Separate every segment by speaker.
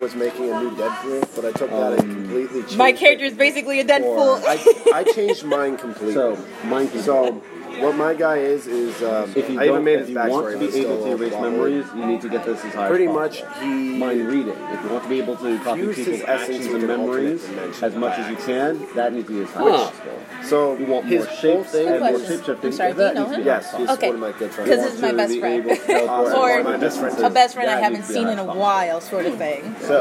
Speaker 1: was making a new Deadpool, but I took that and
Speaker 2: Um,
Speaker 1: completely changed.
Speaker 3: My
Speaker 1: it
Speaker 3: character is basically a dead
Speaker 1: for-
Speaker 3: fool.
Speaker 1: I, I changed mine completely.
Speaker 2: So, mine
Speaker 1: So, what my guy is is um,
Speaker 2: if you
Speaker 1: I even
Speaker 2: don't,
Speaker 1: made
Speaker 2: if
Speaker 1: his
Speaker 2: you
Speaker 1: backstory.
Speaker 2: want to
Speaker 1: but it's
Speaker 2: be able
Speaker 1: still
Speaker 2: to erase
Speaker 1: wobbly.
Speaker 2: memories, you need to get this as high. as
Speaker 1: Pretty
Speaker 2: possible.
Speaker 1: much, he
Speaker 2: mind reading. If you want to be able to copy
Speaker 1: Fuse his
Speaker 2: people's
Speaker 1: essence
Speaker 2: actions
Speaker 1: with
Speaker 2: and
Speaker 1: an alternate
Speaker 2: memories
Speaker 1: dimension.
Speaker 2: as much as you can, that needs to be as high as
Speaker 4: Huh.
Speaker 2: possible.
Speaker 1: So
Speaker 2: You want
Speaker 1: his
Speaker 2: more
Speaker 1: whole
Speaker 2: shape
Speaker 1: thing
Speaker 2: and more
Speaker 1: was-
Speaker 3: Questions.
Speaker 2: shape shifting.
Speaker 3: I'm sorry, do you know him?
Speaker 1: Yes, he's
Speaker 3: Okay.
Speaker 1: one of my good friends.
Speaker 3: Because he's my
Speaker 2: to
Speaker 3: best
Speaker 2: be
Speaker 3: friend.
Speaker 2: able to teleport
Speaker 1: Or-
Speaker 2: among
Speaker 1: my best friend.
Speaker 3: a best friend I
Speaker 2: That
Speaker 3: haven't
Speaker 2: needs to be
Speaker 3: seen
Speaker 2: high
Speaker 3: in a
Speaker 2: as
Speaker 3: while, sort of thing.
Speaker 1: So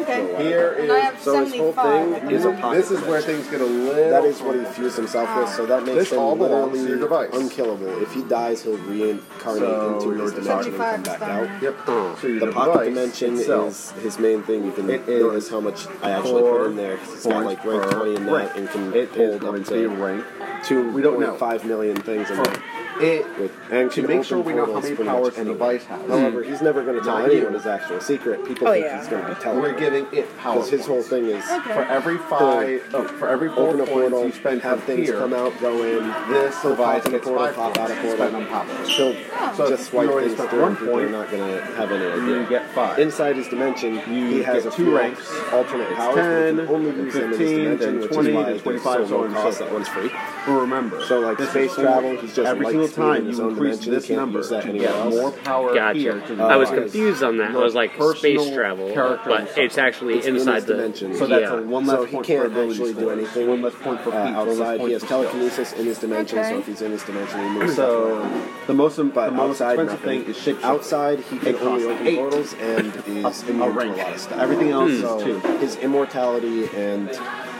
Speaker 5: Okay.
Speaker 1: here
Speaker 5: And I
Speaker 1: is
Speaker 5: have
Speaker 1: so his whole
Speaker 5: 75
Speaker 1: thing
Speaker 5: at the
Speaker 1: is a
Speaker 5: moment.
Speaker 1: pocket
Speaker 6: This is where things get a little.
Speaker 1: That is what he fused himself with, so that makes
Speaker 6: This
Speaker 1: him
Speaker 6: all belongs to
Speaker 1: literally
Speaker 6: your device.
Speaker 1: unkillable. If he dies, he'll reincarnate
Speaker 6: So
Speaker 1: into
Speaker 6: your
Speaker 1: his dimension and come
Speaker 5: 75
Speaker 1: back
Speaker 5: is
Speaker 1: out.
Speaker 6: Yep. So your
Speaker 1: The pocket
Speaker 6: device
Speaker 1: dimension
Speaker 6: itself.
Speaker 1: is his main thing. You can
Speaker 6: It
Speaker 1: notice
Speaker 6: is
Speaker 1: how much I actually put
Speaker 6: four
Speaker 1: in there. 'cause It's got like
Speaker 6: points
Speaker 1: rank
Speaker 6: per
Speaker 1: 20 in
Speaker 6: rank.
Speaker 1: that and can
Speaker 6: It is
Speaker 1: hold
Speaker 6: going
Speaker 1: up
Speaker 6: to be
Speaker 1: to
Speaker 6: rank.
Speaker 1: two.
Speaker 6: We don't know.
Speaker 1: five million things in there.
Speaker 6: It
Speaker 1: With, and
Speaker 6: to
Speaker 1: can
Speaker 6: make sure
Speaker 1: open
Speaker 6: we know how
Speaker 1: portals
Speaker 6: many
Speaker 1: pretty
Speaker 6: powers
Speaker 1: much
Speaker 6: the
Speaker 1: anywhere.
Speaker 6: device has.
Speaker 1: However, he's never going to tell
Speaker 6: Not
Speaker 1: anyone
Speaker 6: you.
Speaker 1: his actual secret. People
Speaker 3: Oh,
Speaker 1: think
Speaker 3: yeah.
Speaker 1: he's going to be
Speaker 6: We're
Speaker 1: telling
Speaker 6: giving it power.
Speaker 1: because his whole
Speaker 6: points.
Speaker 1: thing is
Speaker 6: for every five, oh, for every four
Speaker 1: open a
Speaker 6: points
Speaker 1: portal,
Speaker 6: you spend
Speaker 1: have
Speaker 6: from
Speaker 1: things
Speaker 6: here,
Speaker 1: come out, go in.
Speaker 6: This
Speaker 1: he'll pop
Speaker 6: device
Speaker 1: in a
Speaker 6: gets
Speaker 1: portal,
Speaker 6: five
Speaker 1: pop out a
Speaker 6: points
Speaker 1: portal.
Speaker 6: you spend on top of it.
Speaker 1: He'll
Speaker 6: So
Speaker 1: just
Speaker 6: you
Speaker 1: swipe
Speaker 6: already
Speaker 1: things
Speaker 6: spent
Speaker 1: through.
Speaker 6: one
Speaker 1: and People are
Speaker 6: point.
Speaker 1: not going to have any idea.
Speaker 6: You get five.
Speaker 1: Inside his dimension,
Speaker 6: You
Speaker 1: he has
Speaker 6: get
Speaker 1: a
Speaker 6: two
Speaker 1: few
Speaker 6: ranks.
Speaker 1: alternate
Speaker 6: It's
Speaker 1: powers. but you
Speaker 6: 10,
Speaker 1: can only use them in this
Speaker 6: 15,
Speaker 1: dimension,
Speaker 6: then
Speaker 1: which
Speaker 6: 20,
Speaker 1: is why
Speaker 6: then
Speaker 1: there's
Speaker 6: 25,
Speaker 1: so
Speaker 6: so
Speaker 1: low
Speaker 6: on and
Speaker 1: cost
Speaker 6: so
Speaker 1: that one's free.
Speaker 6: But remember,
Speaker 1: So, like,
Speaker 6: this
Speaker 1: space
Speaker 6: is for-
Speaker 1: travel, he's just
Speaker 6: every
Speaker 1: light speed
Speaker 6: single
Speaker 1: in
Speaker 6: time
Speaker 1: his
Speaker 6: you
Speaker 1: own
Speaker 6: increase
Speaker 1: dimension,
Speaker 6: this
Speaker 1: can't
Speaker 6: number
Speaker 1: use that
Speaker 6: to
Speaker 1: anywhere
Speaker 6: get
Speaker 1: else.
Speaker 6: more power here.
Speaker 4: Gotcha.
Speaker 6: To
Speaker 4: I was
Speaker 6: utilize.
Speaker 4: confused on that. I
Speaker 6: your
Speaker 4: was like
Speaker 6: personal
Speaker 4: space travel,
Speaker 6: character and
Speaker 4: but
Speaker 6: stuff.
Speaker 4: it's actually
Speaker 1: It's in
Speaker 4: inside
Speaker 1: his
Speaker 4: the
Speaker 1: dimension.
Speaker 6: So that's
Speaker 4: yeah.
Speaker 6: a one less
Speaker 1: So he
Speaker 6: point
Speaker 1: can't
Speaker 6: for ability
Speaker 1: actually do
Speaker 6: score,
Speaker 1: anything
Speaker 6: One less point for
Speaker 1: uh,
Speaker 6: feet. one less
Speaker 1: outside.
Speaker 6: point
Speaker 1: He has
Speaker 6: for skills.
Speaker 1: telekinesis in his dimension, so
Speaker 5: Okay.
Speaker 1: if he's in his dimension, he moves.
Speaker 6: So the most imp-
Speaker 1: but
Speaker 6: the most
Speaker 1: outside,
Speaker 6: expensive
Speaker 1: nothing.
Speaker 6: thing is shape
Speaker 1: outside, he can
Speaker 6: It
Speaker 1: only
Speaker 6: costs
Speaker 1: open
Speaker 6: eight.
Speaker 1: portals and is
Speaker 6: A- Hmm. a
Speaker 1: immune to
Speaker 6: rank.
Speaker 1: a lot of stuff.
Speaker 6: Everything else is
Speaker 1: so
Speaker 6: two.
Speaker 1: His immortality and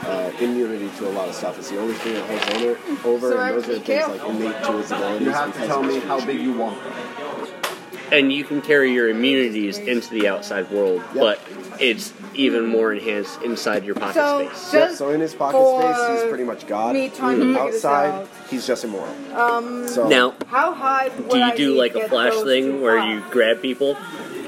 Speaker 1: uh, immunity to a lot of stuff is the only thing that holds over. over
Speaker 5: So
Speaker 1: and
Speaker 5: I have
Speaker 1: those
Speaker 5: to
Speaker 1: are
Speaker 5: be
Speaker 1: things
Speaker 5: careful.
Speaker 1: like innate to his abilities.
Speaker 6: You have to
Speaker 1: because
Speaker 6: tell
Speaker 1: of
Speaker 6: me
Speaker 1: his
Speaker 6: how
Speaker 1: nature.
Speaker 6: big you want them.
Speaker 4: and you can carry your immunities into the outside world,
Speaker 1: Yep.
Speaker 4: but it's even more enhanced inside your pocket
Speaker 5: So,
Speaker 4: space.
Speaker 1: Yep,
Speaker 5: just
Speaker 1: so in his pocket
Speaker 5: for
Speaker 1: space, he's pretty much God.
Speaker 5: me trying to
Speaker 1: Mm.
Speaker 5: figure this
Speaker 1: Outside,
Speaker 5: out.
Speaker 1: he's just immoral. Um, so
Speaker 4: Now,
Speaker 5: How high would
Speaker 4: do
Speaker 5: I
Speaker 4: you
Speaker 5: need
Speaker 4: do
Speaker 5: to
Speaker 4: like a
Speaker 5: get
Speaker 4: flash
Speaker 5: those
Speaker 4: thing
Speaker 5: two
Speaker 4: where
Speaker 5: up?
Speaker 4: you grab people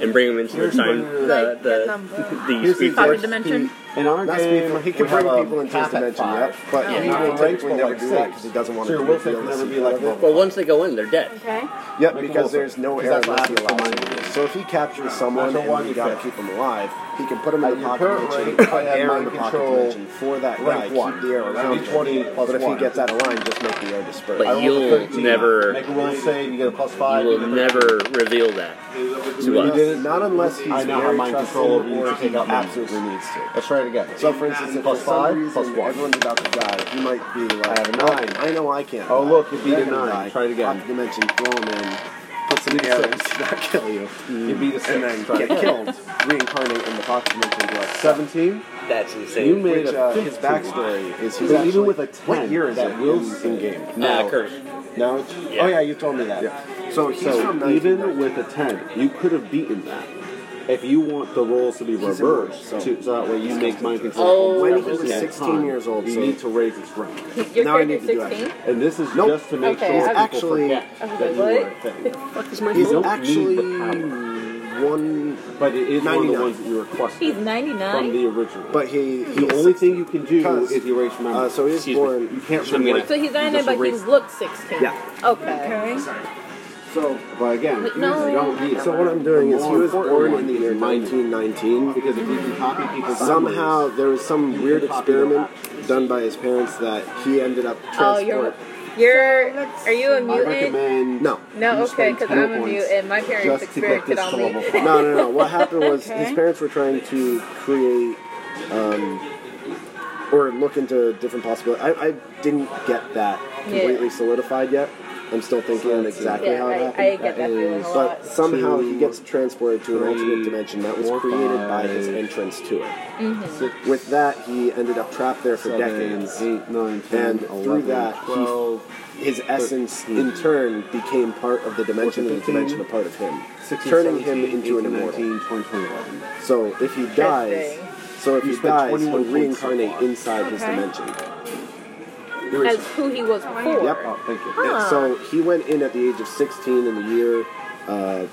Speaker 4: and bring them into the
Speaker 6: Here's
Speaker 4: time,
Speaker 6: the-
Speaker 4: the
Speaker 3: Like the
Speaker 4: the,
Speaker 3: number.
Speaker 4: the speed
Speaker 3: Pocket
Speaker 4: force?
Speaker 3: dimension.
Speaker 6: In our
Speaker 1: Not
Speaker 6: game,
Speaker 1: speaking, he can
Speaker 6: we have
Speaker 1: bring
Speaker 6: a
Speaker 1: people into his
Speaker 6: half at
Speaker 1: dimension,
Speaker 6: five.
Speaker 1: yep. But
Speaker 6: Yeah.
Speaker 1: he
Speaker 6: Not
Speaker 1: will
Speaker 6: ranked,
Speaker 1: typically
Speaker 6: but
Speaker 1: never
Speaker 6: like
Speaker 1: do that
Speaker 6: six.
Speaker 1: because he doesn't want
Speaker 6: So
Speaker 1: to
Speaker 6: your will
Speaker 1: reveal
Speaker 6: save
Speaker 1: the
Speaker 6: will never be
Speaker 1: secret
Speaker 6: like
Speaker 1: of it.
Speaker 6: level.
Speaker 4: Well, once they go in, they're dead.
Speaker 5: Okay.
Speaker 1: Yep,
Speaker 6: Make them
Speaker 1: because
Speaker 6: also-
Speaker 1: there's no
Speaker 6: because
Speaker 1: error
Speaker 6: that's
Speaker 1: left
Speaker 6: what happened
Speaker 1: allowed.
Speaker 6: to mine.
Speaker 1: So if he captures
Speaker 6: I
Speaker 1: someone
Speaker 6: don't want
Speaker 1: and we
Speaker 6: to
Speaker 1: gotta
Speaker 6: fit.
Speaker 1: keep him alive, he can put him in
Speaker 6: At
Speaker 1: the
Speaker 6: your
Speaker 1: pocket
Speaker 6: current
Speaker 1: dimension,
Speaker 6: rate,
Speaker 1: put
Speaker 6: I have
Speaker 1: air in
Speaker 6: mind
Speaker 1: the pocket
Speaker 6: control
Speaker 1: dimension for that
Speaker 6: rank
Speaker 1: guy, keep
Speaker 6: one.
Speaker 1: the air around him.
Speaker 6: D20 plus
Speaker 1: But if he
Speaker 6: one.
Speaker 1: gets out of line, just make the air disperse.
Speaker 4: But
Speaker 6: I rolled a
Speaker 4: you'll
Speaker 6: 13.
Speaker 4: never-
Speaker 6: make a roll save. You get a plus
Speaker 4: You
Speaker 6: five.
Speaker 4: will
Speaker 6: you get a
Speaker 4: never reveal that to
Speaker 1: Not-
Speaker 4: us.
Speaker 6: did it.
Speaker 1: Not unless he's
Speaker 6: I now have
Speaker 1: very
Speaker 6: mind
Speaker 1: trusted
Speaker 6: control over you
Speaker 1: or
Speaker 6: to
Speaker 1: he
Speaker 6: take out minions.
Speaker 1: absolutely needs to.
Speaker 6: Let's try it again.
Speaker 1: So for instance, if
Speaker 6: Plus
Speaker 1: for some
Speaker 6: five,
Speaker 1: reason
Speaker 6: plus one.
Speaker 1: everyone's about to die, he might be like,
Speaker 6: I have a
Speaker 1: "Oh,
Speaker 6: nine.
Speaker 1: I know I can't.
Speaker 6: Oh,
Speaker 1: die.
Speaker 6: look, you beat
Speaker 1: They're
Speaker 6: a
Speaker 1: gonna
Speaker 6: nine.
Speaker 1: die.
Speaker 6: Try it again.
Speaker 1: Pocket dimension, throw him in, put some air in, to not kill you.
Speaker 6: You beat a six.
Speaker 1: and then
Speaker 6: Try it
Speaker 1: get
Speaker 6: again.
Speaker 1: killed, reincarnate in the pocket dimension to us.
Speaker 6: Seventeen.
Speaker 4: That's
Speaker 6: You
Speaker 4: insane.
Speaker 6: made
Speaker 1: Which,
Speaker 6: a
Speaker 1: uh, his
Speaker 6: 15.
Speaker 1: backstory is he's
Speaker 6: But even
Speaker 1: actually-
Speaker 6: with a
Speaker 1: What
Speaker 6: 10,
Speaker 1: year is
Speaker 6: that
Speaker 1: it
Speaker 6: will
Speaker 1: in,
Speaker 6: save.
Speaker 1: in game?
Speaker 4: Nah, Kurt.
Speaker 1: Now it's,
Speaker 4: Yeah.
Speaker 1: Oh yeah, you told me that. So he's from
Speaker 6: So even
Speaker 1: 1990.
Speaker 6: with a ten, you could have beaten that. If you want the roles to be
Speaker 1: He's
Speaker 6: reversed,
Speaker 1: immortal,
Speaker 6: so,
Speaker 1: so-
Speaker 6: to, so that way you make mind control.
Speaker 4: Oh,
Speaker 1: When
Speaker 6: That
Speaker 1: he was
Speaker 6: was at
Speaker 1: 16
Speaker 6: time,
Speaker 1: years old,
Speaker 6: you
Speaker 1: so-
Speaker 6: need to raise its rank.
Speaker 3: Your
Speaker 1: Now I
Speaker 3: character's
Speaker 1: need to do it.
Speaker 3: 16?
Speaker 6: And this is
Speaker 1: Nope.
Speaker 6: just to make
Speaker 3: Okay,
Speaker 6: sure
Speaker 3: I-
Speaker 6: people
Speaker 1: Actually-
Speaker 6: forget
Speaker 3: I was like,
Speaker 6: that you were
Speaker 3: what?
Speaker 6: a thing.
Speaker 1: he's
Speaker 6: don't need
Speaker 1: actually
Speaker 6: the
Speaker 1: one,
Speaker 6: But it is one of
Speaker 1: 99.
Speaker 6: the ones that you requested
Speaker 3: He's
Speaker 6: from
Speaker 3: 99.
Speaker 6: the original.
Speaker 1: but he
Speaker 6: the
Speaker 1: he's,
Speaker 6: only thing you can do
Speaker 1: because,
Speaker 6: is erase memory.
Speaker 1: uh, so he's
Speaker 4: Excuse
Speaker 1: born.
Speaker 6: you can't
Speaker 4: I'm
Speaker 6: remember.
Speaker 4: gonna-
Speaker 3: So he's
Speaker 6: You
Speaker 3: 99,
Speaker 6: just
Speaker 3: but he
Speaker 6: erase-
Speaker 3: looks 16.
Speaker 1: Yeah.
Speaker 3: Okay.
Speaker 6: So, but again,
Speaker 3: Wait,
Speaker 6: you
Speaker 3: no.
Speaker 6: don't need.
Speaker 1: So what I'm doing is he was
Speaker 6: More
Speaker 1: born in
Speaker 6: important
Speaker 1: the
Speaker 6: is
Speaker 1: year
Speaker 6: minor.
Speaker 1: 1919.
Speaker 6: because if you can copy people's
Speaker 1: Somehow
Speaker 6: memories,
Speaker 1: there was some weird experiment done by his parents that he ended up
Speaker 3: Oh, you're.
Speaker 1: transport.
Speaker 3: You're. Are you a
Speaker 6: I
Speaker 3: mutant?
Speaker 6: recommend
Speaker 1: No.
Speaker 3: No,
Speaker 6: you
Speaker 3: okay,
Speaker 6: spend
Speaker 3: because
Speaker 6: 10
Speaker 3: I'm a
Speaker 6: points
Speaker 3: mutant. My parents
Speaker 6: just to get
Speaker 3: experimented
Speaker 6: this
Speaker 3: on
Speaker 6: to
Speaker 3: me.
Speaker 6: level five.
Speaker 1: No, no, no. What happened was his
Speaker 3: Okay.
Speaker 1: parents were trying to create um, or look into different possibilities. I, I didn't get that completely
Speaker 3: Yeah.
Speaker 1: solidified yet. I'm still thinking
Speaker 6: let's see.
Speaker 1: exactly
Speaker 3: Yeah,
Speaker 1: how it
Speaker 3: I,
Speaker 1: happened.
Speaker 3: I get that feeling a
Speaker 6: is-
Speaker 3: lot.
Speaker 1: but somehow he
Speaker 6: Two,
Speaker 1: gets transported to an
Speaker 6: three,
Speaker 1: alternate dimension that was
Speaker 6: four,
Speaker 1: created by
Speaker 6: five,
Speaker 1: his entrance to it.
Speaker 3: Mm-hmm.
Speaker 6: six,
Speaker 1: With that, he ended up trapped there for
Speaker 6: seven,
Speaker 1: decades.
Speaker 6: eight, nine, 10,
Speaker 1: And through
Speaker 6: 11,
Speaker 1: that, he-
Speaker 6: 12,
Speaker 1: His essence, in turn, became part of the dimension, and the
Speaker 6: 14,
Speaker 1: dimension a part of him,
Speaker 6: 16,
Speaker 1: turning him
Speaker 6: 17,
Speaker 1: into an
Speaker 6: 18,
Speaker 1: immortal.
Speaker 6: 19, 20, 21.
Speaker 1: So if he dies, so if
Speaker 6: You
Speaker 1: he
Speaker 6: spent
Speaker 1: dies,
Speaker 6: 21
Speaker 1: he'll
Speaker 6: points
Speaker 1: reincarnate
Speaker 6: so far.
Speaker 1: inside his
Speaker 5: Okay.
Speaker 1: dimension.
Speaker 6: There is-
Speaker 3: As who he was before.
Speaker 1: Yep.
Speaker 6: Oh, thank you.
Speaker 1: And So he went in at the age of 16 in the year uh,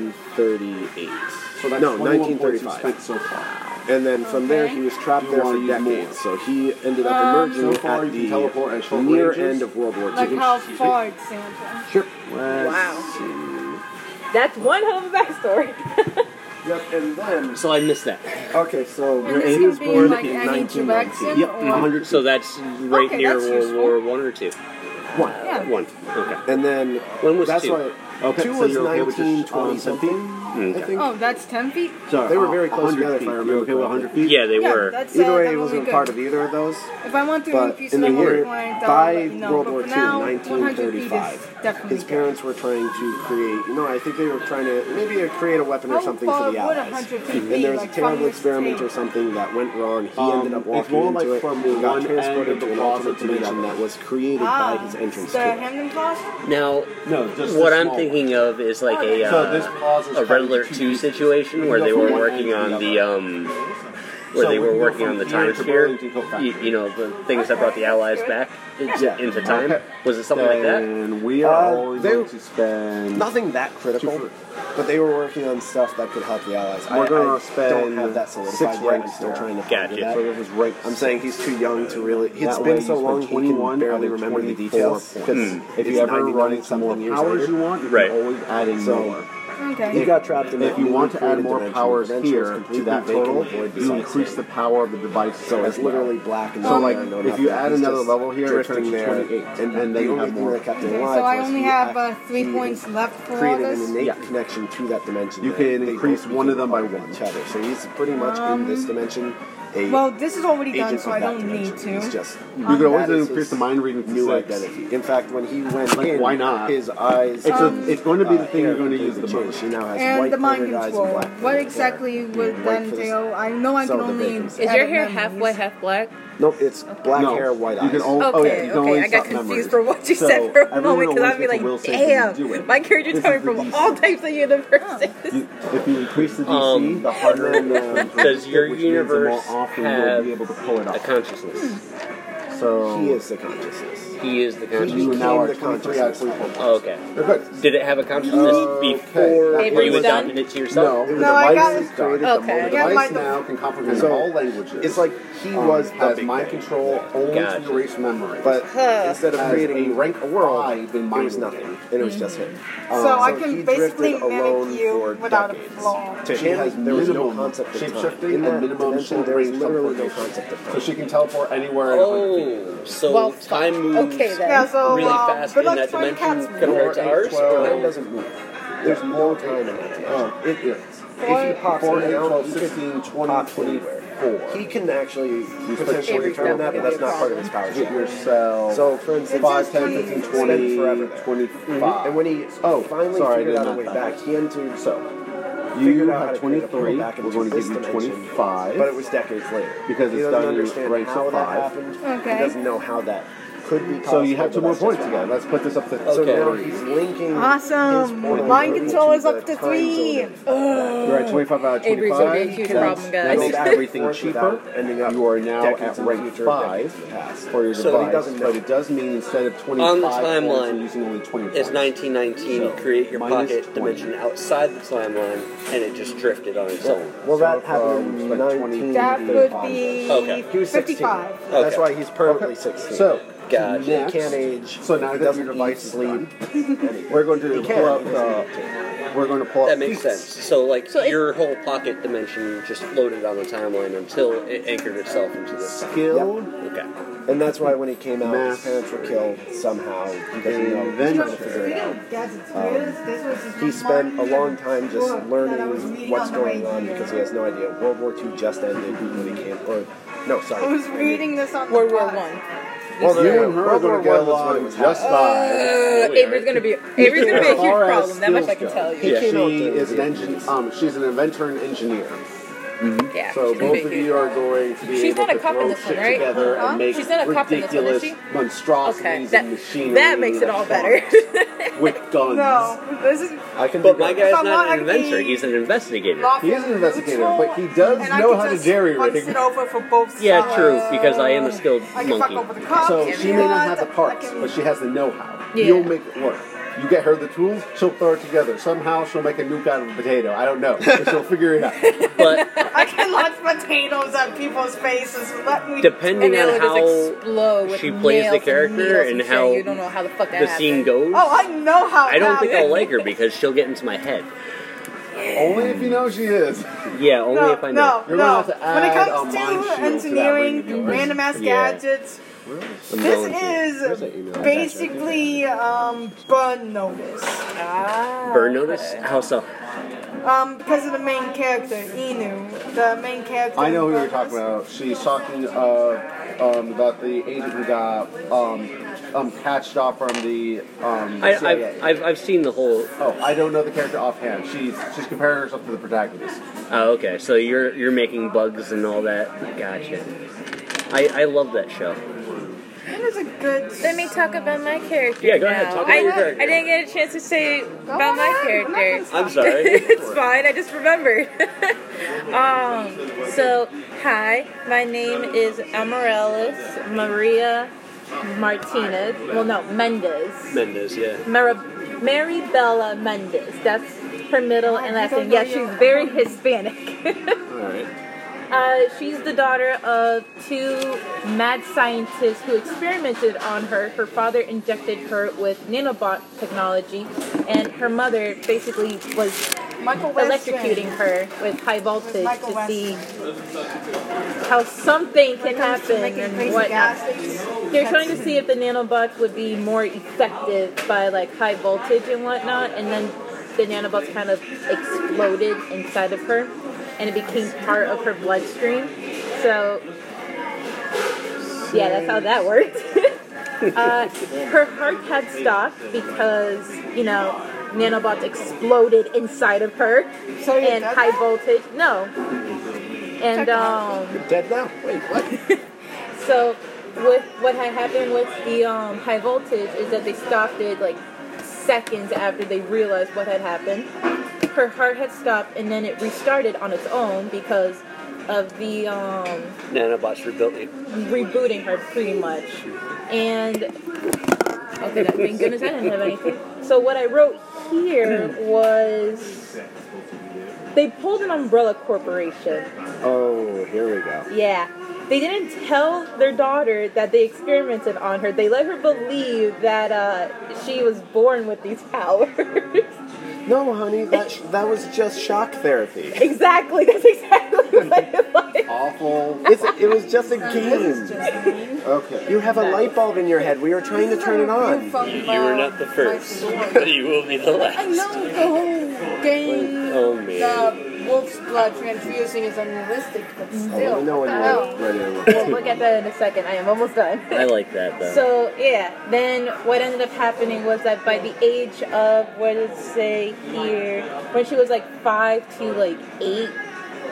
Speaker 1: 1938.
Speaker 6: So that's
Speaker 1: no,
Speaker 6: 21 points you
Speaker 1: 1935.
Speaker 6: spent so far.
Speaker 1: And then from there,
Speaker 3: Okay.
Speaker 1: he was trapped
Speaker 6: You
Speaker 1: there
Speaker 6: wanna
Speaker 1: for
Speaker 6: use
Speaker 1: decades. So he ended up emerging
Speaker 6: So far,
Speaker 1: at
Speaker 6: you can
Speaker 1: the
Speaker 6: teleport at short
Speaker 1: near
Speaker 6: ranges.
Speaker 1: end of World War II.
Speaker 5: Um, Like how far, example.
Speaker 6: Sure.
Speaker 3: Wow. That's one hell of a backstory.
Speaker 1: Yep, and then
Speaker 4: So I missed that.
Speaker 1: okay, so
Speaker 5: And this
Speaker 6: aim
Speaker 5: would
Speaker 6: is
Speaker 5: be
Speaker 6: born
Speaker 5: like
Speaker 6: in
Speaker 5: any
Speaker 6: 1919.
Speaker 5: direction
Speaker 6: Yep,
Speaker 5: or
Speaker 6: 100.
Speaker 4: So that's right
Speaker 5: Okay,
Speaker 4: near
Speaker 5: that's
Speaker 4: World
Speaker 5: useful.
Speaker 4: War One or two.
Speaker 6: one.
Speaker 5: Yeah.
Speaker 4: One. Okay.
Speaker 1: and then
Speaker 4: When was
Speaker 1: that's
Speaker 4: two?
Speaker 1: why
Speaker 6: Okay,
Speaker 1: two
Speaker 6: so
Speaker 1: was
Speaker 6: you're okay with just,
Speaker 1: 19,
Speaker 6: uh,
Speaker 1: 20 something. I
Speaker 4: Okay.
Speaker 1: think
Speaker 5: Oh, that's 10 feet?
Speaker 6: Sorry,
Speaker 1: They were
Speaker 6: uh,
Speaker 1: very close
Speaker 6: 100
Speaker 1: together, if
Speaker 6: feet.
Speaker 1: I
Speaker 6: You
Speaker 1: remember
Speaker 6: okay with
Speaker 1: correctly.
Speaker 6: 100 feet?
Speaker 4: Yeah, they
Speaker 5: yeah,
Speaker 4: were.
Speaker 5: That's,
Speaker 1: either
Speaker 5: uh,
Speaker 1: way,
Speaker 5: that
Speaker 1: it
Speaker 5: would be
Speaker 1: wasn't
Speaker 5: good.
Speaker 1: part of either of those.
Speaker 5: If I want to
Speaker 1: But
Speaker 5: increase
Speaker 1: in
Speaker 5: the
Speaker 1: the year, by World War
Speaker 5: II,
Speaker 1: II,
Speaker 5: definitely
Speaker 1: His parents were trying to create, you know, I think they were trying to maybe to create a weapon
Speaker 5: How
Speaker 1: or something for
Speaker 5: far
Speaker 1: the
Speaker 5: would
Speaker 1: Allies.
Speaker 5: 100 feet be,
Speaker 1: And there was a
Speaker 5: like,
Speaker 1: terrible
Speaker 5: from this
Speaker 1: experiment
Speaker 5: table?
Speaker 1: or something that went wrong. He
Speaker 6: Um,
Speaker 1: ended up
Speaker 6: it's
Speaker 1: walking
Speaker 6: more
Speaker 1: into
Speaker 6: like
Speaker 1: it
Speaker 6: from
Speaker 1: and got
Speaker 6: one end
Speaker 1: transported
Speaker 6: of the
Speaker 1: to an
Speaker 6: closet
Speaker 1: alternate
Speaker 6: to the
Speaker 1: dimension
Speaker 6: other.
Speaker 1: that was created
Speaker 5: Ah,
Speaker 1: by his entrance
Speaker 5: the
Speaker 1: to it.
Speaker 5: Hamden clause?
Speaker 4: Now,
Speaker 6: No, just the
Speaker 4: what I'm
Speaker 6: small
Speaker 4: thinking of is like
Speaker 3: Oh,
Speaker 4: a
Speaker 6: So this
Speaker 4: uh,
Speaker 6: pause is
Speaker 4: a Red
Speaker 6: probably
Speaker 4: Alert
Speaker 6: two
Speaker 4: Two
Speaker 6: pieces.
Speaker 4: situation where
Speaker 6: go
Speaker 4: they
Speaker 6: from
Speaker 4: were
Speaker 6: one
Speaker 4: working
Speaker 6: end to
Speaker 4: on
Speaker 6: the
Speaker 4: the um where
Speaker 6: So
Speaker 4: they
Speaker 6: we
Speaker 4: were
Speaker 6: can go
Speaker 4: working
Speaker 6: from
Speaker 4: on the
Speaker 6: here
Speaker 4: time
Speaker 6: to
Speaker 4: sphere.
Speaker 6: Burlington Coat
Speaker 4: You,
Speaker 6: Factory.
Speaker 4: you know the things that brought the Allies back into,
Speaker 1: Yeah.
Speaker 4: into time. Was it something like that?
Speaker 6: And we are
Speaker 1: Uh,
Speaker 6: only
Speaker 1: they-
Speaker 6: going to spend.
Speaker 1: Nothing that critical,
Speaker 6: Two
Speaker 1: but they were working on stuff that could help the Allies. I,
Speaker 6: We're gonna
Speaker 1: I don't
Speaker 6: spend
Speaker 1: have that
Speaker 6: six
Speaker 1: solidified yet. I'm
Speaker 6: ranks
Speaker 1: still
Speaker 6: there.
Speaker 1: trying to
Speaker 4: Gotcha.
Speaker 1: figure that.
Speaker 6: So this is rank
Speaker 1: I'm
Speaker 6: six.
Speaker 1: saying he's too young to really. It's
Speaker 6: That way
Speaker 1: been
Speaker 6: you
Speaker 1: so
Speaker 6: spend
Speaker 1: long he
Speaker 6: 21
Speaker 1: can barely
Speaker 6: out of
Speaker 1: remember the
Speaker 6: 24
Speaker 1: details.
Speaker 6: points.
Speaker 1: 'cause
Speaker 6: If
Speaker 1: it's
Speaker 6: you ever
Speaker 1: 99
Speaker 6: run into more
Speaker 1: something years
Speaker 6: powers
Speaker 1: later.
Speaker 6: you want, you
Speaker 4: Hmm. Right.
Speaker 6: can always add in
Speaker 1: So-
Speaker 6: more.
Speaker 5: Okay.
Speaker 1: He got trapped in that
Speaker 6: If you want to add
Speaker 1: newly created
Speaker 6: more
Speaker 1: dimension.
Speaker 6: powers
Speaker 1: The dimension was
Speaker 6: here to
Speaker 1: completely
Speaker 6: that
Speaker 1: vacant
Speaker 6: total,
Speaker 1: and void
Speaker 6: you
Speaker 1: besides
Speaker 6: increase the
Speaker 1: him.
Speaker 6: power of the device
Speaker 1: So
Speaker 6: as
Speaker 1: it's
Speaker 6: well.
Speaker 1: literally black and
Speaker 6: So
Speaker 1: no
Speaker 6: like,
Speaker 1: iron, no
Speaker 6: if you
Speaker 1: nothing.
Speaker 6: add
Speaker 1: He's
Speaker 6: another
Speaker 1: just
Speaker 6: level here, it turns
Speaker 1: drifting
Speaker 6: to
Speaker 1: there,
Speaker 6: 28,
Speaker 1: and,
Speaker 6: and then
Speaker 1: the
Speaker 6: you
Speaker 1: only
Speaker 6: have
Speaker 1: thing
Speaker 6: more.
Speaker 1: that kept him
Speaker 5: Okay,
Speaker 1: alive
Speaker 5: so I
Speaker 1: was
Speaker 5: only
Speaker 1: he
Speaker 5: have,
Speaker 1: act-
Speaker 5: uh, three
Speaker 1: he
Speaker 5: points left for all
Speaker 1: created
Speaker 5: this?
Speaker 1: an innate
Speaker 6: Yeah.
Speaker 1: connection to that dimension.
Speaker 6: You
Speaker 1: that
Speaker 6: can
Speaker 1: they
Speaker 6: increase
Speaker 1: both
Speaker 6: one of them by
Speaker 1: became
Speaker 6: one.
Speaker 1: Each other. So he's pretty much in this dimension. A
Speaker 5: Well, this is already
Speaker 1: agent
Speaker 5: done,
Speaker 1: of
Speaker 5: so I
Speaker 1: that
Speaker 5: don't need
Speaker 1: dimension. He's
Speaker 5: to.
Speaker 1: just
Speaker 6: You could always
Speaker 1: that is
Speaker 6: increase
Speaker 1: his
Speaker 6: the mind reading to
Speaker 1: new
Speaker 6: six.
Speaker 1: identity. In fact, when he went
Speaker 6: Like,
Speaker 1: in,
Speaker 6: why not?
Speaker 1: His eyes. uh,
Speaker 6: It's a-
Speaker 1: Um,
Speaker 6: it's going to
Speaker 4: Uh,
Speaker 6: be the thing you're going to use the most.
Speaker 1: She now has
Speaker 5: And
Speaker 1: white
Speaker 5: the mind
Speaker 1: colored eyes and
Speaker 5: control.
Speaker 1: black
Speaker 5: What
Speaker 1: colored
Speaker 5: exactly
Speaker 1: hair.
Speaker 5: would
Speaker 1: White
Speaker 5: that
Speaker 1: for the-
Speaker 5: entail? I know I
Speaker 1: some
Speaker 5: can
Speaker 1: of the
Speaker 5: only.
Speaker 1: vacancies.
Speaker 5: edit
Speaker 3: Is your hair half
Speaker 5: memories.
Speaker 3: white, half black?
Speaker 1: Nope, it's black
Speaker 6: No.
Speaker 1: hair, white
Speaker 6: You
Speaker 1: eyes.
Speaker 6: can al-
Speaker 3: Okay,
Speaker 6: oh, yeah, you can
Speaker 3: okay.
Speaker 6: always
Speaker 3: I got
Speaker 6: stop
Speaker 3: confused
Speaker 6: memories.
Speaker 3: for what you
Speaker 6: So,
Speaker 3: said for a
Speaker 6: everyone
Speaker 3: moment because
Speaker 6: always
Speaker 3: I'd be
Speaker 6: gets a will
Speaker 3: like,
Speaker 6: save when you do
Speaker 3: damn,
Speaker 6: it.
Speaker 3: my character's
Speaker 6: This
Speaker 3: coming
Speaker 6: is the
Speaker 3: from
Speaker 6: DC.
Speaker 3: all types of universes.
Speaker 6: You- if you increase the DC,
Speaker 4: Um,
Speaker 6: the harder and um,
Speaker 4: Does your
Speaker 6: which means the more
Speaker 4: universe
Speaker 6: often
Speaker 4: have
Speaker 6: you'll be able to pull it
Speaker 4: A
Speaker 6: off.
Speaker 4: consciousness.
Speaker 6: So
Speaker 1: um, He is the consciousness.
Speaker 4: He is the
Speaker 1: You
Speaker 4: consciousness.
Speaker 1: now are
Speaker 6: the
Speaker 1: 23 out of 24 points.
Speaker 4: Oh, okay. Did it have a consciousness
Speaker 6: Okay.
Speaker 4: before
Speaker 6: Paper
Speaker 4: you
Speaker 3: was done?
Speaker 4: adopted it to
Speaker 6: No,
Speaker 4: yourself?
Speaker 6: the
Speaker 5: No, I
Speaker 6: device
Speaker 5: got it. Oh.
Speaker 6: is created
Speaker 3: Okay.
Speaker 6: the moment.
Speaker 5: Yeah,
Speaker 6: The
Speaker 5: like
Speaker 6: device
Speaker 5: the-
Speaker 6: now can comprehend
Speaker 1: So,
Speaker 6: all languages.
Speaker 1: It's like he was
Speaker 6: um,
Speaker 1: the
Speaker 6: has
Speaker 1: big
Speaker 6: mind
Speaker 1: bang.
Speaker 6: control only
Speaker 4: Gotcha.
Speaker 6: to erase memory.
Speaker 1: But
Speaker 3: Huh.
Speaker 1: instead of
Speaker 6: As
Speaker 1: creating
Speaker 6: a rank
Speaker 1: a world,
Speaker 6: five in
Speaker 1: it
Speaker 6: mind
Speaker 1: was nothing.
Speaker 6: reading.
Speaker 1: And it was just him.
Speaker 5: So I can
Speaker 1: Um, he
Speaker 5: basically
Speaker 1: drifted
Speaker 5: mimic
Speaker 1: alone
Speaker 5: you
Speaker 1: for
Speaker 5: without a
Speaker 1: decades.
Speaker 5: flaw.
Speaker 1: To
Speaker 6: She has
Speaker 1: him, there was no
Speaker 6: minimum
Speaker 1: concept of time.
Speaker 6: shape-shifting
Speaker 1: In that
Speaker 6: and minimum
Speaker 1: dimension, there was
Speaker 6: short-range
Speaker 1: literally no
Speaker 6: teleportation.
Speaker 1: concept of
Speaker 6: so
Speaker 1: time.
Speaker 6: she can teleport anywhere. in a hundred feet.
Speaker 4: Oh, so
Speaker 3: Well, fuck.
Speaker 4: time moves
Speaker 3: Okay, then.
Speaker 5: Yeah, so.
Speaker 4: really
Speaker 5: um,
Speaker 4: fast
Speaker 5: good
Speaker 4: in
Speaker 5: luck
Speaker 4: that
Speaker 5: trying to
Speaker 4: dimension
Speaker 5: catch me.
Speaker 4: compared to
Speaker 6: Four, eight,
Speaker 4: ours.
Speaker 6: twelve.
Speaker 1: Time doesn't move. There's no time in that dimension.
Speaker 6: Oh, it is.
Speaker 1: Um, If he pops
Speaker 6: 4,
Speaker 1: in
Speaker 6: 8,
Speaker 1: now,
Speaker 6: 12,
Speaker 1: he can
Speaker 6: 16, 20,
Speaker 1: pop anywhere.
Speaker 6: 24.
Speaker 1: He can actually potentially
Speaker 3: Avery's
Speaker 1: turn that,
Speaker 3: definitely
Speaker 1: but that's not part of his powers
Speaker 6: Get
Speaker 1: yet.
Speaker 6: yourself
Speaker 1: So, for instance,
Speaker 5: It's-
Speaker 6: 5, 10, 15,
Speaker 5: Spend
Speaker 6: 20,
Speaker 1: forever there.
Speaker 6: 25.
Speaker 1: and when he oh finally
Speaker 6: sorry, I
Speaker 1: figured
Speaker 6: did
Speaker 1: out a
Speaker 6: not
Speaker 1: way
Speaker 6: know.
Speaker 1: back, he entered so
Speaker 6: you
Speaker 1: figured out how
Speaker 6: have
Speaker 1: to create a
Speaker 6: 23,
Speaker 1: portal back
Speaker 6: we're
Speaker 1: into
Speaker 6: going to
Speaker 1: this
Speaker 6: give you
Speaker 1: dimension,
Speaker 6: 25.
Speaker 1: But it was decades later
Speaker 6: Because
Speaker 1: he
Speaker 6: it's
Speaker 1: doesn't
Speaker 6: done in
Speaker 1: understand
Speaker 6: ranks
Speaker 1: how
Speaker 6: of
Speaker 1: that
Speaker 6: five.
Speaker 1: happened.
Speaker 5: Okay.
Speaker 1: He doesn't know how that could be possible.
Speaker 6: so you have two
Speaker 1: but
Speaker 6: more
Speaker 1: that's just
Speaker 6: points
Speaker 1: what
Speaker 6: again. Let's put this up to
Speaker 1: So
Speaker 4: Okay.
Speaker 1: now he's linking.
Speaker 5: Awesome.
Speaker 1: his portal
Speaker 5: Mind
Speaker 1: ability
Speaker 5: control
Speaker 1: to
Speaker 5: is up
Speaker 1: the
Speaker 5: to
Speaker 1: time
Speaker 5: three.
Speaker 1: zone.
Speaker 6: You're at 25 out of
Speaker 3: Avery's gonna
Speaker 6: 25.
Speaker 3: be a huge
Speaker 6: That's-
Speaker 3: problem, guys.
Speaker 6: That
Speaker 1: Go
Speaker 6: makes
Speaker 1: back and
Speaker 6: everything
Speaker 1: forth without ending
Speaker 6: cheaper.
Speaker 1: up
Speaker 6: You are now
Speaker 1: decades
Speaker 6: at
Speaker 1: in the
Speaker 6: rank
Speaker 1: future, decades
Speaker 6: 5
Speaker 1: in the past.
Speaker 6: for your
Speaker 4: So he
Speaker 6: device.
Speaker 1: doesn't know.
Speaker 6: But it does mean instead of 25
Speaker 4: On the
Speaker 6: points,
Speaker 4: timeline,
Speaker 6: you're using only 20
Speaker 4: It's
Speaker 6: points.
Speaker 4: 1919. You
Speaker 6: So,
Speaker 4: create your
Speaker 6: minus
Speaker 4: pocket
Speaker 6: 20.
Speaker 4: dimension outside the timeline, and it just drifted on its own.
Speaker 1: Well, that
Speaker 6: So,
Speaker 1: happened
Speaker 6: um,
Speaker 1: in
Speaker 6: like
Speaker 1: 19.
Speaker 5: That would be
Speaker 4: Okay.
Speaker 1: He was 16.
Speaker 5: 55.
Speaker 1: That's
Speaker 4: Okay.
Speaker 1: why he's permanently 16.
Speaker 6: So,
Speaker 4: Gotcha.
Speaker 1: he
Speaker 6: next,
Speaker 1: can't age.
Speaker 6: So now
Speaker 1: he
Speaker 6: that your
Speaker 1: doesn't eat,
Speaker 6: device is
Speaker 1: sleep.
Speaker 6: done,
Speaker 1: anything.
Speaker 6: we're going to
Speaker 1: He
Speaker 6: pull
Speaker 1: can.
Speaker 6: up.
Speaker 1: He doesn't
Speaker 6: Uh,
Speaker 1: need to.
Speaker 6: we're going to pull up.
Speaker 4: That makes sense.
Speaker 6: feats.
Speaker 4: So, like,
Speaker 3: So it-
Speaker 4: your whole pocket dimension just floated on the timeline until it anchored itself into this.
Speaker 6: Skill.
Speaker 1: Yep.
Speaker 4: Okay.
Speaker 1: And that's why when he came out,
Speaker 6: Math.
Speaker 1: his parents were killed somehow. He doesn't know. He's
Speaker 6: Adventure.
Speaker 1: trying to figure it out.
Speaker 5: Um,
Speaker 1: He spent a long time just learning what's going on because he has no idea. World War II just ended when he came, or no, sorry.
Speaker 5: I was reading this on the
Speaker 3: World War
Speaker 5: bus.
Speaker 3: One.
Speaker 1: Well,
Speaker 6: You and her are
Speaker 1: World War
Speaker 6: going to get
Speaker 1: One was when it
Speaker 6: along
Speaker 1: was
Speaker 6: just
Speaker 1: happening.
Speaker 6: fine.
Speaker 3: Uh, Avery's gonna be Avery's gonna be a huge
Speaker 6: As far as
Speaker 3: problem. That much I can
Speaker 6: skills
Speaker 3: tell
Speaker 6: go,
Speaker 3: you.
Speaker 1: He
Speaker 6: She
Speaker 1: came out during
Speaker 6: is an
Speaker 1: the
Speaker 6: engine. Um, she's an inventor and engineer.
Speaker 3: Yeah,
Speaker 6: So
Speaker 3: she's gonna be
Speaker 6: both
Speaker 3: a
Speaker 6: of
Speaker 3: huge
Speaker 6: you are going to be
Speaker 3: She's
Speaker 6: able
Speaker 3: not a
Speaker 6: to
Speaker 3: cop in
Speaker 6: throw
Speaker 3: this one,
Speaker 6: shit
Speaker 3: right?
Speaker 6: together
Speaker 5: Huh?
Speaker 6: and make
Speaker 3: She's not a cop in this one, is
Speaker 6: ridiculous
Speaker 3: she?
Speaker 6: monstrosities
Speaker 3: Okay,
Speaker 6: and
Speaker 3: that,
Speaker 6: machinery
Speaker 3: that makes it all better.
Speaker 6: with guns.
Speaker 5: No, this is
Speaker 1: I can
Speaker 4: But
Speaker 1: be
Speaker 4: my
Speaker 1: done.
Speaker 4: guy's
Speaker 5: I'm not
Speaker 4: not an
Speaker 5: gonna be-
Speaker 4: inventor, he's an investigator.
Speaker 5: lawful
Speaker 6: He is an investigator,
Speaker 5: neutral,
Speaker 6: but he does
Speaker 5: and I
Speaker 6: know
Speaker 5: can
Speaker 6: how to
Speaker 5: just
Speaker 6: jerry
Speaker 5: punch
Speaker 6: rig.
Speaker 5: it over for both
Speaker 4: Yeah,
Speaker 5: sides.
Speaker 4: true, because I am a skilled
Speaker 5: I can fuck over
Speaker 4: monkey.
Speaker 5: the cops.
Speaker 6: So
Speaker 5: if
Speaker 6: she
Speaker 5: you
Speaker 6: may not have
Speaker 5: want.
Speaker 6: the parts,
Speaker 5: I can-
Speaker 6: but she has the know-how.
Speaker 3: Yeah.
Speaker 6: You'll make it work. You get her the tools, she'll throw it together. Somehow she'll make a nuke out of a potato. I don't know, but she'll figure it out.
Speaker 4: But
Speaker 5: I can launch potatoes at people's faces. Let me.
Speaker 3: and
Speaker 4: depending
Speaker 3: it'll
Speaker 4: on
Speaker 3: just
Speaker 4: how
Speaker 3: explode with
Speaker 4: she plays the
Speaker 3: nails
Speaker 4: character
Speaker 3: needles
Speaker 4: and
Speaker 3: shit.
Speaker 4: how
Speaker 3: you don't know how the fuck that
Speaker 4: the scene
Speaker 3: happened.
Speaker 4: goes,
Speaker 5: Oh, I know how.
Speaker 4: I don't think I'll
Speaker 5: happened.
Speaker 4: like her because she'll get into my head.
Speaker 6: Only if you know she is.
Speaker 4: Yeah, only
Speaker 5: No,
Speaker 4: if I know.
Speaker 5: no,
Speaker 6: You're
Speaker 5: no.
Speaker 6: gonna have to
Speaker 5: when it
Speaker 6: add a mind
Speaker 5: comes
Speaker 6: shield
Speaker 5: to
Speaker 6: to that
Speaker 5: engineering,
Speaker 6: when you do it.
Speaker 5: random ass
Speaker 4: Yeah.
Speaker 5: gadgets,
Speaker 1: I'm going to.
Speaker 5: this
Speaker 1: Where's that
Speaker 5: is
Speaker 1: email?
Speaker 5: basically um, burn notice.
Speaker 3: Ah.
Speaker 4: Burn notice? How so?
Speaker 5: Um, because of the main character, Inu, the main character.
Speaker 6: I know who you're talking about. She's talking uh, um, about the agent who got um, um, catched off from the um,
Speaker 4: I,
Speaker 6: CIA.
Speaker 4: I've, I've, I've seen the whole.
Speaker 6: oh, I don't know the character offhand. She's she's comparing herself to the protagonist.
Speaker 4: Oh, okay. So you're you're making bugs and all that. Gotcha. I, I love that show.
Speaker 5: It is a good.
Speaker 3: Let me talk about my character.
Speaker 4: Yeah, go ahead,
Speaker 3: now.
Speaker 4: talk about
Speaker 3: I,
Speaker 4: your character.
Speaker 3: I didn't get a chance to say about my
Speaker 5: ahead, I'm not
Speaker 3: character.
Speaker 4: I'm sorry.
Speaker 3: it's fine. I just remembered. um, so, hi, my name is Amarellis Maria Martinez. Well, no, Mendez.
Speaker 4: Mendez, yeah.
Speaker 3: Mara- Mary Bella Mendez. That's her middle and last name. Yeah, she's very Hispanic.
Speaker 1: Alright.
Speaker 3: Uh, she's the daughter of two mad scientists who experimented on her. Her father injected her with nanobot technology, and her mother basically was
Speaker 5: Michael Weston.
Speaker 3: electrocuting her with high voltage
Speaker 5: Michael
Speaker 3: to
Speaker 5: Weston.
Speaker 3: see how something can
Speaker 5: Comes to
Speaker 3: happen
Speaker 5: making
Speaker 3: and
Speaker 5: crazy
Speaker 3: whatnot.
Speaker 5: gas stations.
Speaker 3: They're trying to see if the nanobots would be more effective by like high voltage and whatnot, and then the nanobots kind of exploded inside of her, and it became part of her bloodstream. So, yeah, that's how that worked. uh, her heart had stopped because you know nanobots exploded inside of her,
Speaker 5: So you're
Speaker 3: and
Speaker 5: dead
Speaker 3: high
Speaker 5: now?
Speaker 3: voltage. No, and um.
Speaker 1: Dead now? Wait, what?
Speaker 3: So, with what had happened with the um, high voltage is that they stopped it like seconds after they realized what had happened. Her heart had stopped, and then it restarted on its own because of the um,
Speaker 4: Nanobots rebuilt you.
Speaker 3: rebooting her pretty much. And okay, that, thank goodness I didn't have anything. So what I wrote here was they pulled an umbrella corporation.
Speaker 1: Oh, here we go.
Speaker 3: Yeah. They didn't tell their daughter that they experimented on her. They let her believe that uh, she was born with these powers.
Speaker 1: No, honey, that, that was just shock therapy.
Speaker 3: exactly. That's exactly what it was.
Speaker 6: Awful.
Speaker 1: It's, it was just a game.
Speaker 5: Just
Speaker 6: Okay.
Speaker 1: You have a light bulb in your head. We were trying to turn it on.
Speaker 4: You were not the first, but you will be the
Speaker 5: uh, I
Speaker 4: last.
Speaker 5: know the whole game.
Speaker 4: Oh, man.
Speaker 5: The wolf's blood transfusing is unrealistic, but still.
Speaker 1: No one
Speaker 5: Oh.
Speaker 3: we'll look at that in a second. I am almost done.
Speaker 4: I like that, though.
Speaker 3: So yeah, then what ended up happening was that by the age of what did it say here, when she was like five to like eight,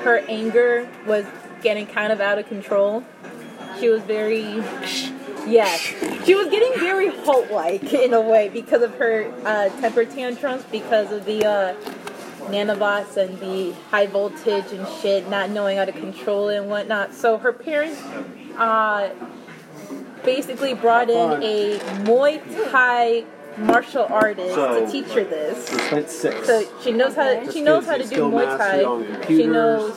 Speaker 3: her anger was getting kind of out of control. She was very yes, she was getting very Holt-like in a way because of her uh, temper tantrums, because of the uh, nanobots and the high voltage and shit, not knowing how to control it and whatnot. So her parents. Uh, basically brought in a Muay Thai martial artist
Speaker 6: So-
Speaker 3: to teach her this.
Speaker 6: It's six.
Speaker 3: So she knows how to, she knows how to do
Speaker 6: Skill
Speaker 3: Muay
Speaker 6: mastery on
Speaker 3: Thai. She
Speaker 6: computers,
Speaker 3: knows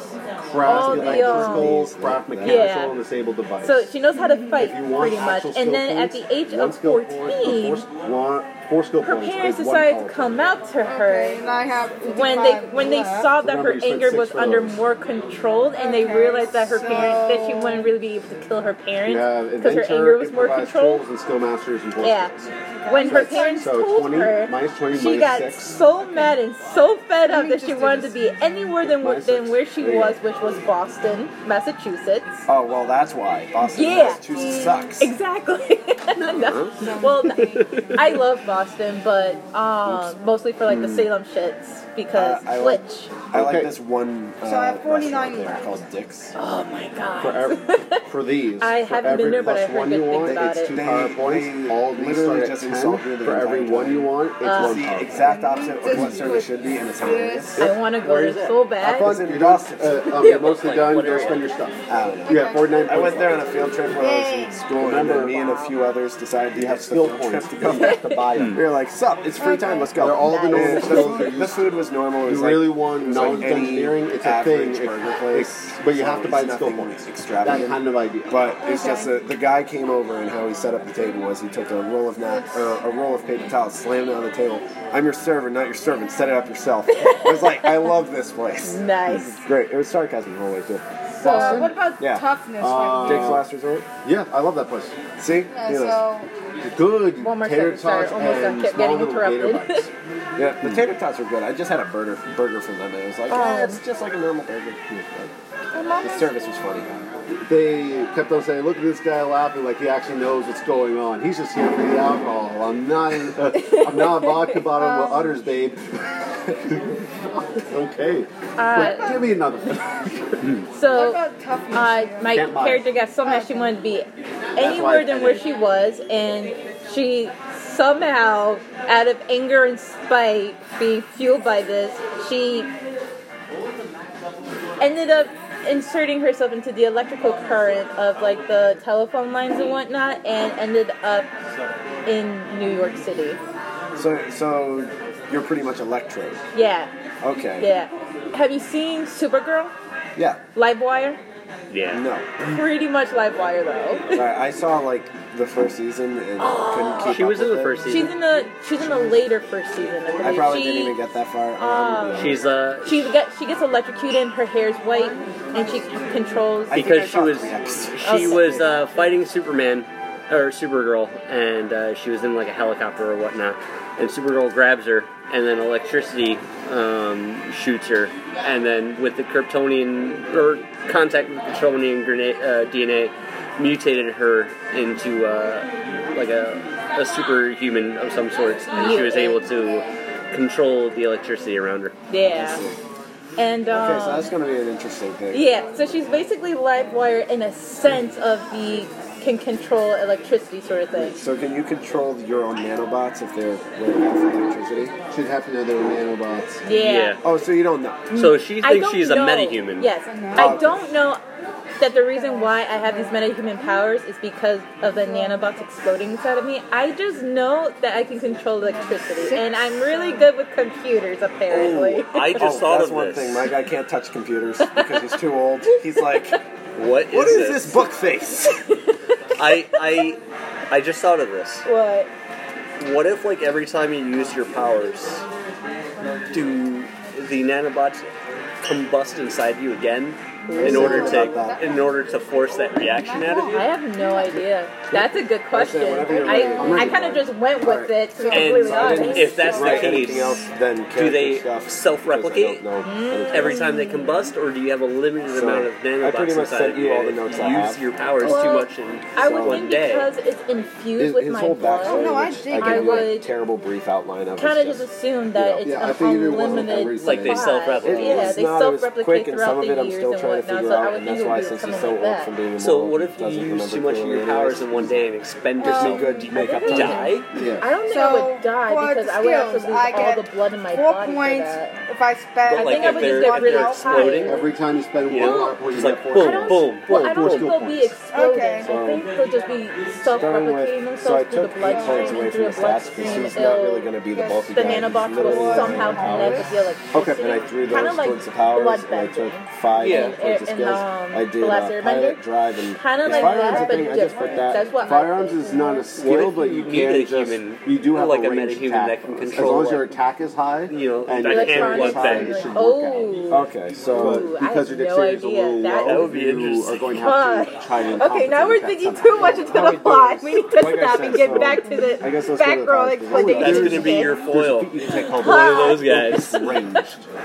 Speaker 6: craft,
Speaker 3: all the um,
Speaker 6: electrical, craft mechanical,
Speaker 3: Yeah.
Speaker 6: and disabled device.
Speaker 3: so she knows how to fight
Speaker 6: If you want
Speaker 3: pretty much.
Speaker 6: actual skill
Speaker 3: And then at
Speaker 6: points,
Speaker 3: the age
Speaker 6: one
Speaker 3: of
Speaker 6: skill point for
Speaker 3: 14,
Speaker 6: Four, one, four skill
Speaker 3: her
Speaker 6: points
Speaker 3: parents
Speaker 6: is one
Speaker 3: decided
Speaker 6: power
Speaker 3: to come out to
Speaker 5: Okay,
Speaker 3: her
Speaker 5: and I have
Speaker 3: when they when they
Speaker 5: 55
Speaker 3: saw that her
Speaker 6: Remember, you said
Speaker 3: anger
Speaker 6: six
Speaker 3: was
Speaker 6: for
Speaker 3: under
Speaker 6: those.
Speaker 3: more control and they
Speaker 5: Okay,
Speaker 3: realized that her parents that she
Speaker 5: so-
Speaker 3: wouldn't really be able to kill her
Speaker 6: You have
Speaker 3: parents because her
Speaker 6: adventure,
Speaker 3: anger was more
Speaker 6: improvised
Speaker 3: controlled.
Speaker 6: tools, and skill masters and four
Speaker 3: Yeah.
Speaker 6: skills.
Speaker 3: When her
Speaker 6: So-
Speaker 3: parents
Speaker 6: so
Speaker 3: told
Speaker 6: 20
Speaker 3: her,
Speaker 6: minus 20
Speaker 3: she
Speaker 6: minus
Speaker 3: got
Speaker 6: six.
Speaker 3: so mad and so fed up
Speaker 5: me
Speaker 3: that
Speaker 5: just
Speaker 3: she
Speaker 5: do
Speaker 3: wanted to
Speaker 5: this.
Speaker 3: be anywhere than,
Speaker 6: Minus
Speaker 3: than
Speaker 6: six.
Speaker 3: where she
Speaker 6: There you go.
Speaker 3: was, which was Boston, Massachusetts.
Speaker 1: Oh, well, that's why. Boston,
Speaker 3: Yeah.
Speaker 1: Massachusetts sucks.
Speaker 3: Exactly. No. Well, I love Boston, but um, mostly for like the Salem shits because
Speaker 1: Uh, I like-
Speaker 3: Glitch.
Speaker 1: I like
Speaker 6: Okay.
Speaker 1: this one. Uh,
Speaker 5: So I have 49
Speaker 1: restaurant there called Dick's.
Speaker 3: Oh my
Speaker 6: For,
Speaker 3: god.
Speaker 6: ev- for these,
Speaker 3: I
Speaker 6: for
Speaker 3: haven't been
Speaker 6: every
Speaker 3: there, but
Speaker 6: plus
Speaker 3: I heard
Speaker 6: one
Speaker 3: good
Speaker 6: you
Speaker 3: things
Speaker 6: want,
Speaker 3: about
Speaker 6: it's
Speaker 3: it.
Speaker 6: two
Speaker 1: They-
Speaker 6: power points.
Speaker 1: they
Speaker 6: All these
Speaker 1: literally
Speaker 6: start at
Speaker 1: just
Speaker 6: 10.
Speaker 1: insult you the
Speaker 6: For every
Speaker 1: entire
Speaker 6: one
Speaker 1: time.
Speaker 6: you want, it's
Speaker 5: Uh,
Speaker 1: It's
Speaker 6: one
Speaker 1: the
Speaker 6: power point.
Speaker 1: exact opposite of what service should be, and it's hilarious.
Speaker 3: I want to go
Speaker 4: Where
Speaker 3: there
Speaker 4: is it?
Speaker 3: so
Speaker 6: Have
Speaker 3: bad.
Speaker 6: fun.
Speaker 1: It's in
Speaker 6: You're, done,
Speaker 1: Boston.
Speaker 6: uh, um, you're mostly
Speaker 4: Like,
Speaker 6: done.
Speaker 4: what
Speaker 6: Go
Speaker 4: area?
Speaker 6: spend your stuff.
Speaker 1: I don't know.
Speaker 6: You have 49
Speaker 1: I went
Speaker 6: points.
Speaker 1: there on a field trip when I was in
Speaker 5: Yay.
Speaker 1: school, and then me and a few others decided to
Speaker 6: You
Speaker 1: have
Speaker 6: have
Speaker 1: skill
Speaker 6: skill
Speaker 1: trip
Speaker 6: points.
Speaker 1: to
Speaker 6: You
Speaker 1: go
Speaker 6: have to buy
Speaker 1: We were like, sup, it's free time, let's go.
Speaker 6: They're all the normal
Speaker 1: And
Speaker 6: skills
Speaker 1: The
Speaker 6: that
Speaker 1: food,
Speaker 6: you-
Speaker 1: the food was normal. It was
Speaker 6: You
Speaker 1: like,
Speaker 6: really want
Speaker 1: it was like
Speaker 6: knowledge of
Speaker 1: any
Speaker 6: engineering? It's a thing.
Speaker 1: average
Speaker 6: It's-
Speaker 1: burger place,
Speaker 6: it's- but you have
Speaker 1: so
Speaker 6: to buy
Speaker 1: it's
Speaker 6: the skill
Speaker 1: nothing
Speaker 6: points.
Speaker 1: Extravagant.
Speaker 2: That kind of idea.
Speaker 1: But it's
Speaker 5: Okay.
Speaker 1: just that the guy came over and how he set up the table was he took a roll of nap, uh, a roll of paper towels, slammed it on the table. I'm your server, not your servant. Set it up yourself. I was like, I love this place.
Speaker 3: Nice.
Speaker 1: Great. It was sarcasm the whole way through.
Speaker 5: So uh, what about
Speaker 1: Yeah. Uh,
Speaker 5: toughness?
Speaker 1: Dick's Last Resort.
Speaker 6: Uh, Yeah, I love that place.
Speaker 1: See,
Speaker 5: Uh,
Speaker 1: Look at
Speaker 5: so
Speaker 6: Good
Speaker 3: One more
Speaker 6: tater
Speaker 3: second, sorry,
Speaker 6: tots
Speaker 3: almost got-
Speaker 6: and
Speaker 3: kept
Speaker 6: small
Speaker 3: getting
Speaker 6: little gator
Speaker 3: interrupted.
Speaker 6: bites.
Speaker 1: this. yeah, the tater tots were good. I just had a burger burger from them, and it was like,
Speaker 6: "Ah,
Speaker 1: eh, it's just like a normal burger. The service was funny.
Speaker 6: They kept on saying, "Look at this guy laughing like he actually knows what's going on. He's just here for the alcohol. I'm not. I'm not a vodka bottle with
Speaker 3: Um,
Speaker 6: udders, babe." okay.
Speaker 3: Uh,
Speaker 6: Give me another.
Speaker 5: what
Speaker 3: so
Speaker 5: about toughness?
Speaker 3: uh, my
Speaker 6: Can't buy.
Speaker 3: character got somehow she wanted to be
Speaker 6: why I
Speaker 3: anywhere than where she was, and she somehow, out of anger and spite, being fueled by this, she ended up inserting herself into the electrical current of like the telephone lines and whatnot, and ended up in New York City.
Speaker 1: So, so you're pretty much electro.
Speaker 3: Yeah,
Speaker 1: Okay.
Speaker 3: yeah. Have you seen Supergirl?
Speaker 1: Yeah.
Speaker 3: Livewire?
Speaker 4: Yeah.
Speaker 1: No.
Speaker 3: Pretty much Livewire though.
Speaker 1: I, I saw like the first season and couldn't keep
Speaker 4: She
Speaker 1: up
Speaker 4: was in
Speaker 1: with
Speaker 4: the
Speaker 1: it.
Speaker 4: first
Speaker 3: She's
Speaker 4: season.
Speaker 3: in the she's in the later first season. I, believe.
Speaker 1: I probably
Speaker 3: she,
Speaker 1: didn't even get that far. Um, I'm gonna be honest.
Speaker 4: She's uh
Speaker 3: She got she gets electrocuted. and Her hair's white, and she controls.
Speaker 1: I think I
Speaker 4: because she
Speaker 1: saw
Speaker 4: was
Speaker 1: three episodes.
Speaker 4: she
Speaker 3: Oh,
Speaker 4: was uh, fighting Superman or Supergirl, and uh, she was in like a helicopter or whatnot. And Supergirl grabs her, and then electricity um, shoots her, and then with the Kryptonian or contact with Kryptonian grenade, uh, DNA, mutated her into uh, like a, a superhuman of some sorts, and she was able to control the electricity around her.
Speaker 3: yeah, and um,
Speaker 1: Okay, so that's gonna be an interesting thing.
Speaker 3: yeah, so she's basically Livewire in a sense of the can control electricity sort of thing.
Speaker 1: So can you control your own nanobots if they're running off electricity?
Speaker 6: Should have to know they were nanobots.
Speaker 3: Yeah.
Speaker 1: Oh, so you don't know.
Speaker 4: So she
Speaker 3: I
Speaker 4: thinks
Speaker 3: don't
Speaker 4: she's
Speaker 3: know.
Speaker 4: a metahuman.
Speaker 3: Yes. I don't know that the reason why I have these metahuman powers is because of the nanobots exploding inside of me. I just know that I can control electricity, and I'm really good with computers, apparently.
Speaker 4: I just
Speaker 1: oh,
Speaker 4: thought
Speaker 1: that's
Speaker 4: of
Speaker 1: one
Speaker 4: this.
Speaker 1: thing. My guy can't touch computers because he's too old. He's like,
Speaker 4: What is,
Speaker 1: what is this book face?
Speaker 4: I I I just thought of this.
Speaker 3: What?
Speaker 4: What if like every time you use your powers, do the nanobots combust inside you again in order to in order to force that reaction out of you?
Speaker 3: I have no idea. That's a good question.
Speaker 1: whatever you're
Speaker 3: I,
Speaker 1: ready. I'm
Speaker 3: I
Speaker 1: ready.
Speaker 3: kind of just went with it, to be completely
Speaker 4: And
Speaker 3: honest.
Speaker 4: if that's the
Speaker 1: Right,
Speaker 4: case,
Speaker 1: anything else than character
Speaker 4: do they
Speaker 1: stuff,
Speaker 4: self-replicate
Speaker 1: because I don't know
Speaker 3: Mm.
Speaker 1: anything.
Speaker 4: every time they combust, or do you have a limited
Speaker 1: So,
Speaker 4: amount of
Speaker 1: I
Speaker 4: nanobots
Speaker 1: pretty much
Speaker 4: inside
Speaker 1: said
Speaker 4: of you?
Speaker 1: EA
Speaker 4: all that
Speaker 1: notes
Speaker 4: you
Speaker 1: I
Speaker 4: use
Speaker 1: have.
Speaker 4: your powers
Speaker 3: Well,
Speaker 4: too much in
Speaker 3: I would
Speaker 4: one
Speaker 3: think
Speaker 4: day?
Speaker 3: because it's infused
Speaker 1: His,
Speaker 3: with
Speaker 1: his
Speaker 3: my
Speaker 1: whole backstory,
Speaker 3: blood.
Speaker 5: No, I
Speaker 1: which I
Speaker 5: think-
Speaker 3: I
Speaker 1: gave you a
Speaker 3: would-
Speaker 1: terrible brief outline of.
Speaker 3: Kind of
Speaker 1: is
Speaker 3: just
Speaker 1: just
Speaker 3: assume that it's
Speaker 6: yeah, I
Speaker 3: an
Speaker 6: figured it wasn't that
Speaker 3: unlimited
Speaker 6: recent.
Speaker 4: Like they
Speaker 3: supply.
Speaker 4: self-replicate.
Speaker 3: Yeah,
Speaker 1: It's
Speaker 3: they
Speaker 1: not, it was
Speaker 3: self-replicate
Speaker 1: quick, and
Speaker 3: throughout
Speaker 1: some of
Speaker 3: the
Speaker 1: it I'm
Speaker 3: years
Speaker 1: still
Speaker 3: and
Speaker 1: trying to
Speaker 3: whatnot,
Speaker 1: figure
Speaker 3: so I
Speaker 1: out,
Speaker 3: would
Speaker 1: and
Speaker 3: think
Speaker 1: that's
Speaker 3: it
Speaker 1: why
Speaker 3: would be
Speaker 1: since he's
Speaker 3: something
Speaker 1: so
Speaker 3: like
Speaker 1: old
Speaker 3: that.
Speaker 1: from being
Speaker 4: So
Speaker 1: old,
Speaker 4: what if you
Speaker 1: doesn't
Speaker 4: use
Speaker 1: remember
Speaker 4: too much of
Speaker 1: clearly
Speaker 4: your
Speaker 1: what it
Speaker 4: powers
Speaker 1: is.
Speaker 4: in one day and expend
Speaker 5: Well,
Speaker 4: yourself
Speaker 1: good
Speaker 4: to
Speaker 1: makeup
Speaker 3: think
Speaker 1: time.
Speaker 4: die?
Speaker 3: I don't think I would die
Speaker 5: for
Speaker 3: because
Speaker 5: the
Speaker 3: I would have to
Speaker 5: skills,
Speaker 3: lose
Speaker 5: I
Speaker 3: all
Speaker 5: get
Speaker 3: the blood in my
Speaker 5: four
Speaker 3: body
Speaker 5: points
Speaker 3: for that.
Speaker 5: if I spend.
Speaker 4: But,
Speaker 3: I
Speaker 4: like,
Speaker 3: think I
Speaker 4: if
Speaker 3: would
Speaker 4: they're-
Speaker 3: just
Speaker 4: if
Speaker 3: get really
Speaker 4: they're exploding,
Speaker 3: tired.
Speaker 6: Every time you spend
Speaker 4: Yeah.
Speaker 6: one apple, you
Speaker 4: It's
Speaker 6: get
Speaker 4: like
Speaker 6: four.
Speaker 4: boom,
Speaker 3: I
Speaker 6: points.
Speaker 3: don't,
Speaker 4: boom,
Speaker 3: well,
Speaker 6: boom,
Speaker 3: I don't think
Speaker 6: skill
Speaker 3: they'll
Speaker 6: points.
Speaker 3: be exploding.
Speaker 5: Okay.
Speaker 3: I think they'll just be
Speaker 1: Starting
Speaker 3: self-replicating
Speaker 1: with, so I
Speaker 3: themselves through the
Speaker 1: took eight points
Speaker 3: bloodstream
Speaker 1: away from
Speaker 3: and through
Speaker 1: the
Speaker 3: the
Speaker 1: stats because
Speaker 3: bloodstream.
Speaker 1: he's not really going
Speaker 3: it'll-
Speaker 1: to be the bulky
Speaker 3: The
Speaker 1: guy.
Speaker 3: nanobots
Speaker 1: He's
Speaker 3: will
Speaker 1: literally
Speaker 3: somehow
Speaker 1: using powers.
Speaker 3: connect with the electricity.
Speaker 1: Okay, and I threw
Speaker 3: Kinda
Speaker 1: those
Speaker 3: like
Speaker 1: towards the powers, and I
Speaker 3: bloodbending.
Speaker 1: took five
Speaker 4: Yeah.
Speaker 1: points of
Speaker 3: And,
Speaker 1: skills.
Speaker 3: um,
Speaker 1: I did
Speaker 3: the
Speaker 1: uh,
Speaker 3: Last
Speaker 1: pilot,
Speaker 3: Airbender?
Speaker 1: drive, and
Speaker 3: Kinda
Speaker 1: Is
Speaker 3: like
Speaker 1: firearms
Speaker 3: that,
Speaker 1: a thing?
Speaker 3: but
Speaker 1: I just put
Speaker 3: different.
Speaker 1: that.
Speaker 3: That's what I
Speaker 6: Firearms
Speaker 3: think.
Speaker 6: is not a
Speaker 4: What
Speaker 6: skill,
Speaker 4: if
Speaker 6: but
Speaker 4: you
Speaker 6: you
Speaker 4: need a
Speaker 6: can just
Speaker 4: human-
Speaker 6: you do have
Speaker 4: like
Speaker 6: a
Speaker 4: a
Speaker 6: range
Speaker 4: metahuman
Speaker 6: attack.
Speaker 4: that can
Speaker 6: as
Speaker 4: control,
Speaker 6: long as your
Speaker 4: like,
Speaker 6: attack is high,
Speaker 4: you know,
Speaker 6: and
Speaker 4: that
Speaker 6: your
Speaker 4: hand
Speaker 6: parry is
Speaker 3: Electronic
Speaker 4: blood
Speaker 6: high,
Speaker 4: bang.
Speaker 6: it
Speaker 3: weapons.
Speaker 6: should work out.
Speaker 3: Oh.
Speaker 1: Okay, so
Speaker 3: Ooh,
Speaker 6: But
Speaker 3: I
Speaker 6: because
Speaker 3: have
Speaker 6: your
Speaker 3: no
Speaker 6: dexterity is a
Speaker 3: idea.
Speaker 6: little
Speaker 3: That- That
Speaker 6: low,
Speaker 4: would be
Speaker 6: you
Speaker 4: interesting.
Speaker 6: are going to have to
Speaker 3: Fuck.
Speaker 6: try and
Speaker 3: Okay, now we're
Speaker 6: compensate
Speaker 3: digging
Speaker 6: that
Speaker 3: too
Speaker 6: somehow.
Speaker 3: much into
Speaker 1: How we
Speaker 3: the
Speaker 1: do
Speaker 3: plot.
Speaker 1: is-
Speaker 3: We need to
Speaker 1: like I
Speaker 3: stop
Speaker 1: said,
Speaker 3: and get
Speaker 1: so,
Speaker 3: back
Speaker 1: I
Speaker 3: to
Speaker 1: guess
Speaker 3: the
Speaker 1: let's go to the powers,
Speaker 3: background
Speaker 1: 'cause we're
Speaker 3: explanation.
Speaker 1: done.
Speaker 4: That's gonna be your foil.
Speaker 6: You can take home
Speaker 4: One of those guys.
Speaker 6: ranged.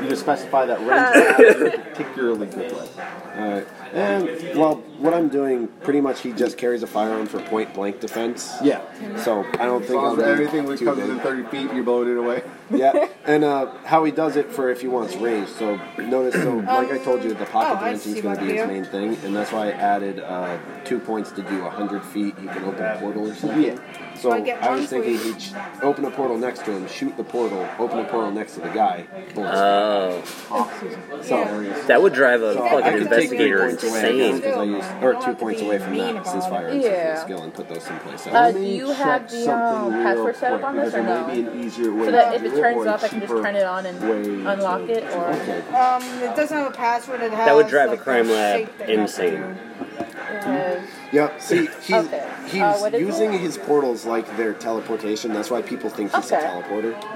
Speaker 6: You just specify that range is particularly good with.
Speaker 1: Alright. And, well, what I'm doing, pretty much he just carries a firearm for point blank defense.
Speaker 6: Yeah.
Speaker 1: So I don't
Speaker 6: As
Speaker 1: think
Speaker 6: long
Speaker 1: I'll
Speaker 6: as
Speaker 1: be
Speaker 6: everything that
Speaker 1: too
Speaker 6: comes
Speaker 1: big.
Speaker 6: within 30 feet, you blow it away.
Speaker 1: Yeah. And uh, how he does it for if he wants rage. So notice, so like I told you, the pocket
Speaker 5: Um, oh, I
Speaker 1: dimension is
Speaker 5: see
Speaker 1: going to
Speaker 5: what
Speaker 1: be his
Speaker 5: I do.
Speaker 1: main thing, and that's why I added uh, two points to do 100 feet. You can open a portal or something.
Speaker 2: Yeah.
Speaker 1: So
Speaker 5: I get
Speaker 1: I, was
Speaker 5: one
Speaker 1: thinking
Speaker 5: for
Speaker 1: he'd sh- open a portal next to him, shoot the portal, open a portal next to the guy. Blast.
Speaker 4: Oh,
Speaker 1: so
Speaker 4: that would drive a
Speaker 1: so I
Speaker 4: fucking
Speaker 1: could take three
Speaker 4: investigator
Speaker 1: points away
Speaker 4: insane.
Speaker 1: because I used,
Speaker 5: You
Speaker 1: or
Speaker 5: don't
Speaker 1: two
Speaker 5: have to
Speaker 1: points
Speaker 5: be
Speaker 1: away from
Speaker 5: mean
Speaker 1: that since
Speaker 5: about
Speaker 1: fire
Speaker 5: it.
Speaker 1: and
Speaker 3: Yeah.
Speaker 1: yeah. skill and put those someplace else.
Speaker 3: Uh,
Speaker 6: Let
Speaker 3: do
Speaker 6: me
Speaker 3: you
Speaker 6: check
Speaker 3: have the,
Speaker 6: something
Speaker 3: um,
Speaker 6: real
Speaker 3: password set up
Speaker 6: quick,
Speaker 3: on this
Speaker 6: because
Speaker 3: or
Speaker 6: there
Speaker 3: no?
Speaker 6: may be an easier way
Speaker 3: So that
Speaker 6: to
Speaker 3: if
Speaker 6: do
Speaker 3: it turns
Speaker 6: or a
Speaker 3: off, I can just
Speaker 6: cheaper
Speaker 3: turn it on and
Speaker 6: way to-
Speaker 3: unlock it, or
Speaker 6: Okay.
Speaker 5: Um, it doesn't have a password. It has
Speaker 4: would drive a
Speaker 5: like,
Speaker 4: crime lab
Speaker 5: shape that you have to
Speaker 4: insane.
Speaker 5: do.
Speaker 3: uh,
Speaker 1: Yep. See, he,
Speaker 3: Okay.
Speaker 1: he's
Speaker 3: Uh, what is
Speaker 1: using
Speaker 3: it?
Speaker 1: his portals like their teleportation. That's why people think he's
Speaker 3: Okay. Mm-hmm.
Speaker 1: a teleporter.
Speaker 3: so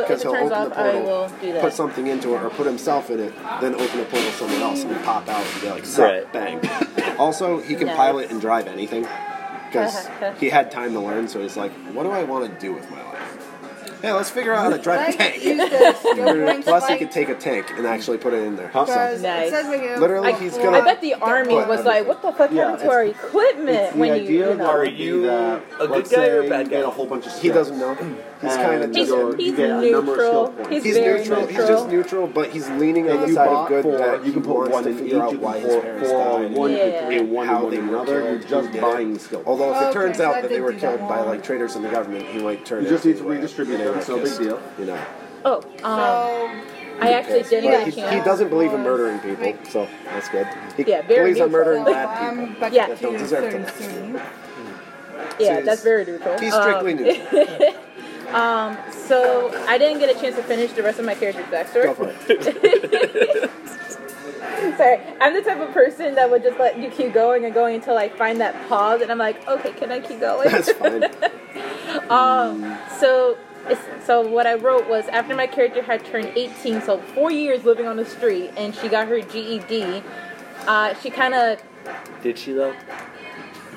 Speaker 3: if
Speaker 1: Because
Speaker 3: it
Speaker 1: he'll open
Speaker 3: turns off,
Speaker 1: the
Speaker 3: I
Speaker 1: portal,
Speaker 3: will do
Speaker 1: put
Speaker 3: that.
Speaker 1: something into it, or put himself in it, then open the portal somewhere else and pop out and be like, sup,
Speaker 4: Right.
Speaker 1: bang. also, he can
Speaker 3: Nice.
Speaker 1: pilot and drive anything because he had time to learn. So he's like, what do I want to do with my life? Hey, let's figure out how to drive a
Speaker 5: Like,
Speaker 1: tank.
Speaker 5: use this.
Speaker 1: Plus, he could take a tank and actually put it in there.
Speaker 5: Because
Speaker 1: So,
Speaker 3: Nice.
Speaker 5: it says like a
Speaker 1: Literally,
Speaker 5: little
Speaker 1: he's
Speaker 5: four-
Speaker 1: gonna-
Speaker 3: I bet the army
Speaker 1: But-
Speaker 3: was like, "What the fuck
Speaker 6: Yeah,
Speaker 3: happened to our equipment?"
Speaker 6: It's the
Speaker 3: when
Speaker 6: idea
Speaker 3: you, you
Speaker 6: that
Speaker 3: know.
Speaker 6: would be
Speaker 4: you
Speaker 6: that,
Speaker 4: a good
Speaker 6: let's
Speaker 4: guy or a
Speaker 6: say
Speaker 4: bad
Speaker 6: you get
Speaker 4: guy?
Speaker 6: a whole bunch of
Speaker 1: he
Speaker 6: stuff.
Speaker 1: doesn't know. He's kind of
Speaker 6: And
Speaker 3: He's,
Speaker 1: just.
Speaker 6: you're-
Speaker 3: he's
Speaker 6: you get a number of skill
Speaker 3: neutral.
Speaker 6: points.
Speaker 3: He's,
Speaker 1: He's
Speaker 3: very
Speaker 1: neutral.
Speaker 3: neutral.
Speaker 1: He's just neutral, but he's leaning on
Speaker 6: If
Speaker 1: the
Speaker 6: you
Speaker 1: side of
Speaker 6: bought
Speaker 1: good
Speaker 6: four,
Speaker 1: that
Speaker 6: you can
Speaker 1: he
Speaker 6: put
Speaker 1: wants
Speaker 6: one
Speaker 1: to
Speaker 6: in each,
Speaker 1: figure
Speaker 6: you
Speaker 1: out
Speaker 6: can
Speaker 1: why his
Speaker 6: put
Speaker 1: parents
Speaker 6: four
Speaker 1: died.
Speaker 6: on one, you
Speaker 3: Yeah.
Speaker 6: can put one
Speaker 1: how
Speaker 6: on
Speaker 1: they
Speaker 6: one
Speaker 1: were
Speaker 6: another.
Speaker 1: killed,
Speaker 6: You're just
Speaker 1: who did
Speaker 6: buying
Speaker 1: it.
Speaker 6: skill.
Speaker 1: Although if it
Speaker 5: Okay,
Speaker 1: turns
Speaker 5: so I
Speaker 1: out that they
Speaker 5: did
Speaker 1: were
Speaker 5: do that
Speaker 1: killed by
Speaker 5: wrong.
Speaker 1: like traitors in the government, he might turn.
Speaker 6: You just need
Speaker 1: into
Speaker 6: to
Speaker 1: a-
Speaker 6: redistribute
Speaker 1: you know,
Speaker 6: them, so big
Speaker 1: just,
Speaker 6: deal.
Speaker 1: You know,
Speaker 3: Oh, um,
Speaker 5: So,
Speaker 3: I actually
Speaker 1: But
Speaker 3: did get
Speaker 1: he,
Speaker 3: a
Speaker 1: he
Speaker 3: chance.
Speaker 1: doesn't believe in murdering people, so that's good. He
Speaker 3: Yeah, very
Speaker 1: believes in murdering
Speaker 3: neutral.
Speaker 5: well,
Speaker 1: bad people.
Speaker 5: I'm back
Speaker 3: Yeah.
Speaker 5: to
Speaker 3: That
Speaker 1: don't deserve to-
Speaker 5: 13.
Speaker 3: Yeah,
Speaker 1: he's-
Speaker 3: that's very neutral.
Speaker 1: He's
Speaker 3: Um,
Speaker 1: strictly neutral.
Speaker 3: So I didn't get a chance to finish the rest of my character's backstory.
Speaker 1: Go for it.
Speaker 3: Sorry, I'm the type of person that would just let you keep going and going until I find that pause, and I'm like, okay, can I keep going?
Speaker 1: That's fine.
Speaker 3: So, it's- so what I wrote was after my character had turned 18, so four years living on the street, and she got her GED. Uh, she kind of,
Speaker 4: Did she though?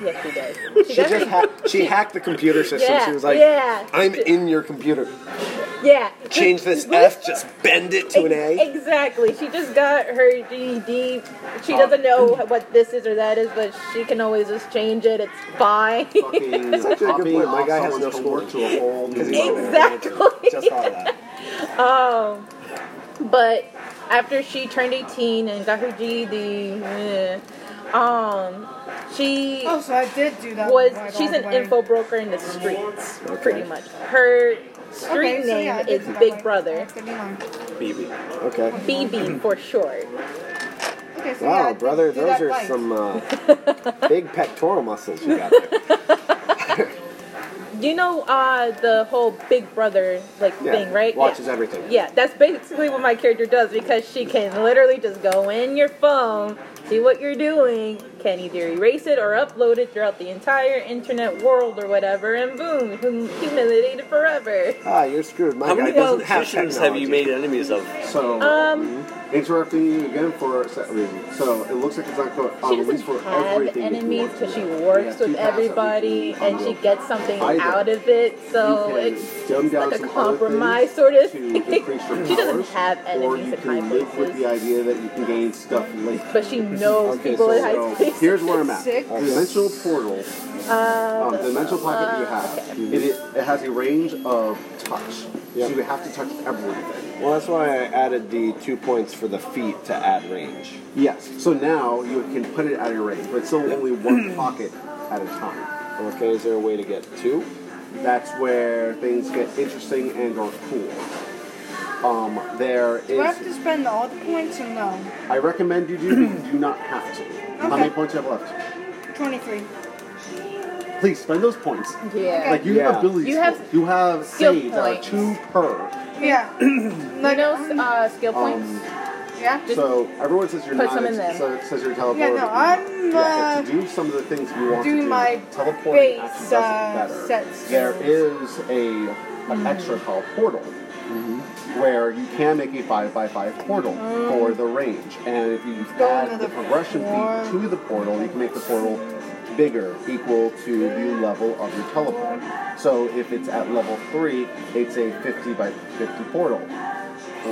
Speaker 3: yes, she did. She,
Speaker 1: She
Speaker 3: got her- E
Speaker 1: just ha- she hacked the computer system.
Speaker 3: Yeah,
Speaker 1: she was like,
Speaker 3: yeah.
Speaker 1: "I'm in your computer.
Speaker 3: yeah.
Speaker 1: Change this F. Just bend it to an A."
Speaker 3: Exactly. She just got her GED. She
Speaker 1: Oh.
Speaker 3: doesn't know what this is or that is, but she can always just change it. It's fine.
Speaker 6: Fucking
Speaker 1: Such a good
Speaker 6: copying
Speaker 1: point. My
Speaker 6: off
Speaker 1: guy has
Speaker 6: someone's
Speaker 1: no score.
Speaker 6: homework to a whole new
Speaker 1: He's
Speaker 6: level.
Speaker 1: over there.
Speaker 3: exactly.
Speaker 1: Just all that.
Speaker 3: Um, but after she turned 18 and got her GED, eh, um, she
Speaker 5: Oh, so I did do that.
Speaker 3: was
Speaker 5: one, by
Speaker 3: she's
Speaker 5: the
Speaker 3: an
Speaker 5: way.
Speaker 3: info broker in the streets,
Speaker 1: Okay.
Speaker 3: pretty much. Her street
Speaker 5: Okay, so
Speaker 3: name
Speaker 5: yeah, I did
Speaker 3: is
Speaker 5: do that
Speaker 3: Big
Speaker 5: one.
Speaker 3: Brother,
Speaker 4: Maybe.
Speaker 1: Okay.
Speaker 3: BB for short.
Speaker 5: Okay, so yeah, I
Speaker 1: Wow,
Speaker 5: did
Speaker 1: brother,
Speaker 5: do
Speaker 1: those
Speaker 5: that
Speaker 1: are
Speaker 5: bike.
Speaker 1: some uh, big pectoral muscles you got there.
Speaker 3: You know uh, the whole Big Brother like
Speaker 1: Yeah,
Speaker 3: thing, right?
Speaker 1: watches
Speaker 3: yeah.
Speaker 1: everything.
Speaker 3: Yeah, that's basically what my character does because she can literally just go in your phone, see what you're doing, can either erase it or upload it throughout the entire internet world or whatever, and boom, hum- humiliated forever.
Speaker 6: Uh,
Speaker 1: Ah, you're screwed. My
Speaker 4: How
Speaker 1: guy
Speaker 4: many
Speaker 1: doesn't have
Speaker 4: politicians have
Speaker 1: technology.
Speaker 4: you made enemies of?
Speaker 6: So,
Speaker 3: Um,
Speaker 6: interrupting you again for a set reason. So, it looks like it's not going
Speaker 3: she
Speaker 6: to
Speaker 3: doesn't
Speaker 6: release for
Speaker 3: have
Speaker 6: everything. if you
Speaker 3: enemies
Speaker 6: want to.
Speaker 3: because she
Speaker 6: Yeah,
Speaker 3: works
Speaker 6: she
Speaker 3: with
Speaker 6: has
Speaker 3: everybody
Speaker 6: everything
Speaker 3: and she
Speaker 6: on
Speaker 3: gets something
Speaker 6: Either.
Speaker 3: out of it, so
Speaker 6: You can
Speaker 3: it's
Speaker 6: dumb down
Speaker 3: like a
Speaker 6: some other
Speaker 3: compromise
Speaker 6: things
Speaker 3: sort of
Speaker 6: to
Speaker 3: thing.
Speaker 6: increase your
Speaker 3: she doesn't
Speaker 6: powers,
Speaker 3: have
Speaker 6: Or
Speaker 3: enemies
Speaker 6: you
Speaker 3: at
Speaker 6: can
Speaker 3: high
Speaker 6: live with the
Speaker 3: places,
Speaker 6: idea that you can gain stuff later.
Speaker 3: but she knows
Speaker 1: Okay,
Speaker 3: people
Speaker 1: so-
Speaker 3: at
Speaker 6: So,
Speaker 3: high places.
Speaker 6: here's where I'm at.
Speaker 5: Six.
Speaker 6: The dimensional portal, um, the dimensional pocket
Speaker 3: uh,
Speaker 6: you have, it, it has a range of touch.
Speaker 1: Yep.
Speaker 6: So you have to touch everything.
Speaker 1: Well, that's why I added the two points for the feet to add range.
Speaker 6: Yes. So now you can put it at a range, but it's still only one pocket at a time.
Speaker 1: Okay, is there a way to get two?
Speaker 6: That's where things get interesting and or cool. Um, there
Speaker 5: Do I have to
Speaker 6: is.
Speaker 5: spend all the points or no?
Speaker 6: I recommend you do. but you do not have to. How many
Speaker 5: Okay.
Speaker 6: points do you have left?
Speaker 5: 23.
Speaker 6: Please spend those points.
Speaker 3: Yeah.
Speaker 6: Like you
Speaker 1: Yeah.
Speaker 6: have ability.
Speaker 3: You have
Speaker 6: scores. you have
Speaker 3: skill
Speaker 6: saves that are
Speaker 3: points.
Speaker 6: two per.
Speaker 5: Yeah.
Speaker 3: You
Speaker 5: like,
Speaker 3: know
Speaker 5: um,
Speaker 3: uh, skill points?
Speaker 6: Um,
Speaker 5: yeah.
Speaker 3: Just-
Speaker 6: so everyone says you're
Speaker 3: put
Speaker 6: not.
Speaker 3: some in
Speaker 6: ex-
Speaker 3: them.
Speaker 6: So, says you're teleporting.
Speaker 5: Yeah, no, I'm,
Speaker 6: Yeah,
Speaker 5: uh,
Speaker 6: to do some of the things you want to
Speaker 5: doing
Speaker 6: do.
Speaker 5: my
Speaker 6: teleporting actually
Speaker 5: base,
Speaker 6: does it
Speaker 5: uh,
Speaker 6: better.
Speaker 5: sets. Mm-hmm.
Speaker 6: There is a an extra called portal. Where you can make a five by five portal for the range, and if you
Speaker 5: Mm. Go
Speaker 6: add
Speaker 5: into
Speaker 6: the
Speaker 5: the
Speaker 6: progression feat
Speaker 5: form.
Speaker 6: to the portal, you can make the portal bigger, equal to the level of your teleport. So if it's at level three, it's a fifty by fifty portal.
Speaker 5: so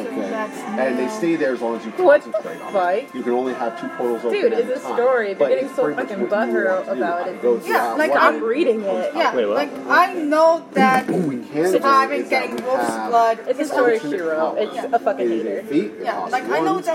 Speaker 5: that's
Speaker 6: And they
Speaker 5: now-
Speaker 6: stay there as long as you
Speaker 3: What the
Speaker 6: concentrate on it.
Speaker 3: fuck?
Speaker 6: You can only have two portals open
Speaker 3: Dude,
Speaker 6: at
Speaker 3: it's
Speaker 6: a
Speaker 3: a
Speaker 6: time.
Speaker 3: story. They're
Speaker 6: But
Speaker 3: getting
Speaker 6: it's
Speaker 3: so
Speaker 6: pretty much
Speaker 3: fucking
Speaker 6: what you
Speaker 3: butthurt
Speaker 6: want to do.
Speaker 3: about
Speaker 6: I
Speaker 3: it.
Speaker 6: go through
Speaker 5: Yeah,
Speaker 6: that
Speaker 5: like,
Speaker 6: one.
Speaker 5: I'm
Speaker 3: I'm reading it.
Speaker 5: Yeah,
Speaker 4: Wait, what?
Speaker 5: like I know that
Speaker 6: we can do
Speaker 5: surviving
Speaker 6: is that
Speaker 5: getting
Speaker 6: we
Speaker 5: wolf's
Speaker 6: have
Speaker 5: blood
Speaker 3: It's a
Speaker 5: is
Speaker 3: story
Speaker 6: alternate
Speaker 3: she wrote.
Speaker 6: power.
Speaker 3: It's a fucking
Speaker 6: It is
Speaker 3: hater.
Speaker 6: a feat. It
Speaker 5: Yeah,
Speaker 6: costs
Speaker 5: like I know
Speaker 6: one.
Speaker 5: it's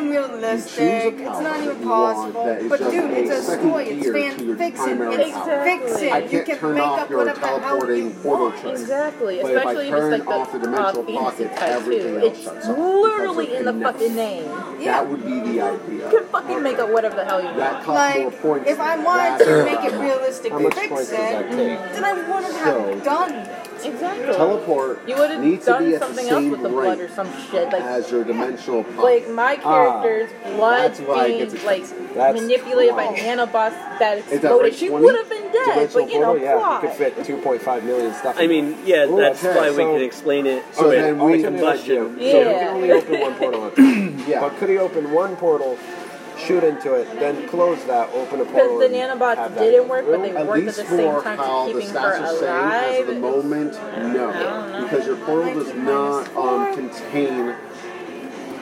Speaker 5: unrealistic. It's not even possible. But dude, it's a story. It's fan fiction. It's
Speaker 6: I
Speaker 5: fiction. You
Speaker 6: can't
Speaker 5: can
Speaker 6: turn
Speaker 5: make
Speaker 6: off
Speaker 5: up
Speaker 6: your
Speaker 5: whatever the hell you
Speaker 6: teleporting portal
Speaker 5: want.
Speaker 6: trick.
Speaker 3: Exactly,
Speaker 6: But if I
Speaker 3: especially if
Speaker 6: turn
Speaker 3: it's like the
Speaker 6: off the dimensional
Speaker 3: uh, fantasy
Speaker 6: pocket,
Speaker 3: type
Speaker 6: everything
Speaker 3: too.
Speaker 6: else
Speaker 3: It's
Speaker 6: shuts off
Speaker 3: literally
Speaker 6: because it
Speaker 3: in the
Speaker 6: connects.
Speaker 3: fucking name.
Speaker 5: Yeah.
Speaker 6: That would be the idea.
Speaker 3: You can fucking make up whatever the hell you
Speaker 6: That
Speaker 3: want.
Speaker 6: costs more
Speaker 5: Like,
Speaker 6: points.
Speaker 5: if I
Speaker 6: than
Speaker 5: wanted to
Speaker 6: that.
Speaker 5: make it realistic
Speaker 6: How
Speaker 5: to
Speaker 6: much
Speaker 5: fix
Speaker 6: points
Speaker 5: it,
Speaker 6: does that take?
Speaker 5: then I wouldn't
Speaker 6: So-
Speaker 5: have done.
Speaker 3: Exactly.
Speaker 6: Teleport
Speaker 3: You would have
Speaker 6: needs to
Speaker 3: done
Speaker 6: be at the
Speaker 3: something else
Speaker 6: same
Speaker 3: with the
Speaker 6: rate
Speaker 3: blood or some shit. Like,
Speaker 6: as your dimensional pocket.
Speaker 3: like my
Speaker 1: Ah,
Speaker 3: character's blood
Speaker 6: that's why it
Speaker 3: being
Speaker 6: gets expensive.
Speaker 3: like
Speaker 1: That's
Speaker 3: manipulated by
Speaker 1: cool.
Speaker 3: nanobots that
Speaker 6: that
Speaker 3: exploded.
Speaker 6: rate
Speaker 3: She
Speaker 6: 20?
Speaker 3: would have been dead,
Speaker 1: Dimensional
Speaker 3: but you know,
Speaker 1: portal, yeah,
Speaker 3: plot.
Speaker 1: you could fit 2.5 million stuff.
Speaker 4: I
Speaker 1: in
Speaker 4: mean, yeah,
Speaker 1: Ooh,
Speaker 4: that's
Speaker 1: okay,
Speaker 4: why we
Speaker 1: so-
Speaker 4: can explain it
Speaker 6: So
Speaker 4: with
Speaker 6: then
Speaker 1: All
Speaker 6: we
Speaker 1: he can do is shoot.
Speaker 4: combustion.
Speaker 1: So he
Speaker 3: Yeah.
Speaker 1: can only open one portal. at a time.
Speaker 6: Yeah.
Speaker 1: But could he open one portal, shoot into it, then close that, open a portal?
Speaker 3: Because the
Speaker 1: and have
Speaker 3: nanobots
Speaker 1: that
Speaker 3: didn't work, but
Speaker 1: room?
Speaker 3: they
Speaker 6: at
Speaker 3: worked at
Speaker 6: least
Speaker 3: the same
Speaker 6: for
Speaker 3: time
Speaker 6: how
Speaker 3: to
Speaker 6: the
Speaker 3: keeping her
Speaker 6: stats are saying as of the
Speaker 3: alive.
Speaker 6: moment, no, because your portal does not um, contain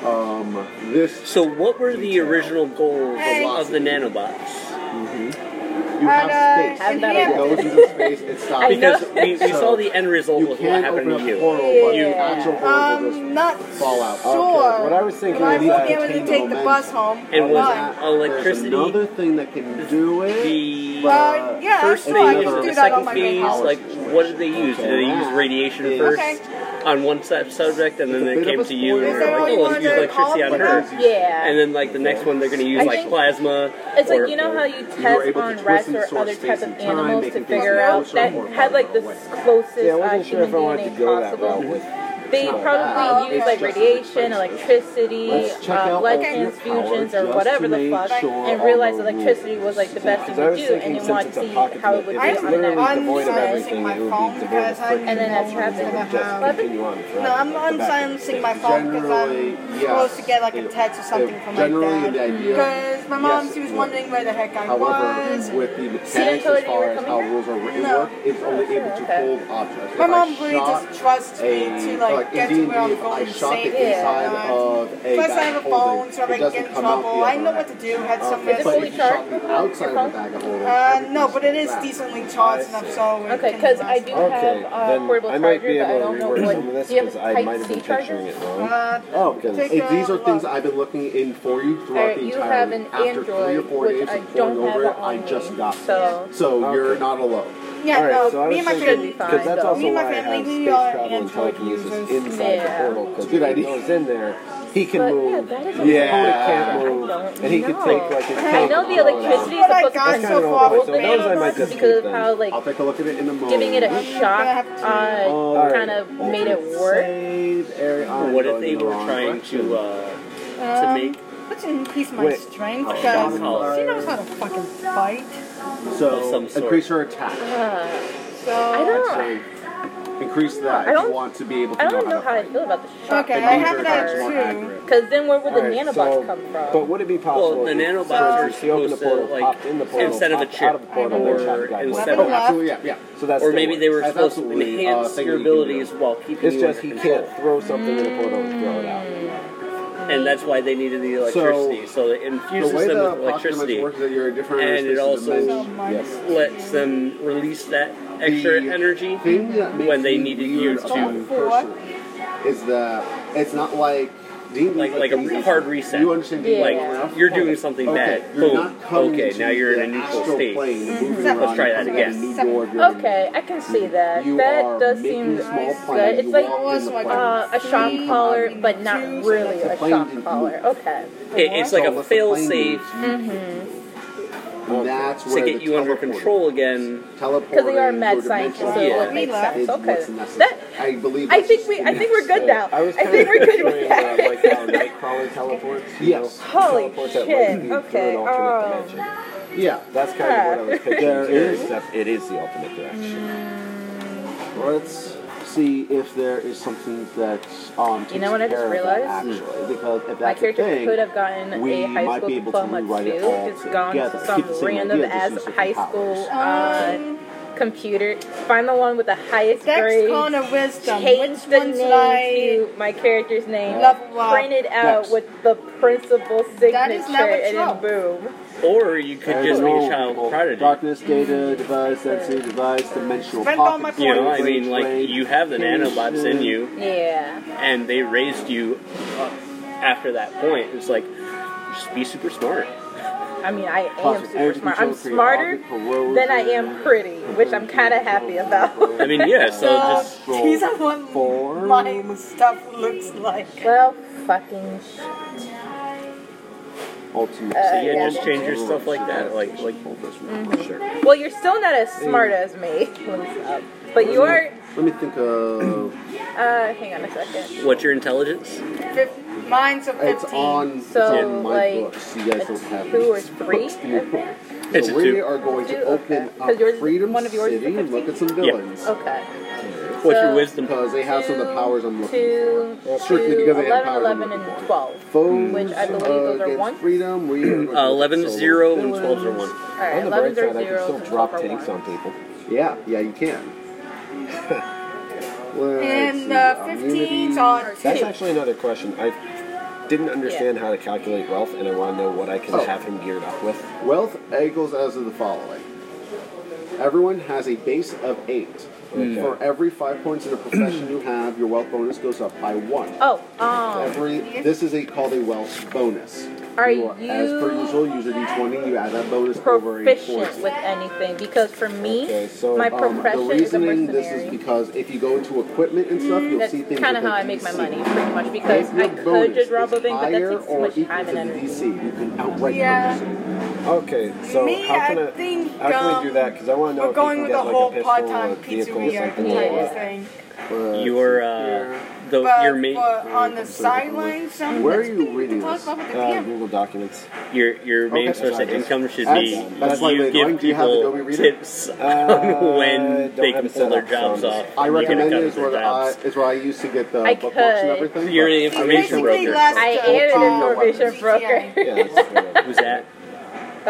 Speaker 6: um, this.
Speaker 4: So, what were the original goals of the nanobots?
Speaker 6: You
Speaker 5: uh,
Speaker 6: have space.
Speaker 3: Have that
Speaker 6: It
Speaker 3: idea.
Speaker 6: goes into space. It stops.
Speaker 4: Because we, we
Speaker 6: So,
Speaker 4: saw the end result
Speaker 6: you
Speaker 4: with what
Speaker 6: can
Speaker 4: happened
Speaker 6: open
Speaker 4: to
Speaker 6: up a
Speaker 4: you.
Speaker 6: portal, but
Speaker 3: Yeah.
Speaker 6: the actual portal will
Speaker 5: Um,
Speaker 6: just
Speaker 5: not
Speaker 6: fall out.
Speaker 5: sure.
Speaker 1: What I was thinking
Speaker 5: but I
Speaker 1: is
Speaker 5: won't
Speaker 1: that
Speaker 5: be able to
Speaker 6: change
Speaker 5: take the
Speaker 6: momentum.
Speaker 5: bus home.
Speaker 4: And was
Speaker 5: Why?
Speaker 4: it electricity?
Speaker 6: There's another thing that can do it.
Speaker 4: The
Speaker 5: Uh, yeah,
Speaker 4: first
Speaker 5: sure,
Speaker 4: phase
Speaker 5: I
Speaker 4: or
Speaker 5: can
Speaker 4: the
Speaker 5: do that on
Speaker 4: second
Speaker 5: my
Speaker 4: phase?
Speaker 5: main
Speaker 6: house.
Speaker 4: Like, what did they use? Did they use
Speaker 6: Okay.
Speaker 4: radiation
Speaker 6: Okay.
Speaker 4: first on one sub- subject, and then
Speaker 6: It's a
Speaker 4: they
Speaker 6: bit of
Speaker 4: came
Speaker 6: a
Speaker 4: to you, and
Speaker 6: spoiler.
Speaker 4: were like, oh, let's use electricity on her.
Speaker 3: Yeah.
Speaker 4: And then, like, the next one, they're going to use,
Speaker 3: I
Speaker 4: like,
Speaker 3: think-
Speaker 4: plasma.
Speaker 3: It's
Speaker 4: or-
Speaker 3: like you know how you test
Speaker 6: able to
Speaker 3: on
Speaker 6: twist
Speaker 3: rats
Speaker 6: and
Speaker 3: or
Speaker 6: sort
Speaker 3: other
Speaker 6: space
Speaker 3: types of
Speaker 6: and time,
Speaker 3: animals to
Speaker 6: making things
Speaker 3: figure out
Speaker 6: closer
Speaker 3: that
Speaker 6: or
Speaker 3: had like the
Speaker 6: farther away.
Speaker 3: closest
Speaker 1: Yeah, I
Speaker 3: uh,
Speaker 1: wasn't sure
Speaker 3: human
Speaker 1: if I wanted to
Speaker 3: DNA
Speaker 1: go that route
Speaker 3: possible.
Speaker 1: with.
Speaker 3: They
Speaker 6: not
Speaker 5: bad.
Speaker 3: probably use like
Speaker 5: Okay.
Speaker 3: radiation, electricity,
Speaker 6: Let's check
Speaker 3: uh,
Speaker 6: out
Speaker 3: blood
Speaker 6: all your
Speaker 3: transfusions,
Speaker 6: power
Speaker 3: or whatever
Speaker 6: just
Speaker 3: the
Speaker 6: to
Speaker 3: fuck,
Speaker 6: make sure
Speaker 3: and
Speaker 6: all
Speaker 3: realized
Speaker 6: the
Speaker 3: electricity was like the best thing
Speaker 1: Because I
Speaker 3: to
Speaker 1: was
Speaker 3: do, and
Speaker 1: thinking
Speaker 3: you
Speaker 1: since
Speaker 3: wanted
Speaker 1: it's a
Speaker 3: to see
Speaker 1: pocket,
Speaker 3: how it would
Speaker 1: if
Speaker 3: be
Speaker 1: it's
Speaker 3: on the
Speaker 1: literally
Speaker 3: next.
Speaker 1: devoid of
Speaker 5: unsilencing
Speaker 1: everything,
Speaker 5: my
Speaker 1: it would
Speaker 5: phone
Speaker 1: be devoid
Speaker 5: because
Speaker 1: of
Speaker 5: I
Speaker 1: friction.
Speaker 3: And then that's
Speaker 5: know what's
Speaker 3: happening.
Speaker 5: gonna
Speaker 1: Just
Speaker 5: happen.
Speaker 1: continue on. forever. Go
Speaker 5: No, I'm
Speaker 1: back.
Speaker 5: unsilencing my phone because
Speaker 6: Generally,
Speaker 5: I'm
Speaker 6: yes.
Speaker 5: supposed to get like a text or something
Speaker 6: If
Speaker 5: from my
Speaker 6: generally the
Speaker 5: dad.
Speaker 6: idea-
Speaker 5: Because my mom,
Speaker 6: yes,
Speaker 5: she was
Speaker 6: it would.
Speaker 5: wondering where the heck I was.
Speaker 6: However, with the mechanics
Speaker 3: told
Speaker 6: as
Speaker 3: you
Speaker 6: far
Speaker 3: were
Speaker 6: as
Speaker 3: coming
Speaker 6: how
Speaker 3: here?
Speaker 6: rules are written
Speaker 5: No.
Speaker 6: work, it's only able to
Speaker 3: okay.
Speaker 6: hold objects.
Speaker 5: My
Speaker 6: If I
Speaker 5: mom really
Speaker 6: shot
Speaker 5: just trusts me
Speaker 6: a-
Speaker 5: to like
Speaker 6: like,
Speaker 5: get
Speaker 6: in
Speaker 5: to where I'm
Speaker 6: D&D,
Speaker 5: going
Speaker 6: I shot the
Speaker 5: safe.
Speaker 6: inside
Speaker 5: Yeah.
Speaker 6: of a
Speaker 5: Plus, I
Speaker 6: bag
Speaker 5: have a
Speaker 6: holding.
Speaker 5: phone, so if
Speaker 6: It
Speaker 5: I
Speaker 6: doesn't
Speaker 5: get in
Speaker 6: come out the
Speaker 5: trouble,
Speaker 6: other
Speaker 5: I know
Speaker 6: end.
Speaker 5: what to do. Had
Speaker 6: Uh,
Speaker 5: some
Speaker 3: it
Speaker 6: but
Speaker 3: fully
Speaker 6: if you shot
Speaker 3: charged?
Speaker 6: the outside
Speaker 3: Your
Speaker 6: of the bag of holding,
Speaker 5: Uh, no,
Speaker 6: everything's
Speaker 5: but it is
Speaker 6: wrapped.
Speaker 5: decently charged enough, so it
Speaker 3: Okay,
Speaker 5: can
Speaker 3: because
Speaker 5: last.
Speaker 3: I do
Speaker 1: Okay,
Speaker 3: have uh,
Speaker 1: then
Speaker 3: portable
Speaker 1: I might be
Speaker 3: charger, but I
Speaker 1: able
Speaker 3: don't
Speaker 1: to
Speaker 3: know
Speaker 1: rework
Speaker 3: what.
Speaker 1: some of this
Speaker 3: do you have
Speaker 1: because
Speaker 3: a
Speaker 1: I
Speaker 3: Type
Speaker 1: might have
Speaker 3: C
Speaker 1: been
Speaker 3: charger?
Speaker 1: picturing it wrong.
Speaker 5: Uh,
Speaker 6: Oh, because
Speaker 5: Take
Speaker 6: hey, these
Speaker 5: a
Speaker 6: are things
Speaker 5: look.
Speaker 6: I've been looking in for you throughout
Speaker 3: Alright,
Speaker 6: the
Speaker 3: you
Speaker 6: entire
Speaker 3: have an
Speaker 6: after three or
Speaker 3: Android,
Speaker 6: four
Speaker 3: which
Speaker 6: days
Speaker 3: I
Speaker 6: of
Speaker 3: don't
Speaker 6: pouring
Speaker 3: have
Speaker 6: over it,
Speaker 3: on
Speaker 6: I
Speaker 3: me,
Speaker 6: just got it.
Speaker 3: so
Speaker 6: So you're
Speaker 1: Okay.
Speaker 6: not alone.
Speaker 5: yeah,
Speaker 1: All right,
Speaker 5: no,
Speaker 1: so I
Speaker 5: me
Speaker 1: was
Speaker 5: and my
Speaker 1: thinking-
Speaker 5: family.
Speaker 3: fine,
Speaker 1: Because that's
Speaker 3: though.
Speaker 1: also
Speaker 5: Me and my
Speaker 1: why I
Speaker 5: family,
Speaker 1: have
Speaker 5: we
Speaker 1: space
Speaker 5: are
Speaker 1: travel and
Speaker 5: Android
Speaker 1: telekinesis
Speaker 5: users.
Speaker 1: inside
Speaker 3: Yeah.
Speaker 1: the portal. Because
Speaker 6: Good
Speaker 1: when he
Speaker 6: idea.
Speaker 1: goes in there, he can
Speaker 3: But, yeah,
Speaker 1: move.
Speaker 3: that
Speaker 1: the
Speaker 3: is a
Speaker 1: opponent
Speaker 6: good
Speaker 1: can't
Speaker 3: idea.
Speaker 1: move,
Speaker 3: I don't
Speaker 1: and he
Speaker 3: know.
Speaker 1: can take like his.
Speaker 3: I know the electricity is
Speaker 5: But I
Speaker 3: supposed to
Speaker 5: got
Speaker 3: come
Speaker 5: so
Speaker 3: from
Speaker 5: far
Speaker 3: portable
Speaker 5: with it.
Speaker 1: Those I might
Speaker 3: nanobots
Speaker 1: just
Speaker 3: because of
Speaker 1: keep
Speaker 3: how
Speaker 6: I'll
Speaker 3: like
Speaker 6: take a look at it in a moment.
Speaker 3: giving it a
Speaker 5: gonna
Speaker 3: shock
Speaker 5: have to-
Speaker 3: uh,
Speaker 1: Alright.
Speaker 3: kind of made it work.
Speaker 6: Save area. I'm
Speaker 4: What if
Speaker 6: going
Speaker 4: they
Speaker 6: the
Speaker 4: were
Speaker 6: wrong
Speaker 4: trying
Speaker 6: direction.
Speaker 4: to uh, to
Speaker 5: Um,
Speaker 4: make
Speaker 5: Let's increase my
Speaker 1: Wait.
Speaker 5: strength
Speaker 6: Oh,
Speaker 5: because she
Speaker 4: God.
Speaker 5: knows how to fucking fight.
Speaker 4: of
Speaker 6: so
Speaker 4: some sort.
Speaker 6: increase her attack?
Speaker 3: Uh, I
Speaker 5: So
Speaker 3: don't.
Speaker 6: So increase that
Speaker 3: I
Speaker 6: if
Speaker 3: don't-
Speaker 6: you want to be able to
Speaker 3: I don't
Speaker 6: know,
Speaker 3: know how I
Speaker 6: to
Speaker 3: feel about the shock.
Speaker 5: okay, I
Speaker 6: Then
Speaker 5: have it
Speaker 6: these are
Speaker 5: at
Speaker 6: much more accurate.
Speaker 5: two.
Speaker 3: Because then where would the
Speaker 1: Alright,
Speaker 3: nanobots
Speaker 1: so-
Speaker 3: come from?
Speaker 1: But would it be possible?
Speaker 4: Well, the
Speaker 1: if-
Speaker 4: nanobots
Speaker 1: so
Speaker 4: are
Speaker 1: if she opened
Speaker 4: supposed
Speaker 1: the portal,
Speaker 4: to, like,
Speaker 1: popped in the portal,
Speaker 4: instead of a
Speaker 1: popped out of the
Speaker 4: chip
Speaker 1: portal,
Speaker 5: or
Speaker 1: which I've got
Speaker 4: instead
Speaker 1: left.
Speaker 6: fight.
Speaker 5: of-
Speaker 6: Oh, absolutely, yeah, yeah.
Speaker 1: so that's
Speaker 4: Or
Speaker 1: still
Speaker 4: maybe
Speaker 1: works.
Speaker 4: they were
Speaker 6: That's
Speaker 4: supposed to
Speaker 6: absolutely, uh,
Speaker 4: enhance
Speaker 6: thing
Speaker 4: your
Speaker 6: you can do.
Speaker 4: abilities while keeping
Speaker 1: It's
Speaker 4: you
Speaker 1: just
Speaker 4: under
Speaker 1: he
Speaker 4: control.
Speaker 1: can't throw something in a portal
Speaker 3: Mm.
Speaker 1: and throw it out.
Speaker 4: And that's why they needed the electricity. So, it
Speaker 6: The
Speaker 4: infuses
Speaker 6: way
Speaker 4: them
Speaker 6: the
Speaker 4: with
Speaker 6: pocket dimension
Speaker 4: electricity,
Speaker 6: works is that you're in different
Speaker 4: And it
Speaker 6: spaces
Speaker 4: also-
Speaker 6: dimensions.
Speaker 1: Yes.
Speaker 4: lets them release that extra
Speaker 6: The
Speaker 4: energy
Speaker 6: thing that makes
Speaker 4: when they
Speaker 6: me
Speaker 4: needed
Speaker 6: weird
Speaker 4: you
Speaker 6: about
Speaker 4: to.
Speaker 6: it personally is that it's not like D&D
Speaker 4: Like, like a hard reset.
Speaker 6: You understand D&D
Speaker 3: Yeah.
Speaker 6: well enough?
Speaker 4: Like, you're doing something
Speaker 6: okay,
Speaker 4: bad.
Speaker 6: You're
Speaker 4: Boom.
Speaker 6: not coming
Speaker 4: Okay,
Speaker 6: to
Speaker 4: now you're
Speaker 6: the
Speaker 4: in a neutral
Speaker 6: astral
Speaker 4: state.
Speaker 6: plane, moving
Speaker 5: Let's
Speaker 6: around
Speaker 4: try that
Speaker 6: and
Speaker 4: again.
Speaker 6: coming out of New York, you're in-
Speaker 3: Mm-hmm. Okay, I can see that.
Speaker 6: You
Speaker 3: that
Speaker 6: are
Speaker 3: does
Speaker 6: making
Speaker 3: seem
Speaker 6: a small plan,
Speaker 3: good. It's
Speaker 6: you
Speaker 3: like
Speaker 6: walk in the plan.
Speaker 3: uh, a shock
Speaker 5: Three,
Speaker 3: collar,
Speaker 5: um,
Speaker 3: but not
Speaker 5: two,
Speaker 3: really
Speaker 6: so
Speaker 3: a
Speaker 6: the plane
Speaker 3: shock
Speaker 6: didn't
Speaker 3: collar.
Speaker 6: move.
Speaker 3: Okay.
Speaker 4: It, it's like
Speaker 6: So
Speaker 4: a
Speaker 6: with the plane
Speaker 4: fail
Speaker 6: moves,
Speaker 4: safe
Speaker 6: And that's
Speaker 4: to
Speaker 6: where
Speaker 4: get
Speaker 6: the
Speaker 4: you under
Speaker 6: teleporting-
Speaker 4: control again.
Speaker 6: Teleporting
Speaker 3: Mm-hmm. Because they are mad
Speaker 6: your
Speaker 3: scientists,
Speaker 6: dimensional
Speaker 3: so it
Speaker 4: Yeah.
Speaker 3: would make
Speaker 5: Relax.
Speaker 3: sense.
Speaker 6: is what's
Speaker 3: Okay.
Speaker 6: necessary.
Speaker 3: That
Speaker 6: I believe.
Speaker 3: I
Speaker 6: that's
Speaker 3: think
Speaker 6: just
Speaker 3: we
Speaker 6: the
Speaker 3: I think we're
Speaker 6: next
Speaker 3: good
Speaker 6: step.
Speaker 3: now.
Speaker 1: I
Speaker 3: I
Speaker 1: was kind
Speaker 3: think
Speaker 1: of
Speaker 3: we're good
Speaker 1: picturing,
Speaker 3: with
Speaker 1: uh, like how
Speaker 3: that.
Speaker 1: Nightcrawler teleports. you
Speaker 6: Yes.
Speaker 1: know,
Speaker 3: Holy
Speaker 1: teleports at
Speaker 3: shit,
Speaker 1: lightning through an
Speaker 3: okay,
Speaker 1: alternate
Speaker 3: oh.
Speaker 1: dimension.
Speaker 6: Yeah.
Speaker 1: That's kind of what I was picturing.
Speaker 6: There
Speaker 1: here,
Speaker 6: is-
Speaker 1: except it is the ultimate direction.
Speaker 6: Let's see if there is something that um.
Speaker 3: You know
Speaker 6: takes
Speaker 3: what I just
Speaker 6: care of that,
Speaker 3: realized?
Speaker 4: Hmm.
Speaker 6: Actually, because if that's
Speaker 3: My
Speaker 6: a
Speaker 3: character
Speaker 6: thing,
Speaker 3: could have gotten
Speaker 6: we
Speaker 3: a high
Speaker 6: might
Speaker 3: school
Speaker 6: be able to
Speaker 3: diploma
Speaker 6: rewrite it
Speaker 3: too.
Speaker 6: all
Speaker 3: It's gone
Speaker 6: together.
Speaker 3: to
Speaker 6: Keep the
Speaker 3: some
Speaker 6: same
Speaker 3: random
Speaker 6: idea, just
Speaker 3: ass
Speaker 6: use different
Speaker 3: high school
Speaker 6: powers.
Speaker 3: uh,
Speaker 5: Um,
Speaker 3: computer, find the one with the highest grade,
Speaker 5: Dexcon of wisdom.
Speaker 3: change
Speaker 5: Which
Speaker 3: the
Speaker 5: one should I?
Speaker 3: name to my character's name,
Speaker 5: Level up.
Speaker 3: print it out
Speaker 6: Next.
Speaker 3: with the principal signature,
Speaker 5: That is not what
Speaker 3: and then
Speaker 5: Trump-
Speaker 3: boom.
Speaker 4: Or you could just be a child prodigy.
Speaker 6: Darkness, data, device, density, device, dimensional
Speaker 5: Spend all
Speaker 6: pocket.
Speaker 5: my
Speaker 4: You know, I
Speaker 5: Range,
Speaker 4: mean, like, you have the nanobots in you,
Speaker 3: Yeah.
Speaker 4: and they raised you up after that point. It's like, just be super smart.
Speaker 3: I mean, I am
Speaker 6: Possible
Speaker 3: super
Speaker 6: energy
Speaker 3: smart. I'm
Speaker 6: control for your
Speaker 3: smarter
Speaker 6: object corrosion.
Speaker 3: than I am pretty, which I'm kind of happy about.
Speaker 4: I mean, yeah, so
Speaker 5: Uh,
Speaker 4: just.
Speaker 5: these are what
Speaker 6: Form.
Speaker 5: my stuff looks like.
Speaker 3: well, fucking shit. Uh,
Speaker 6: Ultimate.
Speaker 4: So yeah, just change your stuff like that. Like, like,
Speaker 6: Hold this one. Sure.
Speaker 3: Well, you're still not as smart as me, but you are.
Speaker 6: Let me think of.
Speaker 3: Uh, hang on a second.
Speaker 4: what's your intelligence?
Speaker 5: Fif- mine's a 15.
Speaker 6: It's on.
Speaker 3: So,
Speaker 6: it's on my
Speaker 3: like,
Speaker 6: books. You guys
Speaker 3: a
Speaker 6: don't have
Speaker 3: two or
Speaker 6: these
Speaker 3: three,
Speaker 6: books.
Speaker 3: I think.
Speaker 4: It's a
Speaker 6: so we
Speaker 4: two.
Speaker 6: are going
Speaker 3: Two,
Speaker 6: to
Speaker 3: okay.
Speaker 6: open
Speaker 3: 'Cause yours
Speaker 6: up
Speaker 3: is-
Speaker 6: Freedom
Speaker 3: one of yours is a
Speaker 6: City and look at some
Speaker 4: 15? Yeah.
Speaker 6: villains.
Speaker 3: Okay.
Speaker 4: What's your
Speaker 3: So-
Speaker 4: wisdom?
Speaker 6: Because they have some of the powers I'm looking
Speaker 3: two,
Speaker 6: for. Well, strictly
Speaker 3: two,
Speaker 6: because they
Speaker 3: 11,
Speaker 6: have powers I'm
Speaker 3: 11,
Speaker 6: looking
Speaker 3: and
Speaker 6: for.
Speaker 3: 12.
Speaker 6: Foes
Speaker 3: Which I believe
Speaker 6: uh,
Speaker 3: those are
Speaker 6: against
Speaker 3: ones.
Speaker 6: freedom. We are going
Speaker 4: Uh, 11
Speaker 6: to
Speaker 4: is
Speaker 6: solo
Speaker 4: 0 and 12 are
Speaker 6: villains.
Speaker 4: 1.
Speaker 3: Alright,
Speaker 1: On the bright
Speaker 3: 11
Speaker 1: side,
Speaker 3: are
Speaker 1: I can
Speaker 3: zeros
Speaker 1: still
Speaker 3: and 12
Speaker 1: drop
Speaker 3: are
Speaker 1: tanks on
Speaker 3: ones.
Speaker 1: people.
Speaker 6: Yeah, yeah, you can. Let's
Speaker 5: And
Speaker 6: see,
Speaker 5: uh,
Speaker 6: immunity.
Speaker 5: 15's on
Speaker 1: That's
Speaker 5: 2.
Speaker 1: actually another question. I didn't understand how to calculate wealth, and I want to know what I can
Speaker 6: Oh.
Speaker 1: have him geared up with.
Speaker 6: Wealth equals as of the following. Everyone has a base of eight.
Speaker 1: Okay.
Speaker 6: For every five points in a profession you have, your wealth bonus goes up by one.
Speaker 3: Oh, um,
Speaker 6: Every this is a called a wealth bonus.
Speaker 3: Are
Speaker 6: as per
Speaker 3: you
Speaker 6: usual use a d20? You add that bonus over a
Speaker 3: proficient
Speaker 6: forty.
Speaker 3: with anything because for me,
Speaker 1: Okay, so,
Speaker 3: my
Speaker 1: um,
Speaker 6: Um, the
Speaker 3: profession is a
Speaker 6: reasoning this is
Speaker 3: mercenary. Mm,
Speaker 6: because if you go into equipment and stuff, you'll
Speaker 3: That's
Speaker 6: see things.
Speaker 3: kind of
Speaker 6: with a
Speaker 3: how I make my
Speaker 6: DC.
Speaker 3: money, pretty much, because
Speaker 6: If your
Speaker 3: I could
Speaker 6: bonus
Speaker 3: just rob
Speaker 6: is
Speaker 3: a thing, but that
Speaker 6: higher
Speaker 3: takes too
Speaker 6: or
Speaker 3: much
Speaker 6: equal
Speaker 3: time
Speaker 6: to
Speaker 3: and
Speaker 6: the
Speaker 3: energy.
Speaker 6: DC, you can outright
Speaker 5: Yeah.
Speaker 6: purchase it.
Speaker 1: Okay, so
Speaker 5: Me,
Speaker 1: how can
Speaker 5: I
Speaker 1: I,
Speaker 5: think,
Speaker 1: how can we
Speaker 5: um,
Speaker 1: do that? Because I want to know
Speaker 5: We're
Speaker 1: if we
Speaker 5: going
Speaker 1: can
Speaker 5: with the
Speaker 1: get like a
Speaker 5: whole
Speaker 1: pizza
Speaker 5: part-time
Speaker 1: or vehicle or
Speaker 5: pizzeria
Speaker 1: something
Speaker 5: type
Speaker 1: like
Speaker 5: of
Speaker 1: that.
Speaker 5: thing.
Speaker 6: But-
Speaker 4: Your, uh, the,
Speaker 5: But,
Speaker 4: your, ma-
Speaker 5: but on the sideline, some
Speaker 6: Where are
Speaker 5: that's-
Speaker 6: you reading
Speaker 5: Talk
Speaker 6: this?
Speaker 5: about with the
Speaker 1: Uh,
Speaker 5: camera.
Speaker 1: Google Documents.
Speaker 4: your, your main
Speaker 6: Okay.
Speaker 4: source of income should
Speaker 6: That's-
Speaker 4: be
Speaker 6: that's slightly
Speaker 4: you
Speaker 6: annoying.
Speaker 4: give
Speaker 6: Do you have
Speaker 4: people
Speaker 6: Adobe Reader?
Speaker 4: tips
Speaker 1: Uh,
Speaker 4: on when
Speaker 1: don't
Speaker 4: they
Speaker 1: have
Speaker 4: can
Speaker 1: it
Speaker 4: pull
Speaker 1: set
Speaker 4: their
Speaker 1: up,
Speaker 4: jobs
Speaker 1: so-
Speaker 4: off.
Speaker 6: I
Speaker 4: You can
Speaker 6: recommend
Speaker 4: cut
Speaker 6: it is uh,
Speaker 4: their
Speaker 6: where I,
Speaker 4: jobs.
Speaker 6: is where I used to get the
Speaker 3: I
Speaker 6: book books and
Speaker 3: could.
Speaker 6: everything.
Speaker 4: You're
Speaker 6: but
Speaker 4: an
Speaker 6: I
Speaker 4: information
Speaker 6: usually
Speaker 5: Basically,
Speaker 4: broker.
Speaker 5: last
Speaker 3: I
Speaker 5: time
Speaker 3: am
Speaker 5: from
Speaker 3: an information
Speaker 5: GTA.
Speaker 3: broker.
Speaker 1: Yeah, that's whatever.
Speaker 4: Who's that?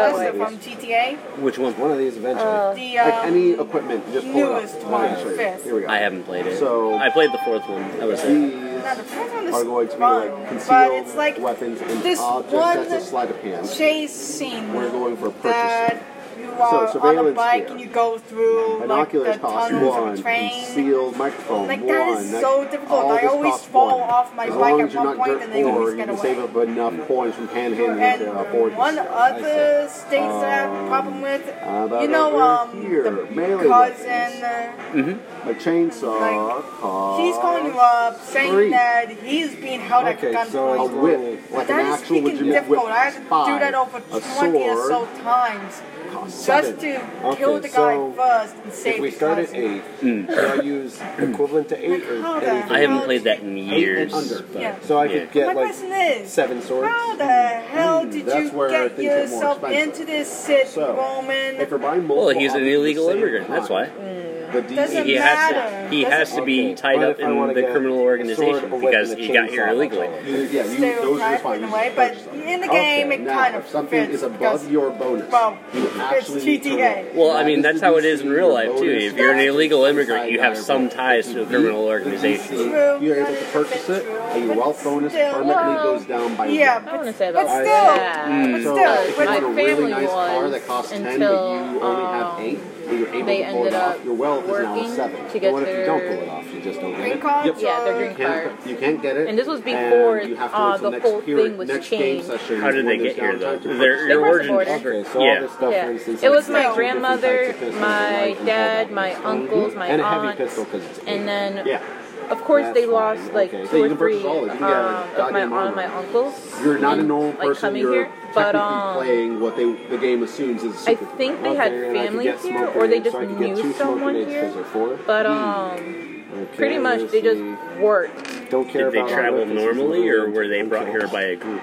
Speaker 3: Oh,
Speaker 5: That's
Speaker 3: wait. Oh.
Speaker 5: the- from GTA.
Speaker 4: Which one?
Speaker 1: One of these eventually.
Speaker 5: The
Speaker 6: Like
Speaker 5: um,
Speaker 6: any equipment, just pull it
Speaker 5: newest
Speaker 6: up.
Speaker 5: one,
Speaker 6: Actually,
Speaker 5: fifth.
Speaker 6: Here we go.
Speaker 4: I haven't played it.
Speaker 6: So-
Speaker 4: I played the fourth one. I was there.
Speaker 5: now
Speaker 6: These
Speaker 5: the first one is
Speaker 6: are going to be
Speaker 5: fun,
Speaker 6: like
Speaker 5: but
Speaker 6: concealed
Speaker 5: it's like
Speaker 6: weapons and
Speaker 5: this
Speaker 6: objects.
Speaker 5: one
Speaker 6: That's a sleight of hand.
Speaker 5: chase scene.
Speaker 6: We're going for purchasing.
Speaker 5: that you are on a
Speaker 6: surveillance
Speaker 5: bike
Speaker 6: here.
Speaker 5: and you go through like the
Speaker 6: Binoculars cost
Speaker 5: tunnels
Speaker 6: one.
Speaker 5: of train.
Speaker 6: Concealed microphone
Speaker 5: Like,
Speaker 6: one.
Speaker 5: that is so difficult.
Speaker 6: all
Speaker 5: I
Speaker 6: this
Speaker 5: always
Speaker 6: costs
Speaker 5: fall
Speaker 6: one.
Speaker 5: off my
Speaker 6: as
Speaker 5: bike
Speaker 6: long
Speaker 5: at
Speaker 6: as you're not
Speaker 5: one point
Speaker 6: dirt
Speaker 5: and then
Speaker 6: poor,
Speaker 5: always
Speaker 6: you
Speaker 5: get
Speaker 6: can
Speaker 5: away.
Speaker 6: save up enough coins from hand handling to uh,
Speaker 5: And one
Speaker 6: forges.
Speaker 5: other states that I have a problem with,
Speaker 6: um, how about
Speaker 5: you know,
Speaker 6: over
Speaker 5: um,
Speaker 6: here?
Speaker 5: the
Speaker 6: Melee
Speaker 5: cousin, uh,
Speaker 6: A chainsaw costs
Speaker 5: he's calling you up saying
Speaker 6: three.
Speaker 5: that he's being held
Speaker 1: Okay,
Speaker 5: at
Speaker 1: so
Speaker 6: a
Speaker 1: I'll-
Speaker 5: gunpoint.
Speaker 6: whip, like an
Speaker 5: that is
Speaker 6: actual
Speaker 5: freaking
Speaker 6: legit
Speaker 5: difficult.
Speaker 6: whip.
Speaker 5: I had to do that over
Speaker 6: a
Speaker 5: 20 or so
Speaker 6: sword
Speaker 5: times
Speaker 6: costs
Speaker 5: just
Speaker 6: seven.
Speaker 5: to
Speaker 1: Okay,
Speaker 5: kill the guy
Speaker 1: so
Speaker 5: first and save
Speaker 1: if we
Speaker 5: the
Speaker 1: start at
Speaker 5: cousin.
Speaker 1: eight, can I use equivalent to eight or
Speaker 5: How the
Speaker 1: anything?
Speaker 4: I haven't played that in years.
Speaker 6: under.
Speaker 4: but-
Speaker 5: Yeah.
Speaker 1: So I
Speaker 4: Yeah.
Speaker 1: could get
Speaker 5: Oh My
Speaker 1: like
Speaker 5: question is,
Speaker 1: seven swords.
Speaker 5: How the hell did
Speaker 6: Hmm, that's
Speaker 5: you
Speaker 6: where
Speaker 5: get
Speaker 6: things get more
Speaker 5: yourself
Speaker 6: expensive.
Speaker 5: into this sit,
Speaker 6: So, If you're
Speaker 5: Roman?
Speaker 6: buying multiple
Speaker 4: Well, he's an
Speaker 6: objects at the
Speaker 4: illegal
Speaker 6: same
Speaker 4: immigrant.
Speaker 6: time,
Speaker 4: That's why
Speaker 6: The DC
Speaker 5: Doesn't
Speaker 4: he has to.
Speaker 5: matter.
Speaker 4: He has to be
Speaker 1: Okay,
Speaker 4: tied
Speaker 1: but
Speaker 4: up
Speaker 1: if I
Speaker 4: in
Speaker 1: wanna
Speaker 4: the
Speaker 1: get
Speaker 4: criminal
Speaker 1: a
Speaker 4: organization
Speaker 1: sword, a
Speaker 4: because
Speaker 1: weapon, a
Speaker 4: he got here
Speaker 1: chainsaw,
Speaker 4: illegally.
Speaker 1: that's all
Speaker 6: You- yeah, you, those are just
Speaker 5: Stereotype
Speaker 6: fine.
Speaker 5: in a
Speaker 6: You
Speaker 5: way,
Speaker 6: can
Speaker 5: but
Speaker 6: purchase them.
Speaker 5: in the game it
Speaker 6: now,
Speaker 5: kind of
Speaker 6: if something
Speaker 5: fits
Speaker 6: is
Speaker 5: because-
Speaker 6: above your bonus,
Speaker 5: well,
Speaker 6: you
Speaker 5: it's
Speaker 6: actually need to
Speaker 5: GTA.
Speaker 6: roll.
Speaker 4: Well, I mean,
Speaker 6: That
Speaker 4: that's how it
Speaker 6: the
Speaker 4: is in
Speaker 6: DC,
Speaker 4: real
Speaker 6: your
Speaker 4: life too.
Speaker 6: bonus
Speaker 4: If you're an
Speaker 6: is
Speaker 4: illegal immigrant,
Speaker 6: inside
Speaker 4: you have
Speaker 6: your
Speaker 4: some
Speaker 6: bonus.
Speaker 4: ties
Speaker 6: If
Speaker 4: to a
Speaker 6: you
Speaker 4: criminal
Speaker 6: beat
Speaker 4: organization.
Speaker 6: The
Speaker 5: True,
Speaker 6: DC, you're
Speaker 5: that
Speaker 6: able to
Speaker 5: is
Speaker 6: purchase it,
Speaker 5: true,
Speaker 6: and your
Speaker 5: but
Speaker 6: wealth bonus
Speaker 5: still-
Speaker 6: permanently
Speaker 3: Well,
Speaker 6: goes down by
Speaker 5: Yeah,
Speaker 3: I
Speaker 5: but,
Speaker 3: wanna say
Speaker 5: but
Speaker 3: about
Speaker 5: still,
Speaker 3: that.
Speaker 5: but
Speaker 6: So like, if
Speaker 5: still,
Speaker 6: you
Speaker 3: my
Speaker 5: but
Speaker 6: want a really
Speaker 3: family
Speaker 6: nice car that
Speaker 3: was
Speaker 6: costs ten, but
Speaker 3: until,
Speaker 6: you only have
Speaker 3: um,
Speaker 6: eight, and you're able
Speaker 3: they
Speaker 6: to pull it
Speaker 3: ended
Speaker 6: off.
Speaker 3: up
Speaker 6: Your wealth is now
Speaker 3: working
Speaker 6: seven.
Speaker 3: to get
Speaker 6: but what if you don't
Speaker 3: their-
Speaker 6: pull it off? You just don't get
Speaker 5: green
Speaker 6: it.
Speaker 5: cards
Speaker 6: Yep.
Speaker 3: Yeah, they're
Speaker 5: are-
Speaker 3: green
Speaker 6: Can't,
Speaker 3: cards.
Speaker 6: you can't get it.
Speaker 3: And this was before,
Speaker 6: and you have to
Speaker 3: uh,
Speaker 6: wait till
Speaker 3: the
Speaker 6: next
Speaker 3: whole
Speaker 6: period,
Speaker 3: thing was
Speaker 6: next Game
Speaker 3: changed.
Speaker 6: session
Speaker 4: How
Speaker 6: is
Speaker 4: did they
Speaker 6: when there's
Speaker 4: get here though?
Speaker 6: downtime to purchase
Speaker 4: Their, their
Speaker 3: They crossed the
Speaker 4: origin.
Speaker 3: border.
Speaker 1: Okay, so all
Speaker 4: yeah.
Speaker 1: this stuff, for
Speaker 3: Yeah.
Speaker 1: instance,
Speaker 3: It was
Speaker 1: is
Speaker 3: my
Speaker 1: different
Speaker 3: grandmother,
Speaker 1: types of pistols,
Speaker 3: my
Speaker 1: like,
Speaker 3: dad,
Speaker 1: and
Speaker 3: my
Speaker 1: all that.
Speaker 3: uncles, my
Speaker 1: and a heavy
Speaker 3: aunts,
Speaker 1: pistol because it's
Speaker 3: and then
Speaker 6: Yeah.
Speaker 3: Of course,
Speaker 1: That's
Speaker 3: they lost
Speaker 1: fine,
Speaker 3: like
Speaker 1: okay.
Speaker 3: two
Speaker 1: So
Speaker 6: you
Speaker 3: or
Speaker 6: can purchase
Speaker 3: three
Speaker 6: all
Speaker 3: um,
Speaker 6: this. You
Speaker 3: of
Speaker 6: can get, like,
Speaker 3: my
Speaker 6: goddamn
Speaker 3: aunt and my
Speaker 6: armor.
Speaker 3: uncles.
Speaker 6: You're not a normal
Speaker 3: like,
Speaker 6: person.
Speaker 3: coming
Speaker 6: You're
Speaker 3: here, but,
Speaker 6: technically
Speaker 3: um,
Speaker 6: playing what they the game assumes is. a
Speaker 3: I
Speaker 6: superhero.
Speaker 3: think they had
Speaker 1: Okay, and I could
Speaker 3: family
Speaker 1: get
Speaker 3: here,
Speaker 1: smoke
Speaker 3: or
Speaker 1: grenades,
Speaker 3: they just
Speaker 1: so I could get
Speaker 3: knew
Speaker 1: two smoke
Speaker 3: someone
Speaker 1: grenades, 'cause
Speaker 3: here.
Speaker 1: they're four.
Speaker 3: But um,
Speaker 1: Okay,
Speaker 3: pretty much
Speaker 1: let's
Speaker 3: they just
Speaker 1: see.
Speaker 3: worked.
Speaker 1: Don't care
Speaker 4: Did they
Speaker 1: about
Speaker 4: travel
Speaker 1: armor, this is
Speaker 4: normally, or
Speaker 1: really
Speaker 4: were they brought here
Speaker 1: uncomfortable.
Speaker 4: by a group?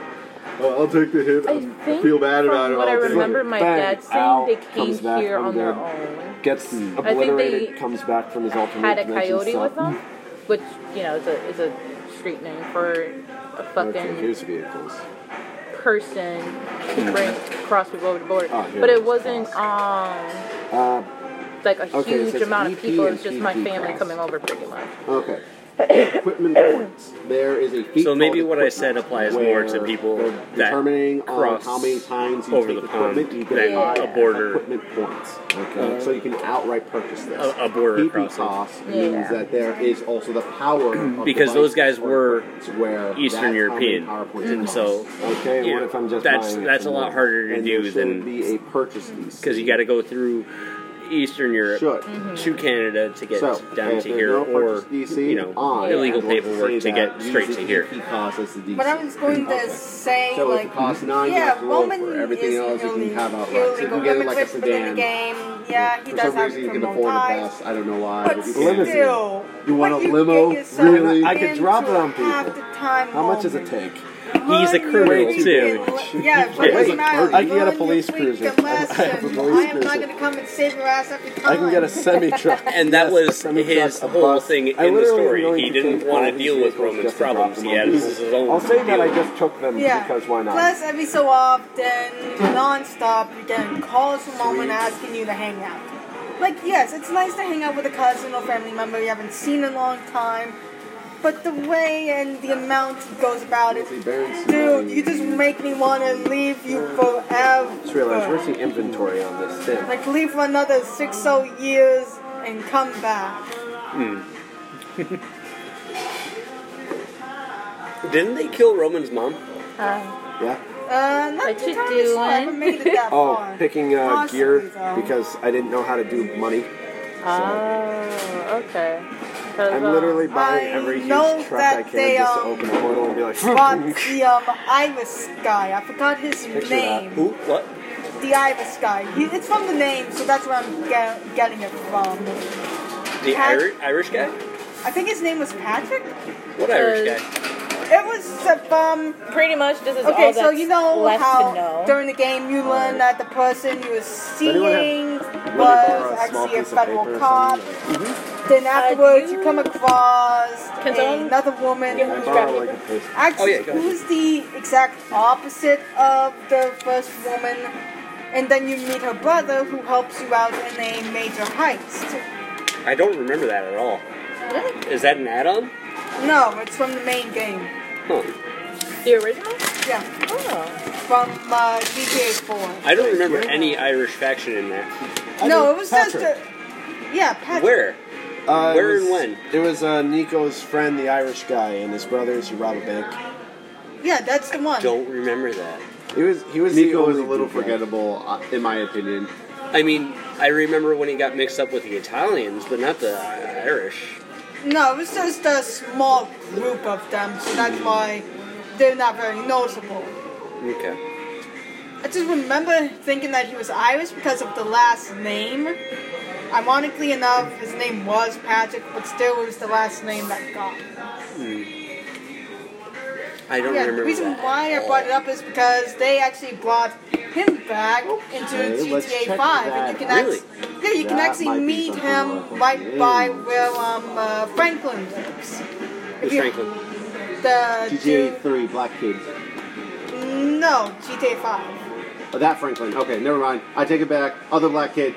Speaker 6: Well, I'll take the hit.
Speaker 3: I
Speaker 6: I
Speaker 3: think
Speaker 6: feel bad
Speaker 3: from
Speaker 6: about it.
Speaker 3: what I
Speaker 6: I'll take
Speaker 3: remember,
Speaker 6: it.
Speaker 3: my
Speaker 1: Bang,
Speaker 3: dad saying
Speaker 1: out,
Speaker 3: they
Speaker 1: comes
Speaker 3: came
Speaker 1: back,
Speaker 3: here
Speaker 1: I'm
Speaker 3: on their
Speaker 1: dead.
Speaker 3: own.
Speaker 1: Gets
Speaker 4: Hmm.
Speaker 1: obliterated,
Speaker 3: they
Speaker 1: comes back from his alternate
Speaker 3: Had a
Speaker 1: dimension,
Speaker 3: coyote
Speaker 1: so-
Speaker 3: with them, which you know is a is a street name for a
Speaker 1: Okay,
Speaker 3: fucking
Speaker 1: here's vehicles.
Speaker 3: person to bring cross people over the border.
Speaker 1: Oh, here
Speaker 3: But
Speaker 1: it
Speaker 3: it
Speaker 1: is.
Speaker 3: wasn't um.
Speaker 1: Uh,
Speaker 3: like a
Speaker 6: Okay, so
Speaker 3: huge
Speaker 6: it's
Speaker 3: amount of
Speaker 6: EP
Speaker 3: people.
Speaker 6: and
Speaker 3: It's just my
Speaker 6: PG
Speaker 3: family
Speaker 6: class.
Speaker 3: coming over pretty much.
Speaker 6: Okay. Equipment points. There is a feat
Speaker 4: So maybe
Speaker 6: called
Speaker 4: what I said
Speaker 6: equipment
Speaker 4: applies more to
Speaker 6: where
Speaker 4: people
Speaker 6: they're
Speaker 4: that
Speaker 6: determining on
Speaker 4: cross
Speaker 6: how many times you
Speaker 4: over
Speaker 6: take
Speaker 4: the pond
Speaker 6: equipment, you
Speaker 4: than
Speaker 6: get high
Speaker 4: a border-
Speaker 6: equipment points. Okay. so you can outright purchase this.
Speaker 4: A- a border
Speaker 6: PP
Speaker 4: crossing.
Speaker 6: cost means
Speaker 3: Yeah.
Speaker 6: that there is also the power of
Speaker 4: Because those
Speaker 6: devices
Speaker 4: guys
Speaker 6: or
Speaker 4: were
Speaker 6: equipments where
Speaker 4: Eastern
Speaker 6: that's how many
Speaker 4: European,
Speaker 6: power points
Speaker 3: Mm-hmm.
Speaker 4: and
Speaker 6: cost.
Speaker 4: so,
Speaker 6: okay,
Speaker 4: you
Speaker 6: what
Speaker 4: know,
Speaker 6: if I'm just
Speaker 4: that's-
Speaker 6: buying it
Speaker 4: that's a
Speaker 6: from
Speaker 4: lot
Speaker 6: there?
Speaker 4: harder to
Speaker 6: And
Speaker 4: do
Speaker 6: there
Speaker 4: than-
Speaker 6: should be a purchase lease
Speaker 4: because you got to go through Eastern Europe
Speaker 6: Should.
Speaker 5: Mm-hmm.
Speaker 4: to Canada to get
Speaker 6: So,
Speaker 4: down
Speaker 6: if
Speaker 4: to
Speaker 6: there's
Speaker 4: here,
Speaker 6: no
Speaker 4: or
Speaker 6: purchase DC,
Speaker 4: you know,
Speaker 6: I
Speaker 4: illegal
Speaker 6: would say
Speaker 4: paperwork to
Speaker 6: that
Speaker 4: get straight
Speaker 6: use
Speaker 4: to
Speaker 6: the
Speaker 4: here.
Speaker 2: He costs us the DC.
Speaker 5: But I was going to say,
Speaker 6: So if
Speaker 5: like,
Speaker 6: it costs nine, you
Speaker 5: yeah,
Speaker 6: have to roll
Speaker 5: Roman
Speaker 6: for
Speaker 5: is
Speaker 6: everything else. You
Speaker 5: only
Speaker 6: can have outright.
Speaker 5: illegal
Speaker 6: So you can get it like a
Speaker 5: Roman within the
Speaker 6: sedan.
Speaker 5: game. Yeah, he
Speaker 6: For
Speaker 5: does
Speaker 6: some
Speaker 5: have
Speaker 6: reason,
Speaker 5: it
Speaker 6: you
Speaker 5: from
Speaker 6: can
Speaker 5: long
Speaker 6: afford a
Speaker 5: time.
Speaker 6: bus. I don't know why.
Speaker 5: But
Speaker 6: you
Speaker 1: limousine.
Speaker 6: can.
Speaker 5: still,
Speaker 6: You want
Speaker 5: what
Speaker 6: a
Speaker 5: you
Speaker 6: limo?
Speaker 5: get yourself
Speaker 6: Really? I
Speaker 1: could drop it
Speaker 5: into
Speaker 1: on people.
Speaker 5: Half the time
Speaker 1: How much does
Speaker 5: Roman.
Speaker 1: it take?
Speaker 4: He's a
Speaker 5: Run
Speaker 4: criminal,
Speaker 5: your
Speaker 4: too.
Speaker 5: weekend- Yeah, but it doesn't matter.
Speaker 1: I can get a
Speaker 5: Run your
Speaker 1: police
Speaker 5: weekend
Speaker 1: cruiser.
Speaker 5: lessons.
Speaker 1: I have a police
Speaker 5: I am not
Speaker 1: cruiser.
Speaker 5: going to come and save your ass every time.
Speaker 1: I can get a semi truck.
Speaker 4: And that was his whole thing in the story. He didn't want to deal with Roman's problems. He had his own.
Speaker 1: I'll say that I
Speaker 4: deal.
Speaker 1: just took them
Speaker 5: Yeah.
Speaker 1: because why not?
Speaker 5: Plus, every so often, nonstop, you're getting calls from mom and asking you to hang out. Like, yes, it's nice to hang out with a cousin or family member you haven't seen in a long time, but the way and the amount he goes about it, dude, you just make me want to leave you forever.
Speaker 1: just realized where's the inventory on this thing?
Speaker 5: Like, leave for another six so years and come back.
Speaker 4: Didn't they kill Roman's mom?
Speaker 3: Um,
Speaker 1: Yeah.
Speaker 5: Uh, not
Speaker 3: What
Speaker 5: too
Speaker 3: you
Speaker 5: terribly sure. I haven't made it that
Speaker 1: Oh,
Speaker 5: far.
Speaker 1: picking uh,
Speaker 5: Possibly,
Speaker 1: gear
Speaker 5: though.
Speaker 1: because I didn't know how to do money.
Speaker 3: oh, okay. 'Cause,
Speaker 1: I'm
Speaker 3: um,
Speaker 1: literally buying
Speaker 5: I
Speaker 1: every huge
Speaker 5: know
Speaker 1: truck
Speaker 5: that
Speaker 1: I can
Speaker 5: they,
Speaker 1: just to
Speaker 5: um,
Speaker 1: open a portal and be like,
Speaker 5: But the um, Iris guy, I forgot his
Speaker 1: that.
Speaker 5: name.
Speaker 4: Who? What?
Speaker 5: The Iris guy. He, it's from the name, so that's where I'm ge- getting it from.
Speaker 4: The
Speaker 5: Pat-
Speaker 4: Irish, Irish guy?
Speaker 5: I think his name was Patrick.
Speaker 4: What Irish guy?
Speaker 5: It was uh, from.
Speaker 3: um, Pretty much, this is
Speaker 5: Okay,
Speaker 3: all
Speaker 5: so
Speaker 3: that's
Speaker 5: you know
Speaker 3: left
Speaker 5: how
Speaker 3: to know.
Speaker 5: during the game you learn that the person you
Speaker 1: anyone
Speaker 5: were
Speaker 1: have-
Speaker 5: seeing
Speaker 1: borrow
Speaker 5: was
Speaker 1: a small
Speaker 5: actually a
Speaker 1: piece of paper
Speaker 5: federal
Speaker 1: or
Speaker 5: cop.
Speaker 1: something? Uh,
Speaker 5: Then afterwards,
Speaker 3: you-
Speaker 5: you come across
Speaker 3: Can someone
Speaker 5: another woman
Speaker 3: give
Speaker 1: I
Speaker 3: me
Speaker 1: borrow like a paste.
Speaker 5: Actually,
Speaker 4: Oh, yeah, go ahead.
Speaker 5: who's the exact opposite of the first woman? And then you meet her brother who helps you out in a major heist.
Speaker 4: I don't remember that at all. Is that an add-on?
Speaker 5: No, it's from the main game.
Speaker 4: Huh.
Speaker 3: The original?
Speaker 5: Yeah,
Speaker 3: Oh.
Speaker 5: from uh, GTA 4.
Speaker 4: I don't remember any Irish faction in that.
Speaker 5: no,
Speaker 1: think
Speaker 5: it was
Speaker 1: Patrick.
Speaker 5: just a. Yeah, Patrick.
Speaker 4: Where?
Speaker 1: Uh, it
Speaker 4: Where
Speaker 1: was-
Speaker 4: and when?
Speaker 1: It was uh, Nico's friend, the Irish guy, and his brothers who rob a bank.
Speaker 5: Yeah, that's the one.
Speaker 4: Don't remember that.
Speaker 1: He was he was the
Speaker 6: Nico
Speaker 1: only
Speaker 6: is a little
Speaker 1: good guy.
Speaker 6: forgettable, uh, in my opinion.
Speaker 4: I mean, I remember when he got mixed up with the Italians, but not the Irish.
Speaker 5: No, it was just a small group of them, so that's why they're not very noticeable.
Speaker 4: Okay.
Speaker 5: I just remember thinking that he was Irish because of the last name. Ironically enough, his name was Patrick, but still it was the last name that got. him.
Speaker 4: I don't
Speaker 5: Yeah, the
Speaker 4: remember.
Speaker 5: reason
Speaker 4: that
Speaker 5: why
Speaker 4: at
Speaker 5: I brought it
Speaker 4: all.
Speaker 5: up is because they actually brought him back into
Speaker 6: let's
Speaker 5: GTA
Speaker 6: check
Speaker 5: 5,
Speaker 6: that
Speaker 5: and you can
Speaker 4: out.
Speaker 5: actually yeah, you can
Speaker 6: That
Speaker 5: actually
Speaker 6: might be
Speaker 5: meet
Speaker 6: something
Speaker 5: him
Speaker 6: worth
Speaker 5: right
Speaker 6: looking
Speaker 5: by
Speaker 6: into.
Speaker 5: where um uh, Franklin lives.
Speaker 4: Who's
Speaker 5: you-
Speaker 4: Franklin?
Speaker 5: The
Speaker 6: GTA 3, Black Kid.
Speaker 5: dude- no GTA 5.
Speaker 6: Oh, that Franklin. Okay, never mind. I take it back. Other Black Kid.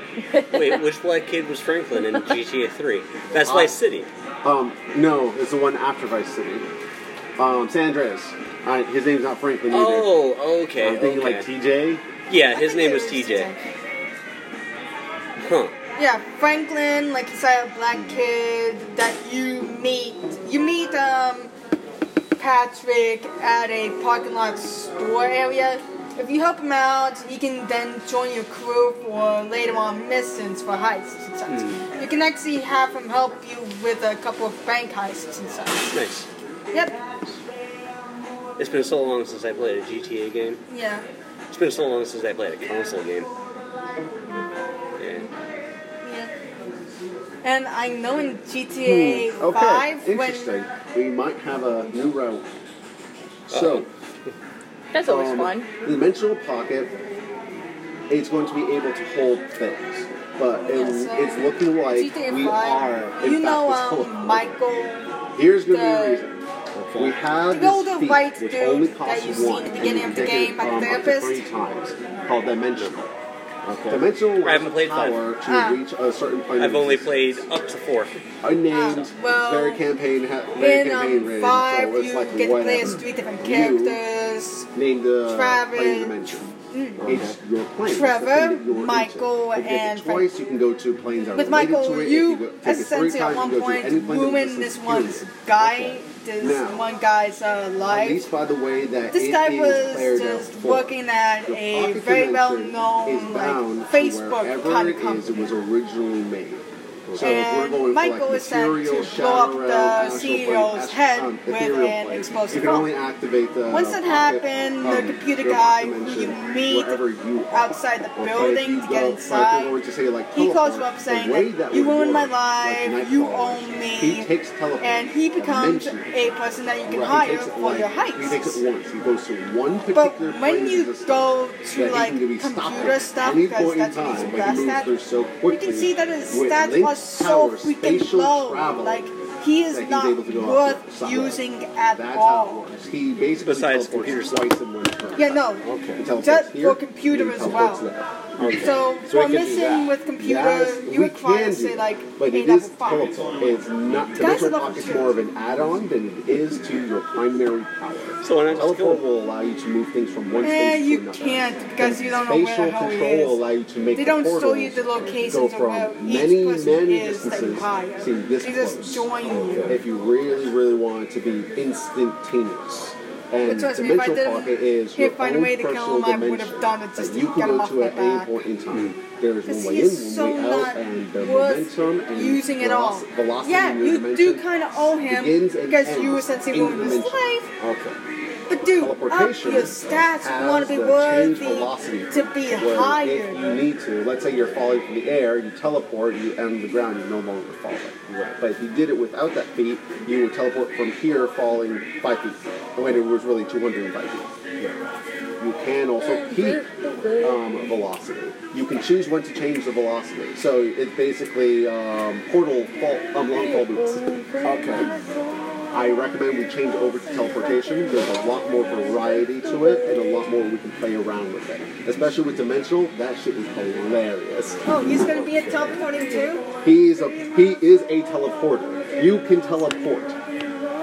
Speaker 4: Wait, which black kid was Franklin in GTA 3? That's
Speaker 6: Uh,
Speaker 4: Vice City.
Speaker 6: Um, no, it's the one after Vice City. Um, San Andreas. I, his name's not Franklin either.
Speaker 4: Oh, okay.
Speaker 6: I'm thinking
Speaker 4: okay.
Speaker 6: like TJ.
Speaker 4: yeah,
Speaker 5: I
Speaker 4: his
Speaker 5: think
Speaker 4: name
Speaker 5: it
Speaker 4: was TJ. Huh. Hmm.
Speaker 5: Yeah, Franklin, like you said, a black kid that you meet. You meet um Patrick at a parking lot store area. If you help him out, he can then join your crew for later on missions for heists and such.
Speaker 4: Hmm.
Speaker 5: You can actually have him help you with a couple of bank heists and such.
Speaker 4: Nice.
Speaker 5: Yep.
Speaker 4: It's been so long since I played a GTA game.
Speaker 5: Yeah.
Speaker 4: It's been so long since I played a console game. Yeah.
Speaker 5: Yeah. And I know in GTA
Speaker 4: Hmm.
Speaker 6: Okay,
Speaker 5: 5
Speaker 6: interesting.
Speaker 5: when
Speaker 6: We might have a new route. So,
Speaker 3: That's always
Speaker 6: um,
Speaker 3: fun.
Speaker 6: the dimensional pocket, it's going to be able to hold things. But it,
Speaker 5: Yes, sir.
Speaker 6: it's looking like
Speaker 5: GTA
Speaker 6: we
Speaker 5: 5,
Speaker 6: are. In
Speaker 5: you
Speaker 6: fact,
Speaker 5: know
Speaker 6: it's holding.
Speaker 5: um, Michael
Speaker 6: Here's going to be
Speaker 5: the-
Speaker 6: a reason. We have
Speaker 5: The older
Speaker 6: this feat,
Speaker 5: white
Speaker 6: which
Speaker 5: dude
Speaker 6: only
Speaker 5: that
Speaker 6: costs
Speaker 5: you see at
Speaker 6: one,
Speaker 5: the
Speaker 6: and
Speaker 5: beginning
Speaker 6: you
Speaker 5: of the
Speaker 6: can take
Speaker 5: game,
Speaker 6: it
Speaker 5: my
Speaker 6: from up to
Speaker 5: therapist.
Speaker 6: three times, called dimensional. Okay.
Speaker 1: Dimensional
Speaker 4: I
Speaker 1: levels
Speaker 4: haven't played
Speaker 1: of
Speaker 4: five.
Speaker 1: power
Speaker 5: Ah.
Speaker 1: to reach a certain plane.
Speaker 4: I've only played up to four.
Speaker 1: unnamed
Speaker 5: Ah, well,
Speaker 1: very campaign ha- very
Speaker 5: In
Speaker 1: campaign
Speaker 5: um,
Speaker 1: rating.
Speaker 5: five,
Speaker 1: so it's
Speaker 5: you
Speaker 1: like
Speaker 5: get to play as
Speaker 1: whatever.
Speaker 5: three different
Speaker 1: You-
Speaker 5: characters.
Speaker 1: Name the
Speaker 5: Travis- Mm.
Speaker 1: plane uh, dimension. It's your plane. It's the
Speaker 5: Trevor,
Speaker 1: thing that you're into.
Speaker 5: Michael,
Speaker 1: If you get
Speaker 5: and
Speaker 1: the choice. You can go to planes that are
Speaker 5: With
Speaker 1: related
Speaker 5: Michael,
Speaker 1: to it. If
Speaker 5: you,
Speaker 1: go- take it three
Speaker 5: essentially
Speaker 1: times,
Speaker 5: at
Speaker 1: you
Speaker 5: one
Speaker 1: go to
Speaker 5: point
Speaker 1: any plane that
Speaker 5: ruined
Speaker 1: doesn't
Speaker 5: this
Speaker 1: period.
Speaker 5: one guy, this
Speaker 1: Now-
Speaker 5: one guy's uh,
Speaker 1: At
Speaker 5: life.
Speaker 1: least by the way that
Speaker 5: This
Speaker 1: it
Speaker 5: guy
Speaker 1: is
Speaker 5: was
Speaker 1: played out
Speaker 5: just
Speaker 1: for.
Speaker 5: working at
Speaker 1: The
Speaker 5: a
Speaker 1: pocket
Speaker 5: very
Speaker 1: dimension
Speaker 5: well
Speaker 1: is
Speaker 5: known
Speaker 1: bound
Speaker 5: like
Speaker 1: to
Speaker 5: Facebook
Speaker 1: wherever
Speaker 5: kind
Speaker 1: it
Speaker 5: of
Speaker 1: is
Speaker 5: company.
Speaker 1: it was originally made. So if we're
Speaker 5: and
Speaker 1: going
Speaker 5: Michael
Speaker 1: for like
Speaker 5: is sent
Speaker 1: material,
Speaker 5: to blow up
Speaker 1: shadow
Speaker 5: the
Speaker 1: realm, astral plane,
Speaker 5: CEO's
Speaker 1: astral-
Speaker 5: head
Speaker 1: um,
Speaker 5: with
Speaker 1: ethereal
Speaker 5: an
Speaker 1: plane,
Speaker 5: explosive
Speaker 1: You can only
Speaker 5: bomb.
Speaker 1: activate the
Speaker 5: Once that
Speaker 1: pocket,
Speaker 5: happened, the
Speaker 1: um,
Speaker 5: computer
Speaker 1: your
Speaker 5: guy
Speaker 1: pocket
Speaker 5: who you
Speaker 1: dimension,
Speaker 5: meet
Speaker 1: wherever you are.
Speaker 5: outside the
Speaker 1: Okay, if
Speaker 5: building
Speaker 1: you
Speaker 5: to get
Speaker 1: go-
Speaker 5: inside,
Speaker 1: Like, if we were to say, like,
Speaker 5: he calls
Speaker 1: teleport,
Speaker 5: you up
Speaker 1: the
Speaker 5: saying
Speaker 1: way
Speaker 5: that
Speaker 1: that
Speaker 5: you
Speaker 1: would
Speaker 5: ruined my
Speaker 1: work,
Speaker 5: life,
Speaker 1: like
Speaker 5: you
Speaker 1: Nightcrawler,
Speaker 5: own me,
Speaker 1: He takes teleport,
Speaker 5: and he becomes
Speaker 1: dimension.
Speaker 5: a person that you can
Speaker 1: Right, he
Speaker 5: hire
Speaker 1: takes it
Speaker 5: for
Speaker 1: like-
Speaker 5: your
Speaker 1: He takes
Speaker 5: heists.
Speaker 1: it once. He goes to one
Speaker 5: But
Speaker 1: particular
Speaker 5: when
Speaker 1: place
Speaker 5: you
Speaker 1: of the
Speaker 5: go
Speaker 1: system
Speaker 5: to
Speaker 1: that
Speaker 5: like
Speaker 1: he can be stopped
Speaker 5: computer
Speaker 1: at
Speaker 5: stuff,
Speaker 1: any
Speaker 5: because
Speaker 1: point in
Speaker 5: that's what he's
Speaker 1: time, but
Speaker 5: best
Speaker 1: he moves
Speaker 5: at,
Speaker 1: through so
Speaker 5: you
Speaker 1: quickly.
Speaker 5: can see that his
Speaker 1: with
Speaker 5: stats
Speaker 1: linked
Speaker 5: are so
Speaker 1: power,
Speaker 5: freaking
Speaker 1: spatial
Speaker 5: low.
Speaker 1: travel,
Speaker 5: Like he is
Speaker 1: that he's
Speaker 5: not
Speaker 1: able to go off of
Speaker 5: worth
Speaker 1: somewhere.
Speaker 5: using at
Speaker 1: That's how
Speaker 5: all.
Speaker 1: it works. He basically
Speaker 4: Besides
Speaker 1: teleports
Speaker 4: computer
Speaker 1: twice in one turn.
Speaker 5: Yeah, no.
Speaker 1: He
Speaker 5: Okay.
Speaker 1: teleports
Speaker 5: Just
Speaker 1: here,
Speaker 5: for computer
Speaker 1: and he
Speaker 5: as well.
Speaker 1: teleports there.
Speaker 5: So,
Speaker 1: So we
Speaker 5: for
Speaker 1: can do
Speaker 5: missing
Speaker 1: that.
Speaker 5: with computer,
Speaker 1: Yes,
Speaker 5: you
Speaker 1: we
Speaker 5: require
Speaker 1: can
Speaker 5: say
Speaker 1: do
Speaker 5: like
Speaker 1: that.
Speaker 5: a
Speaker 1: but it
Speaker 5: level
Speaker 1: is
Speaker 5: five.
Speaker 1: teleport. It's not
Speaker 5: Guys are
Speaker 1: dimensional
Speaker 5: level
Speaker 1: pocket's
Speaker 5: two.
Speaker 1: more of an add-on than it is to your primary power.
Speaker 4: So why not just kill
Speaker 1: teleport
Speaker 4: him?
Speaker 1: will allow you to move things from one
Speaker 5: Eh,
Speaker 1: space
Speaker 5: you
Speaker 1: to another.
Speaker 5: can't because you don't know where the
Speaker 1: Spatial
Speaker 5: hell he
Speaker 1: control will allow
Speaker 5: is.
Speaker 1: you to make
Speaker 5: They don't
Speaker 1: the
Speaker 5: show you
Speaker 1: portals
Speaker 5: the
Speaker 1: go
Speaker 5: locations of
Speaker 1: from
Speaker 5: where
Speaker 1: many,
Speaker 5: each person
Speaker 1: many
Speaker 5: is that you
Speaker 1: distances
Speaker 5: hire.
Speaker 1: seem
Speaker 5: They
Speaker 1: this
Speaker 5: just
Speaker 1: close.
Speaker 5: join you.
Speaker 1: if you really, really want it to be instantaneous. And
Speaker 5: But trust me, if I
Speaker 1: dimensional
Speaker 5: didn't
Speaker 1: pocket is
Speaker 5: here
Speaker 1: your
Speaker 5: find a
Speaker 1: own
Speaker 5: way to kill
Speaker 1: personal
Speaker 5: him, I would've
Speaker 1: dimension
Speaker 5: done it
Speaker 1: that
Speaker 5: just to
Speaker 1: you
Speaker 5: get
Speaker 1: can
Speaker 5: him
Speaker 1: go
Speaker 5: off
Speaker 1: to
Speaker 5: my
Speaker 1: at any
Speaker 5: back.
Speaker 1: point in
Speaker 4: Mm.
Speaker 1: time. There's
Speaker 5: Because
Speaker 1: one
Speaker 5: he
Speaker 1: way in,
Speaker 5: is
Speaker 1: one
Speaker 5: so
Speaker 1: way out,
Speaker 5: not
Speaker 1: and the
Speaker 5: worth
Speaker 1: momentum and
Speaker 5: using it all.
Speaker 1: veloc- velocity
Speaker 5: Yeah,
Speaker 1: in your
Speaker 5: you
Speaker 1: dimension
Speaker 5: do kind of owe him
Speaker 1: begins and
Speaker 5: because you
Speaker 1: ends
Speaker 5: essentially
Speaker 1: in
Speaker 5: ruined his
Speaker 1: dimension.
Speaker 5: life.
Speaker 1: Okay.
Speaker 5: But dude, up your
Speaker 1: Teleportation
Speaker 5: stats
Speaker 1: has
Speaker 5: want to be
Speaker 1: the change velocity
Speaker 5: worthy to be
Speaker 1: where
Speaker 5: higher.
Speaker 1: If you need to, let's say you're falling from the air, you teleport, you end on the ground, you're no longer falling. Right. But if you did it without that feat, you would teleport from here, falling five feet. Oh, wait, it was really 205 feet. You can also peak um, velocity. You can choose when to change the velocity. So it's basically um, portal fall, um, long fall boots.
Speaker 7: Okay.
Speaker 1: I recommend we change over to teleportation. There's a lot more variety to it, and a lot more we can play around with it. Especially with dimensional, that shit is hilarious.
Speaker 5: Oh, he's gonna be at top 22?
Speaker 1: He is a he is a teleporter. You can teleport.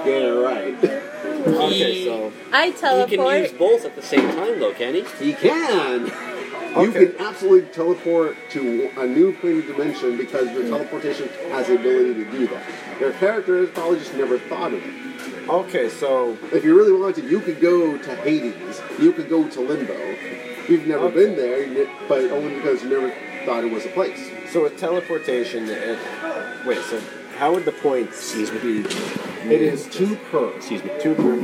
Speaker 1: Yeah, right.
Speaker 8: Okay,
Speaker 4: so
Speaker 3: I
Speaker 4: he can use
Speaker 3: teleport.
Speaker 4: both at the same time, though, can he?
Speaker 1: He can. You
Speaker 7: Okay.
Speaker 1: can absolutely teleport to a new plane of dimension because your teleportation has the ability to do that. Your character has probably just never thought of it.
Speaker 7: Okay, so
Speaker 1: If you really wanted, you could go to Hades. You could go to Limbo. You've never
Speaker 7: Okay.
Speaker 1: been there, you- but only because you never thought it was a place.
Speaker 7: so with teleportation, it, wait. So how would the points be?
Speaker 1: It is two per.
Speaker 7: Excuse me. Two per.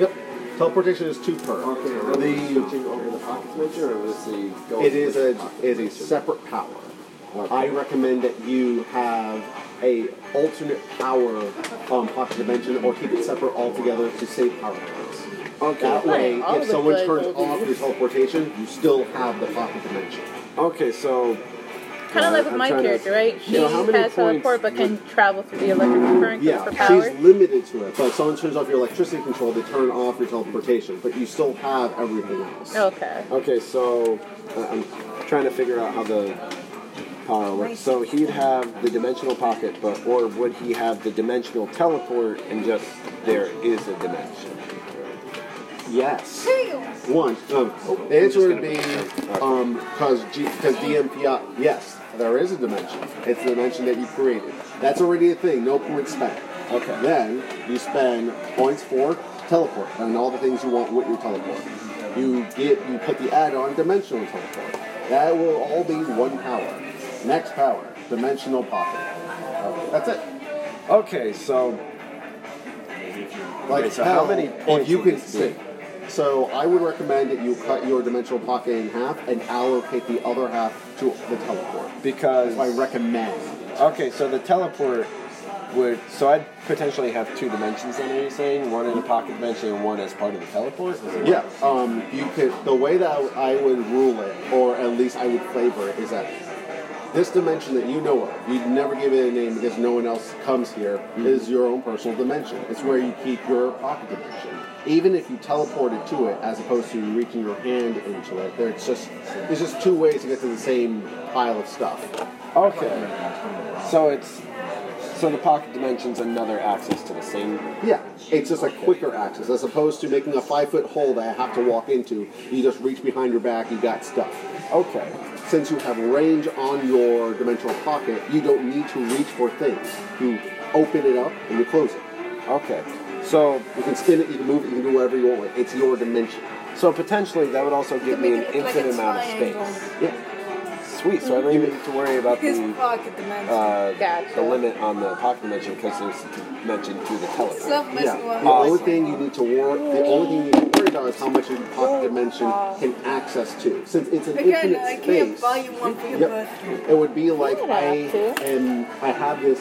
Speaker 1: Yep. Teleportation is two per.
Speaker 6: Okay, are they switching over the pocket switcher or is the go
Speaker 1: It is a it is a separate power. I recommend that you have a alternate power um, pocket dimension, or keep it separate altogether to save power points.
Speaker 7: Okay.
Speaker 1: That way,
Speaker 3: All
Speaker 1: if
Speaker 3: the
Speaker 1: someone
Speaker 3: good
Speaker 1: turns
Speaker 3: old
Speaker 1: off your teleportation, you still have the pocket dimension.
Speaker 7: Okay, so
Speaker 3: Kind of like with
Speaker 7: I'm
Speaker 3: my
Speaker 7: trying to-
Speaker 3: character, right? She
Speaker 7: So how many
Speaker 3: has teleport but
Speaker 7: points
Speaker 3: can travel through the electric current
Speaker 1: Yeah,
Speaker 3: for power.
Speaker 1: she's limited to it. But if someone turns off your electricity control, they turn off your teleportation, but you still have everything else.
Speaker 3: Okay.
Speaker 7: okay, so uh, I'm trying to figure out how the power works. So he'd have the dimensional pocket, but or would he have the dimensional teleport and just there is a dimension?
Speaker 1: Yes. One. Um, the answer would be um, cause G, cause DMPI. Yes, there is a dimension. It's the dimension that you created. That's already a thing. No points spent.
Speaker 7: Okay.
Speaker 1: Then you spend points for teleport and all the things you want with your teleport. You get you put the add-on dimensional teleport. That will all be one power. Next power, dimensional pocket. That's it.
Speaker 7: Okay, so
Speaker 1: Like
Speaker 7: Okay, so how
Speaker 1: hell,
Speaker 7: many
Speaker 1: if
Speaker 7: points
Speaker 1: you
Speaker 7: would
Speaker 1: could
Speaker 7: this
Speaker 1: sit. So I would recommend that you cut your dimensional pocket in half and allocate the other half to the teleport.
Speaker 7: because
Speaker 1: That's what I recommend.
Speaker 7: Okay, so the teleport would. So I'd potentially have two dimensions then, are you saying? One in the pocket dimension and one as part of the teleport?
Speaker 1: Yeah, um, you could. The way that I would rule it, or at least I would flavor it, is that This dimension that you know of, you'd never give it a name because no one else comes here, is your own personal dimension. It's where you keep your pocket dimension. Even if you teleported to it as opposed to reaching your hand into it, there's just there's just two ways to get to the same pile of stuff.
Speaker 6: Okay. So it's so the pocket dimension's another access to the same.
Speaker 1: Yeah, it's just a quicker access as opposed to making a five foot hole that I have to walk into. You just reach behind your back, you got stuff.
Speaker 6: Okay.
Speaker 1: Since you have range on your dimensional pocket, you don't need to reach for things. You open it up and you close it.
Speaker 6: Okay. So
Speaker 1: You can spin it, you can move it, you can do whatever you want with it. It's your dimension.
Speaker 6: so potentially that would also give me an
Speaker 5: Make it like a
Speaker 6: infinite amount of
Speaker 5: triangle.
Speaker 6: space.
Speaker 1: Yeah.
Speaker 6: Sweet. So I don't even need to worry about
Speaker 5: His
Speaker 1: Um,
Speaker 6: the
Speaker 5: pocket dimension.
Speaker 6: uh,
Speaker 3: Gotcha.
Speaker 6: the limit on the pocket dimension because there's dimension to the teleport.
Speaker 5: Self
Speaker 1: Yeah.
Speaker 5: messing
Speaker 1: The only thing you need to worry the only thing you need to worry about is how much your pocket dimension can access to. Since it's an
Speaker 5: Oh, Again,
Speaker 1: infinite
Speaker 5: I can't
Speaker 1: space.
Speaker 5: volume one for your
Speaker 1: Yep.
Speaker 5: both.
Speaker 1: It would be like
Speaker 3: don't
Speaker 1: I
Speaker 3: have to.
Speaker 1: am. I have this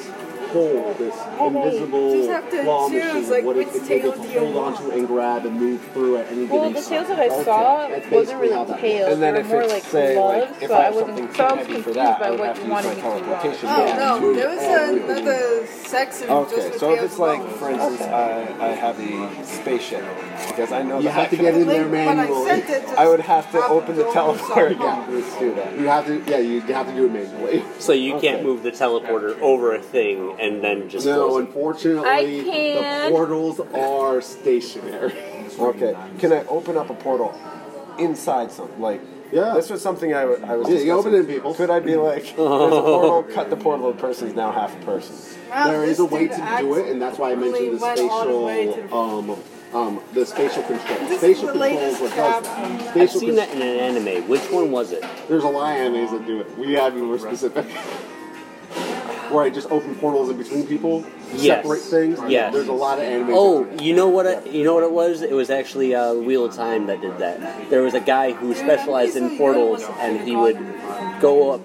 Speaker 1: hole, this invisible
Speaker 5: Just have to
Speaker 1: claw
Speaker 5: choose,
Speaker 1: machine.
Speaker 5: like,
Speaker 1: what if
Speaker 5: which
Speaker 1: it's able
Speaker 5: tail
Speaker 1: to
Speaker 5: do you
Speaker 1: hold
Speaker 5: want?
Speaker 1: onto and grab and move through at any
Speaker 3: Well,
Speaker 1: given
Speaker 3: the
Speaker 1: time?
Speaker 3: tails that I saw
Speaker 1: That's
Speaker 3: wasn't
Speaker 1: basically
Speaker 3: really
Speaker 1: how that
Speaker 3: tails.
Speaker 6: And then
Speaker 3: they were
Speaker 6: if
Speaker 3: more
Speaker 6: it's
Speaker 3: like
Speaker 6: say
Speaker 3: gloves,
Speaker 6: like if
Speaker 3: so
Speaker 6: I
Speaker 3: I
Speaker 6: have
Speaker 3: wasn't
Speaker 6: something
Speaker 3: so I was
Speaker 6: too heavy
Speaker 3: confused
Speaker 6: for that,
Speaker 3: by
Speaker 6: I would
Speaker 3: what
Speaker 6: have to
Speaker 3: you
Speaker 6: use my
Speaker 3: wanted me to ride.
Speaker 6: teleportation.
Speaker 5: Oh
Speaker 6: ability to
Speaker 5: no,
Speaker 6: move
Speaker 5: there was
Speaker 6: everywhere.
Speaker 5: another section just
Speaker 6: Okay,
Speaker 5: with
Speaker 6: so if
Speaker 5: tails
Speaker 6: it's like,
Speaker 5: alone.
Speaker 6: for instance, I, I have the spaceship because I know
Speaker 1: You
Speaker 6: that
Speaker 1: have to
Speaker 6: I,
Speaker 1: get in there
Speaker 5: Link, but I sent
Speaker 1: manually.
Speaker 5: it to
Speaker 6: I would have to
Speaker 5: Rob
Speaker 6: open the
Speaker 5: Jones
Speaker 6: teleport
Speaker 5: on-
Speaker 6: again. Let's do that.
Speaker 1: You have to, yeah, you have to do it manually.
Speaker 4: So you
Speaker 6: Okay.
Speaker 4: can't move the teleporter over a thing and then just
Speaker 1: No,
Speaker 4: close it.
Speaker 3: I
Speaker 1: unfortunately, the
Speaker 3: can't.
Speaker 1: portals are stationary.
Speaker 6: Okay, can I open up a portal inside something? Like,
Speaker 1: Yeah.
Speaker 6: This was something I wa- I was.
Speaker 1: Yeah, you open
Speaker 6: discussing.
Speaker 1: it, people.
Speaker 6: Could I be like, there's a portal, cut the portal, the person's now half a person.
Speaker 5: Wow,
Speaker 1: there
Speaker 5: this
Speaker 1: is a way
Speaker 5: dude
Speaker 1: to
Speaker 5: acts
Speaker 1: do it, and that's why I mentioned the
Speaker 5: really went all the way to
Speaker 1: spatial, um, um, the spatial control.
Speaker 5: This is
Speaker 1: spatial
Speaker 5: the
Speaker 1: control is
Speaker 5: latest
Speaker 1: what does
Speaker 5: tab.
Speaker 1: that.
Speaker 4: I've
Speaker 1: Spatial
Speaker 4: seen that in an anime. Which one was it?
Speaker 1: There's a lot of animes that do it. We have to be more specific. Where I just open portals in between people,
Speaker 4: Yes.
Speaker 1: separate things.
Speaker 4: Yes.
Speaker 1: There's a lot of animes.
Speaker 4: Oh,
Speaker 1: that do it.
Speaker 4: you know what? I, you know what it was? It was actually uh, Wheel of Time that did that. There was a guy who specialized in portals, and he would go up,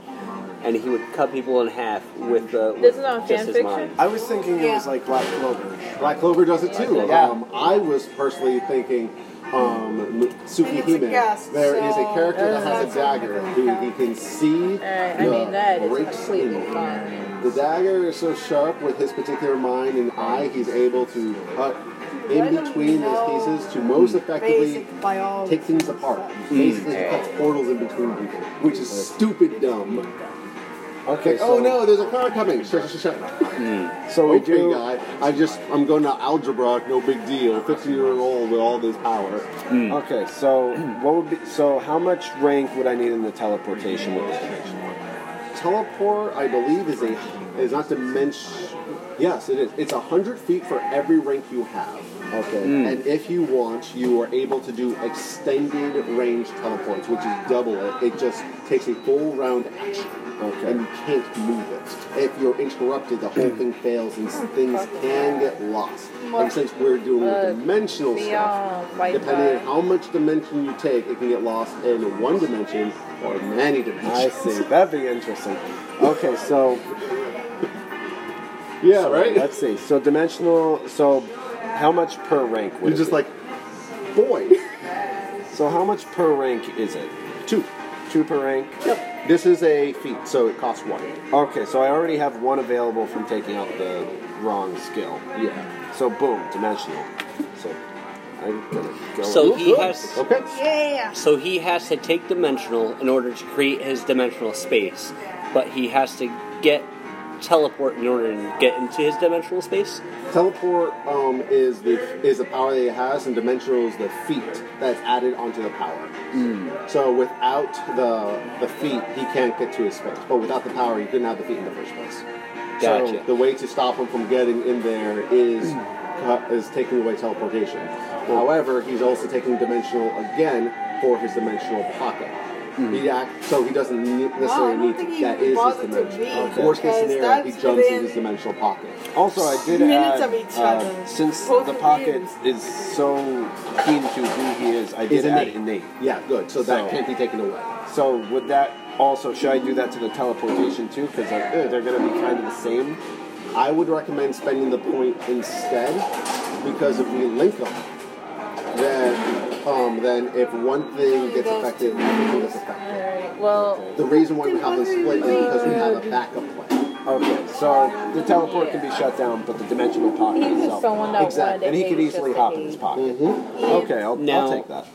Speaker 4: and he would cut people in half with, uh, with
Speaker 3: This is on
Speaker 4: just
Speaker 3: fan
Speaker 4: his
Speaker 3: fiction?
Speaker 4: mind.
Speaker 6: I was thinking it was
Speaker 5: Yeah.
Speaker 6: like Black Clover.
Speaker 1: Black Clover does it too.
Speaker 6: Yeah.
Speaker 1: Um, I was personally thinking um, Suki
Speaker 5: And it's a
Speaker 1: Hime.
Speaker 5: guest,
Speaker 1: there is a
Speaker 5: so-
Speaker 1: character that has
Speaker 5: Uh,
Speaker 1: a dagger who he can see.
Speaker 3: Alright, I
Speaker 1: the
Speaker 3: mean, that is
Speaker 1: breaks
Speaker 3: completely
Speaker 1: in it.
Speaker 3: fine.
Speaker 1: The dagger is so sharp with his particular mind and eye, he's able to cut
Speaker 5: Why
Speaker 1: in
Speaker 5: don't
Speaker 1: between
Speaker 5: we
Speaker 1: those
Speaker 5: know
Speaker 1: pieces to most effectively
Speaker 5: Basic biology.
Speaker 1: take things apart.
Speaker 6: Hmm.
Speaker 1: Basically, he cuts portals in between people, which is stupid dumb.
Speaker 6: Okay,
Speaker 1: Like, oh
Speaker 6: so,
Speaker 1: no, there's a car coming. Shut, shut, shut.
Speaker 6: So we
Speaker 1: Okay,
Speaker 6: do.
Speaker 1: guy. I just I'm going to algebra. No big deal. Fifteen year old with all this power.
Speaker 6: hmm. Okay, so what would be? So how much rank would I need in the teleportation with this dimension?
Speaker 1: Teleport, I believe, is a is not dimension. Yes, it is. It's hundred feet for every rank you have.
Speaker 6: Okay. Hmm.
Speaker 1: And if you want, you are able to do extended range teleports, which is double it. It just takes a full round action.
Speaker 6: Okay.
Speaker 1: And you can't move it. If you're interrupted, the whole thing fails and things can get lost. And since we're doing
Speaker 3: Uh,
Speaker 1: dimensional
Speaker 3: beyond
Speaker 1: stuff,
Speaker 3: Wi-Fi.
Speaker 1: depending on how much dimension you take, it can get lost in one dimension or many dimensions.
Speaker 6: I see. That'd be interesting. Okay, so
Speaker 1: yeah, right?
Speaker 6: let's see. So dimensional. So how much per rank? Would
Speaker 1: You're
Speaker 6: it
Speaker 1: just
Speaker 6: be?
Speaker 1: like, boy,
Speaker 6: So how much per rank is it?
Speaker 1: two.
Speaker 6: Two per rank.
Speaker 1: Yep. This is a feat, so it costs one.
Speaker 6: Okay, so I already have one available from taking out the wrong skill.
Speaker 1: Yeah.
Speaker 6: So boom, dimensional. So I'm gonna go.
Speaker 4: So he has.
Speaker 1: Okay.
Speaker 5: Yeah.
Speaker 4: So he has to take dimensional in order to create his dimensional space, but he has to get teleport in order to get into his dimensional space.
Speaker 1: Teleport um, is the is the power that it has, and dimensional is the feat that's added onto the power. So without the the feat, he can't get to his space. But without the power, he couldn't have the feat in the first place. So
Speaker 4: Gotcha.
Speaker 1: the way to stop him from getting in there is cut- is taking away teleportation. However, he's also taking dimensional again for his dimensional pocket. He act, so he doesn't ne-
Speaker 5: Wow, I
Speaker 1: necessarily
Speaker 5: don't
Speaker 1: need
Speaker 5: think
Speaker 1: to.
Speaker 5: he
Speaker 1: That
Speaker 5: even
Speaker 1: is his
Speaker 5: bothered to
Speaker 1: dimension.
Speaker 5: read,
Speaker 1: Worst case
Speaker 5: because
Speaker 1: scenario, he
Speaker 5: that's
Speaker 1: jumps in
Speaker 5: within-
Speaker 1: his dimensional pocket.
Speaker 6: Also, I did
Speaker 5: Minutes
Speaker 6: add
Speaker 5: of each
Speaker 6: uh,
Speaker 5: other.
Speaker 6: since
Speaker 5: Both
Speaker 6: the
Speaker 5: of
Speaker 6: pocket
Speaker 5: you.
Speaker 6: is so keen to who he is. I did
Speaker 1: Is
Speaker 6: add
Speaker 1: innate.
Speaker 6: innate.
Speaker 1: Yeah, good. So that
Speaker 6: So-
Speaker 1: can't be taken away.
Speaker 6: So would that also should I do that to the teleportation too? Because they're gonna be kind of the same.
Speaker 1: I would recommend spending the point instead, because if we link them, then
Speaker 6: Um, then if one thing gets affected, everything gets affected.
Speaker 3: Well,
Speaker 6: The reason why we have them split is because we have a backup plan.
Speaker 1: Okay, so the teleport can be shut down, but the dimensional pocket
Speaker 3: He was
Speaker 1: itself.
Speaker 3: someone that wanted
Speaker 1: exactly, and he could
Speaker 3: things
Speaker 1: easily
Speaker 3: just
Speaker 1: hop
Speaker 3: to
Speaker 1: in his
Speaker 3: be-
Speaker 1: pocket. Okay, I'll,
Speaker 9: Now-
Speaker 1: I'll take that.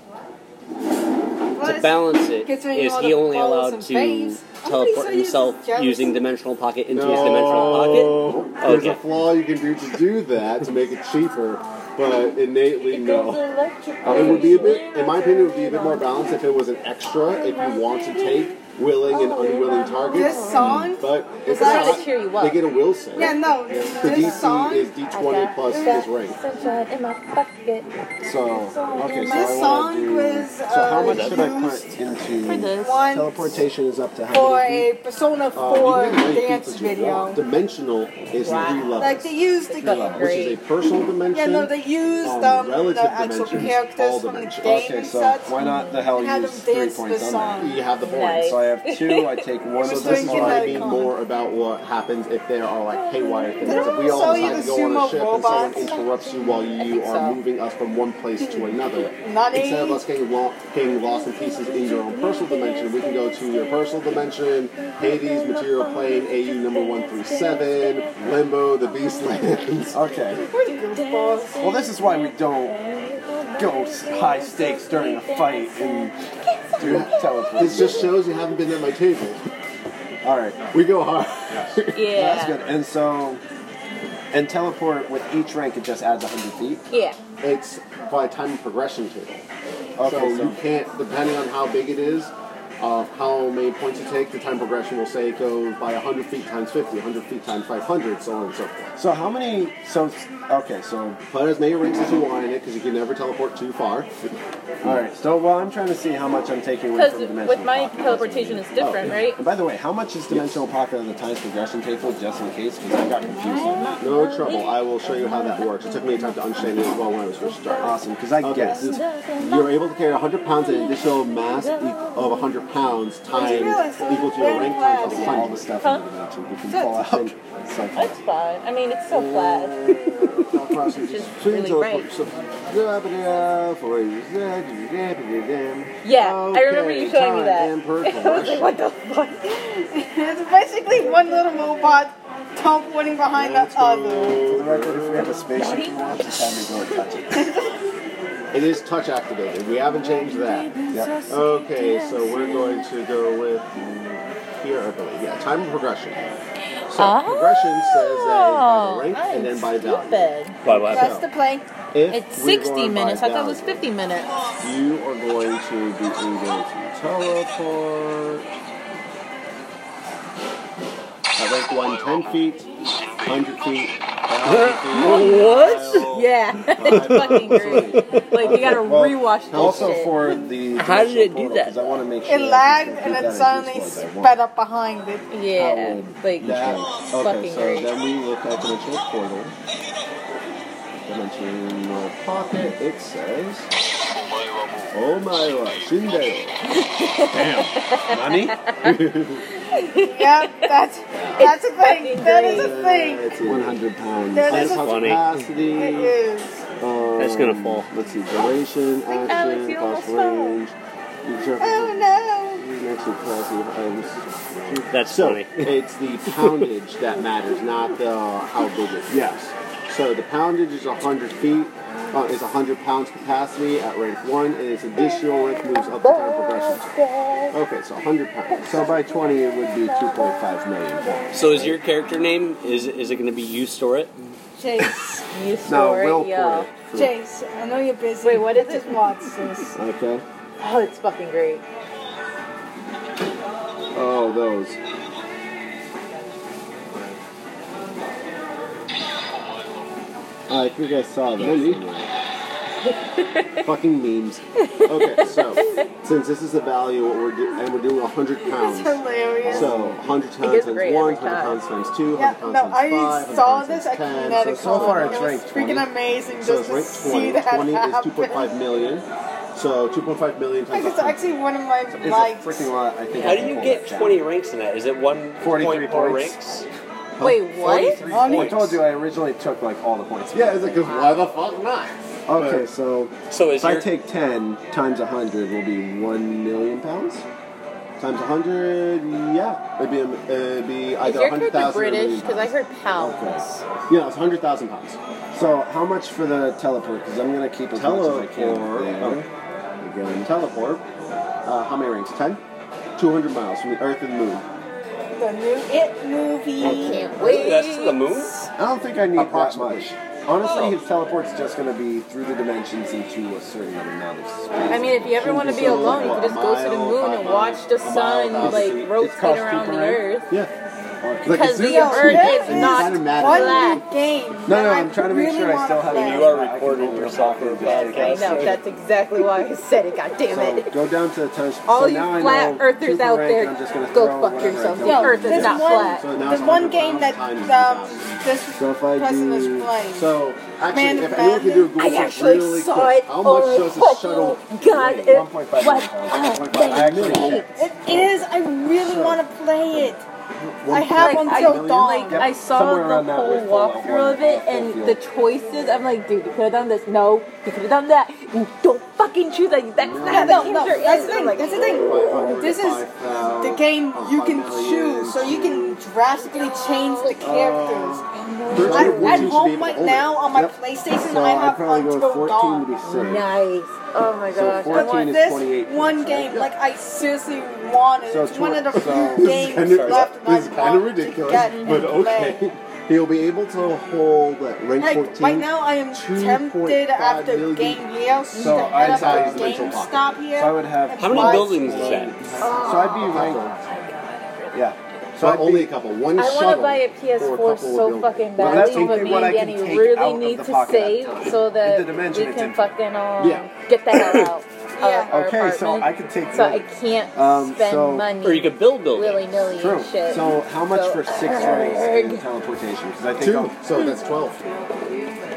Speaker 5: Plus,
Speaker 9: to balance it,
Speaker 5: considering
Speaker 9: is
Speaker 5: all
Speaker 9: he
Speaker 5: the
Speaker 9: only
Speaker 5: balls
Speaker 9: allowed
Speaker 5: and
Speaker 9: to
Speaker 5: faves, I'm pretty sure
Speaker 9: teleport
Speaker 5: he was
Speaker 9: himself
Speaker 5: jealous.
Speaker 9: using dimensional pocket into his dimensional pocket? Oh,
Speaker 6: There's a
Speaker 9: Okay.
Speaker 6: flaw you can do to do that to make it cheaper, but innately no. It would be a bit, in my opinion, it would be a bit more balanced if it was an extra if you want to take willing
Speaker 5: Oh,
Speaker 6: and unwilling targets.
Speaker 5: This song?
Speaker 6: But it's
Speaker 3: that
Speaker 6: not,
Speaker 3: to cheer you up?
Speaker 6: they get a will save.
Speaker 5: Yeah, no.
Speaker 6: The
Speaker 5: This
Speaker 6: DC
Speaker 5: song.
Speaker 6: is D20 plus his ring.
Speaker 3: Sunshine in my pocket.
Speaker 1: So, okay, so
Speaker 5: This
Speaker 1: I want
Speaker 5: song
Speaker 1: to do.
Speaker 5: was,
Speaker 1: so
Speaker 5: uh,
Speaker 1: how much should I put
Speaker 5: used
Speaker 3: For
Speaker 1: into
Speaker 3: this.
Speaker 5: One
Speaker 1: teleportation? Is up to how
Speaker 5: for
Speaker 1: many?
Speaker 5: a Persona
Speaker 6: Uh, you
Speaker 5: 4
Speaker 6: can make
Speaker 5: dance
Speaker 6: people do
Speaker 5: video.
Speaker 6: that. Dimensional is three levels.
Speaker 5: Like they used the
Speaker 6: which is a personal dimension.
Speaker 5: yeah no they used
Speaker 6: um,
Speaker 5: um,
Speaker 6: relative
Speaker 5: the actual
Speaker 6: dimensions, all
Speaker 5: characters from the
Speaker 6: dimensions.
Speaker 5: game
Speaker 1: Okay, so
Speaker 5: sets.
Speaker 1: why not the hell
Speaker 5: and had
Speaker 1: use
Speaker 5: them
Speaker 1: three
Speaker 5: dance to
Speaker 1: points
Speaker 5: the
Speaker 1: on
Speaker 5: song.
Speaker 1: that?
Speaker 6: you have the points.
Speaker 3: Nice.
Speaker 1: So I have two. I take one.
Speaker 5: Just
Speaker 1: of
Speaker 6: This
Speaker 1: this
Speaker 6: is
Speaker 5: drinking
Speaker 6: why
Speaker 5: that
Speaker 6: I mean
Speaker 5: con.
Speaker 6: more about what happens if there are like haywire things.
Speaker 5: Did
Speaker 6: If we
Speaker 5: I
Speaker 6: all
Speaker 5: show you
Speaker 6: decide to
Speaker 5: the
Speaker 6: go on
Speaker 5: sumo
Speaker 6: a ship
Speaker 5: robots?
Speaker 6: and someone interrupts you while you
Speaker 3: think
Speaker 6: are
Speaker 3: so.
Speaker 6: moving us from one place to another,
Speaker 5: Not
Speaker 6: instead of
Speaker 5: a-
Speaker 6: us getting, lo- getting lost in pieces in your own personal dimension, we can go to your personal dimension, Hades, Material Plane, AU number 137, Limbo, the Beast Lands.
Speaker 1: Okay.
Speaker 5: Pretty goofballs.
Speaker 1: Well, this is why we don't go s- high stakes during a fight and do teleport.
Speaker 6: This just shows you haven't been at my table.
Speaker 1: all right.
Speaker 6: We go hard.
Speaker 1: That's
Speaker 3: Yeah.
Speaker 1: good. And so, and teleport with each rank it just adds 100 feet.
Speaker 3: Yeah.
Speaker 6: It's by time of progression table. so,
Speaker 1: Okay, so-
Speaker 6: you can't, depending on how big it is, uh, how many points you take, the time progression will say it goes by 100 feet times 50, 100 feet times 500, so on and so forth.
Speaker 1: So how many? So s- okay. So
Speaker 6: Put as many rings as you want in it because you can never teleport too far.
Speaker 1: all right. So well, I'm trying to see how much I'm taking away
Speaker 3: Because
Speaker 1: from dimensional.
Speaker 3: with my
Speaker 1: pocket.
Speaker 3: teleportation, it's different, right?
Speaker 1: And by the way, how much is dimensional pocket on the times progression table, just in case? Because I got confused. on that.
Speaker 6: No trouble. I will show you how that works. It took me time to understand it as well when I was first starting.
Speaker 1: Awesome, because I
Speaker 6: Okay.
Speaker 1: guessed.
Speaker 6: You're able to carry 100 pounds an additional mass e- of 100 pounds times
Speaker 5: realize that
Speaker 6: equal to your rank times
Speaker 1: Yeah, all the
Speaker 6: 100.
Speaker 1: stuff
Speaker 3: Huh?
Speaker 1: in the dimension we can
Speaker 5: That's
Speaker 1: pull out. So
Speaker 3: That's fine. I mean, it's so
Speaker 6: Mm.
Speaker 3: flat. Just really bright. Yeah, I remember you showing me that. I was like, what the fuck?
Speaker 5: It's basically one little robot teleporting behind the other.
Speaker 1: For the record, if we have a spaceship you want, just have me go and touch it.
Speaker 6: It is touch activated. We haven't changed that.
Speaker 1: Yep.
Speaker 6: Okay, so we're going to go with here, I believe. Yeah, time of progression. So progression says that it's by the rank and then by value.
Speaker 3: Oh, Stupid.
Speaker 9: Why, why?
Speaker 5: That's the play.
Speaker 6: If
Speaker 3: It's
Speaker 6: we're
Speaker 3: 60
Speaker 6: going by
Speaker 3: minutes. I thought it was
Speaker 6: value,
Speaker 3: 50 minutes.
Speaker 6: You are going to be able to teleport. At rank one, 10 feet, 100 feet, 1,000 feet. What?
Speaker 3: Yeah, it's fucking great. Like, you gotta rewatch this
Speaker 1: Also
Speaker 3: shit.
Speaker 1: for the
Speaker 9: How did it do that?
Speaker 1: Because I want to make sure
Speaker 5: It lagged
Speaker 1: that
Speaker 5: and
Speaker 1: I
Speaker 5: it
Speaker 1: keep that in
Speaker 5: suddenly
Speaker 1: useful as I want.
Speaker 5: sped up behind it.
Speaker 3: yeah, like,
Speaker 1: that-
Speaker 3: it's
Speaker 6: Okay,
Speaker 3: fucking
Speaker 6: so
Speaker 3: great.
Speaker 6: then we look at dimensional portal. Dimensional pocket, it says. Oh my wa, Shindeo.
Speaker 5: Yeah, that's that's a thing. That is a thing.
Speaker 6: That's 100 pounds.
Speaker 5: That is a
Speaker 9: funny.
Speaker 5: It
Speaker 6: Capacity.
Speaker 5: is.
Speaker 6: Um,
Speaker 9: That's gonna
Speaker 10: Mm.
Speaker 9: fall.
Speaker 6: Let's see, duration,
Speaker 3: Alex,
Speaker 6: action,
Speaker 3: you
Speaker 6: cost
Speaker 3: almost
Speaker 6: range.
Speaker 5: Oh no.
Speaker 6: Actually, capacity of items.
Speaker 9: That's
Speaker 6: So
Speaker 9: funny.
Speaker 6: it's the poundage that matters, not the how big it is. Yes. So the poundage is 100 feet, uh, is 100 pounds capacity at rank 1, and its additional rank moves up the time progression. Okay, so 100 pounds.
Speaker 1: So by 20, it would be 2.5 million pounds.
Speaker 9: So is your character name, is, is it going to be you store it?
Speaker 5: Chase,
Speaker 3: You
Speaker 1: No,
Speaker 3: store
Speaker 1: Will
Speaker 3: it, yo.
Speaker 1: Porter.
Speaker 5: Chase, I know you're busy.
Speaker 3: Wait, what is
Speaker 5: Just watch this.
Speaker 1: Okay.
Speaker 3: Oh, it's fucking great.
Speaker 1: Oh, those.
Speaker 6: I think I saw that. Fucking memes. Okay, so since this is the value, what we're do- and we're doing 100
Speaker 5: It's
Speaker 6: pounds.
Speaker 5: hilarious.
Speaker 6: So 100 times
Speaker 3: gets
Speaker 6: times
Speaker 3: great
Speaker 6: 1,
Speaker 3: every
Speaker 6: 100
Speaker 3: time.
Speaker 6: pounds times 2, 100
Speaker 5: yeah,
Speaker 6: pounds
Speaker 5: no,
Speaker 6: times 5,
Speaker 5: I
Speaker 6: 100
Speaker 5: saw
Speaker 6: pounds
Speaker 5: this. I
Speaker 6: times
Speaker 5: could
Speaker 6: 10.
Speaker 5: not
Speaker 6: So,
Speaker 5: explain
Speaker 6: so far,
Speaker 5: it.
Speaker 1: it's
Speaker 5: It
Speaker 1: ranked
Speaker 5: was freaking
Speaker 1: 20.
Speaker 5: amazing
Speaker 6: So
Speaker 5: just
Speaker 6: it's
Speaker 5: to
Speaker 6: ranked 20.
Speaker 5: see that
Speaker 6: 20 is
Speaker 5: happen.
Speaker 6: 2.5 million. So 2.5 million
Speaker 5: Like,
Speaker 6: times
Speaker 5: it's
Speaker 6: 100.
Speaker 5: actually one of my
Speaker 1: It's
Speaker 5: likes.
Speaker 1: a freaking lot. I think.
Speaker 9: How
Speaker 1: I
Speaker 9: do
Speaker 1: can
Speaker 9: you
Speaker 1: pull
Speaker 9: get
Speaker 1: that down.
Speaker 9: 20 ranks in that? Is it one
Speaker 1: 43
Speaker 9: point per
Speaker 1: points.
Speaker 9: ranks?
Speaker 3: Wait, what?
Speaker 6: Oh,
Speaker 1: I told you I originally took like all the points.
Speaker 6: Yeah, it's like, 'cause why the fuck not?
Speaker 1: Okay, so
Speaker 10: So is
Speaker 1: if I
Speaker 10: your-
Speaker 1: take ten times hundred, will be one million pounds. Times hundred, yeah, it'd be a, it'd be
Speaker 3: Is
Speaker 1: either
Speaker 3: your
Speaker 1: hundred
Speaker 3: character
Speaker 1: thousand or a
Speaker 3: British?
Speaker 1: million
Speaker 3: Because I
Speaker 1: pounds.
Speaker 3: heard pounds.
Speaker 1: Okay. Yeah, it's hundred thousand pounds. So how much for the teleport? Because I'm gonna keep as much as I can.
Speaker 6: Teleport.
Speaker 1: there.
Speaker 6: Okay.
Speaker 1: Again.
Speaker 6: Teleport. Uh, how many rings? Ten?
Speaker 1: 200 miles from the Earth and Moon.
Speaker 5: The new It movie.
Speaker 3: Can't wait.
Speaker 10: That's the moon?
Speaker 1: I don't think I need that
Speaker 6: Approximately.
Speaker 1: much. Honestly,
Speaker 10: Oh.
Speaker 1: his teleport's just going to be through the dimensions into a certain amount of space.
Speaker 3: I mean, if you ever want to be alone, you can just go to the moon and watch the sun like rotate around the earth.
Speaker 1: Yeah.
Speaker 3: Because the
Speaker 5: zero
Speaker 3: earth
Speaker 5: space.
Speaker 3: is not
Speaker 1: Doesn't matter.
Speaker 5: One
Speaker 3: flat.
Speaker 5: new game.
Speaker 1: No, no,
Speaker 5: that I
Speaker 1: I'm trying to make
Speaker 5: really
Speaker 1: sure I
Speaker 5: wanna
Speaker 1: still have
Speaker 5: play.
Speaker 1: it.
Speaker 10: You are recording yourself for a
Speaker 3: I
Speaker 10: podcast.
Speaker 3: know, that's exactly why I said it, God damn
Speaker 1: So
Speaker 3: it.
Speaker 1: go down to the times.
Speaker 3: All
Speaker 1: so
Speaker 3: you
Speaker 1: now I
Speaker 3: flat
Speaker 1: know
Speaker 3: earthers
Speaker 1: super
Speaker 3: out
Speaker 1: rank,
Speaker 3: there,
Speaker 1: I'm just gonna
Speaker 3: go
Speaker 1: throw
Speaker 3: fuck
Speaker 1: whatever I
Speaker 3: yourselves.
Speaker 1: can.
Speaker 5: Yo,
Speaker 3: Earth is
Speaker 5: there's
Speaker 3: not
Speaker 5: one,
Speaker 3: flat.
Speaker 1: So now
Speaker 5: There's
Speaker 1: it's
Speaker 5: one
Speaker 1: hundred
Speaker 5: game that
Speaker 1: pounds
Speaker 5: um,
Speaker 1: times
Speaker 5: this
Speaker 1: So if I
Speaker 5: person is
Speaker 1: do,
Speaker 5: playing.
Speaker 1: so actually,
Speaker 5: Man
Speaker 1: if
Speaker 5: of
Speaker 1: anyone can do a
Speaker 5: Madness.
Speaker 1: Google
Speaker 3: I
Speaker 1: search
Speaker 3: actually
Speaker 1: really
Speaker 3: saw
Speaker 1: quick,
Speaker 3: it
Speaker 1: how much
Speaker 3: on
Speaker 1: does a shuttle?
Speaker 3: fucking God,
Speaker 1: weigh?
Speaker 3: it
Speaker 1: 1.5
Speaker 3: was
Speaker 1: pounds.
Speaker 3: amazing.
Speaker 5: it is. I really want to play it. I have
Speaker 3: Like,
Speaker 5: until
Speaker 3: I,
Speaker 5: dawn.
Speaker 3: like, I saw
Speaker 1: Somewhere
Speaker 3: the
Speaker 1: around that
Speaker 3: whole
Speaker 1: would fall out one
Speaker 3: walkthrough of it
Speaker 1: full
Speaker 3: and
Speaker 1: field.
Speaker 3: the choices. I'm like, dude, you could have done this. No, you could have done that. You don't fucking choose that. That's
Speaker 5: no,
Speaker 3: not
Speaker 5: no,
Speaker 3: the
Speaker 5: no.
Speaker 3: answer.
Speaker 5: That's
Speaker 3: is.
Speaker 5: the thing.
Speaker 3: I'm like,
Speaker 5: That's the thing. This is the game you can choose, so you can drastically change the characters.
Speaker 1: Uh,
Speaker 5: I'm at home right now on my PlayStation.
Speaker 1: So
Speaker 5: I
Speaker 1: I'd
Speaker 5: have
Speaker 1: probably go
Speaker 5: until
Speaker 1: 14
Speaker 5: dawn.
Speaker 1: to be safe.
Speaker 3: Nice. Oh my gosh. I
Speaker 5: But
Speaker 1: 14
Speaker 3: want
Speaker 1: is
Speaker 5: this
Speaker 1: 28
Speaker 5: one
Speaker 1: points,
Speaker 5: game,
Speaker 1: right?
Speaker 5: like I seriously want it.
Speaker 1: So
Speaker 5: it's one of the
Speaker 1: tw-
Speaker 5: few
Speaker 1: so-
Speaker 5: games left. and I
Speaker 6: This is kind of
Speaker 5: want to
Speaker 6: ridiculous,
Speaker 5: get and
Speaker 6: but
Speaker 5: play.
Speaker 6: okay. He'll be able to hold that rank
Speaker 5: Like
Speaker 6: 14.
Speaker 5: right now, I am
Speaker 6: 2.5
Speaker 5: tempted after
Speaker 6: million.
Speaker 5: Game Leo
Speaker 1: So
Speaker 5: to
Speaker 1: I'd
Speaker 5: head
Speaker 1: say
Speaker 5: up
Speaker 1: he's
Speaker 5: to
Speaker 1: in the mental pocket.
Speaker 5: GameStop here.
Speaker 1: So I would have-
Speaker 5: and
Speaker 10: How many
Speaker 5: buy
Speaker 10: buildings
Speaker 5: some
Speaker 10: is that?
Speaker 5: games.
Speaker 3: Oh.
Speaker 1: So I'd be ranked. Yeah. So
Speaker 6: Not
Speaker 1: I'd
Speaker 6: only
Speaker 1: only.
Speaker 6: a couple. One
Speaker 3: I want to
Speaker 6: shuttle
Speaker 3: buy a
Speaker 6: or a
Speaker 3: PS4
Speaker 6: couple
Speaker 3: so
Speaker 6: of
Speaker 3: fucking
Speaker 1: Well, that's
Speaker 3: badly, but
Speaker 1: only
Speaker 3: me
Speaker 1: what I
Speaker 3: and
Speaker 1: can
Speaker 3: Danny
Speaker 1: take out
Speaker 3: really
Speaker 1: of
Speaker 3: need
Speaker 1: the
Speaker 3: to
Speaker 1: pocket at
Speaker 3: save
Speaker 1: the time.
Speaker 3: so
Speaker 1: The
Speaker 3: that we
Speaker 1: dimension it's
Speaker 3: can
Speaker 1: in.
Speaker 3: fucking um,
Speaker 1: Yeah.
Speaker 3: get the hell out. of
Speaker 5: Yeah.
Speaker 3: our
Speaker 1: Okay, so
Speaker 3: apartment.
Speaker 1: I could take
Speaker 3: So
Speaker 1: that.
Speaker 3: I can't
Speaker 1: Um,
Speaker 3: spend
Speaker 1: so-
Speaker 3: money.
Speaker 10: Or you could build
Speaker 3: willy
Speaker 10: buildings.
Speaker 3: nilly
Speaker 1: True.
Speaker 3: and shit.
Speaker 1: So how much
Speaker 3: So-
Speaker 1: for six ranks in teleportation? Because I think
Speaker 6: Two.
Speaker 1: I'll-
Speaker 6: So that's 12.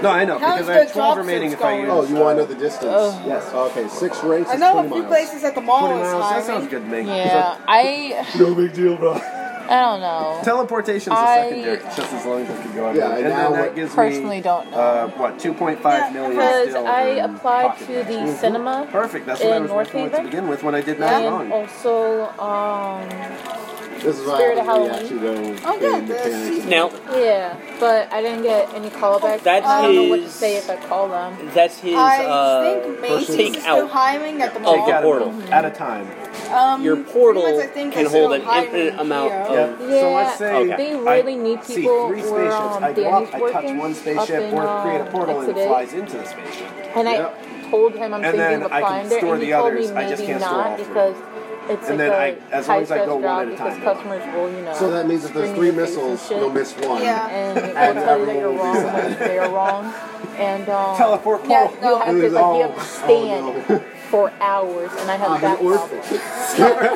Speaker 1: no, I know
Speaker 5: How's
Speaker 1: because I have
Speaker 5: the
Speaker 1: twelve
Speaker 5: job
Speaker 1: remaining if
Speaker 5: search
Speaker 1: I use.
Speaker 5: going?
Speaker 6: Oh, you want to know the distance?
Speaker 1: Oh,
Speaker 3: Oh.
Speaker 1: Yes.
Speaker 6: Okay, six ranks.
Speaker 5: I
Speaker 6: is
Speaker 5: know
Speaker 6: 20
Speaker 5: a few
Speaker 6: miles.
Speaker 5: places at the mall
Speaker 1: Twenty
Speaker 5: is
Speaker 1: miles. That
Speaker 5: hiring.
Speaker 1: sounds good to me. 'cause
Speaker 3: yeah, I
Speaker 6: No big deal, bro.
Speaker 3: I don't know.
Speaker 1: I- Teleportation's a
Speaker 3: I-
Speaker 1: secondary, just as long as I can go.
Speaker 6: Yeah,
Speaker 1: everywhere.
Speaker 6: and
Speaker 1: and
Speaker 6: now
Speaker 1: then that
Speaker 6: what-
Speaker 1: gives
Speaker 3: Personally
Speaker 1: me
Speaker 3: don't know.
Speaker 1: uh, what two point five
Speaker 5: Yeah,
Speaker 1: million.
Speaker 3: Because
Speaker 1: still
Speaker 3: I
Speaker 1: in
Speaker 3: applied
Speaker 1: pocket
Speaker 3: to
Speaker 1: range.
Speaker 3: the cinema
Speaker 1: Perfect. That's what I
Speaker 3: in
Speaker 1: was
Speaker 3: North
Speaker 1: working with to
Speaker 3: Haven.
Speaker 1: begin with when I did that
Speaker 3: and
Speaker 1: wrong.
Speaker 3: also um
Speaker 6: This is why
Speaker 3: Spirit of
Speaker 6: I really
Speaker 3: Halloween.
Speaker 6: actually don't
Speaker 5: Oh, yeah,
Speaker 6: do
Speaker 5: the
Speaker 6: mechanics.
Speaker 5: season-
Speaker 10: Now,
Speaker 3: yeah, but I didn't get any callbacks.
Speaker 10: That's
Speaker 3: I don't know what to
Speaker 10: his-
Speaker 3: say if I call them.
Speaker 10: that's his
Speaker 5: I
Speaker 10: uh,
Speaker 5: think Macy's
Speaker 10: take
Speaker 5: is still
Speaker 10: out. Oh.
Speaker 5: hiring at the
Speaker 10: Take
Speaker 1: Take
Speaker 10: the
Speaker 5: mall.
Speaker 1: out a-
Speaker 10: portal.
Speaker 1: at a time.
Speaker 5: Um,
Speaker 10: Your
Speaker 5: pretty
Speaker 10: portal
Speaker 5: much I think
Speaker 10: can
Speaker 5: it's still
Speaker 10: hold an
Speaker 5: hiring
Speaker 10: infinite amount
Speaker 5: here.
Speaker 10: of.
Speaker 1: Yeah. Um, So let's
Speaker 3: Yeah,
Speaker 1: say
Speaker 10: Okay.
Speaker 3: they really
Speaker 1: I
Speaker 3: need
Speaker 1: see
Speaker 3: people
Speaker 1: three
Speaker 3: where,
Speaker 1: spaceships.
Speaker 3: um,
Speaker 1: I go up,
Speaker 3: Danny's
Speaker 1: I touch
Speaker 3: working
Speaker 1: one
Speaker 3: up
Speaker 1: spaceship
Speaker 3: in,
Speaker 1: or create a
Speaker 3: um,
Speaker 1: portal and it
Speaker 3: Exodus.
Speaker 1: flies into the spaceship.
Speaker 3: And I
Speaker 1: Yep.
Speaker 3: told him I'm
Speaker 1: And
Speaker 3: thinking
Speaker 1: then
Speaker 3: of
Speaker 1: I can
Speaker 3: applying there,
Speaker 1: store
Speaker 3: and he
Speaker 1: the
Speaker 3: told
Speaker 1: others. I
Speaker 3: me maybe
Speaker 1: just can't store all
Speaker 3: not
Speaker 1: three.
Speaker 3: because it's
Speaker 1: And
Speaker 3: like
Speaker 1: then
Speaker 3: a
Speaker 1: I- as long as I
Speaker 3: high-stress
Speaker 1: go one
Speaker 3: job
Speaker 1: at a
Speaker 3: because
Speaker 1: time.
Speaker 3: customers will, you know.
Speaker 6: So that means if there's
Speaker 3: scream
Speaker 6: three
Speaker 3: in your face
Speaker 6: missiles,
Speaker 3: and
Speaker 6: you'll
Speaker 3: shit.
Speaker 6: miss one.
Speaker 5: Yeah.
Speaker 3: and they'll tell you that you're wrong when they are wrong. And um,
Speaker 1: Teleport
Speaker 3: yeah,
Speaker 1: portal.
Speaker 3: you have to like you have to
Speaker 6: Oh,
Speaker 3: stand for hours, and I have
Speaker 6: I'm
Speaker 3: back
Speaker 6: an orphan.
Speaker 3: problems.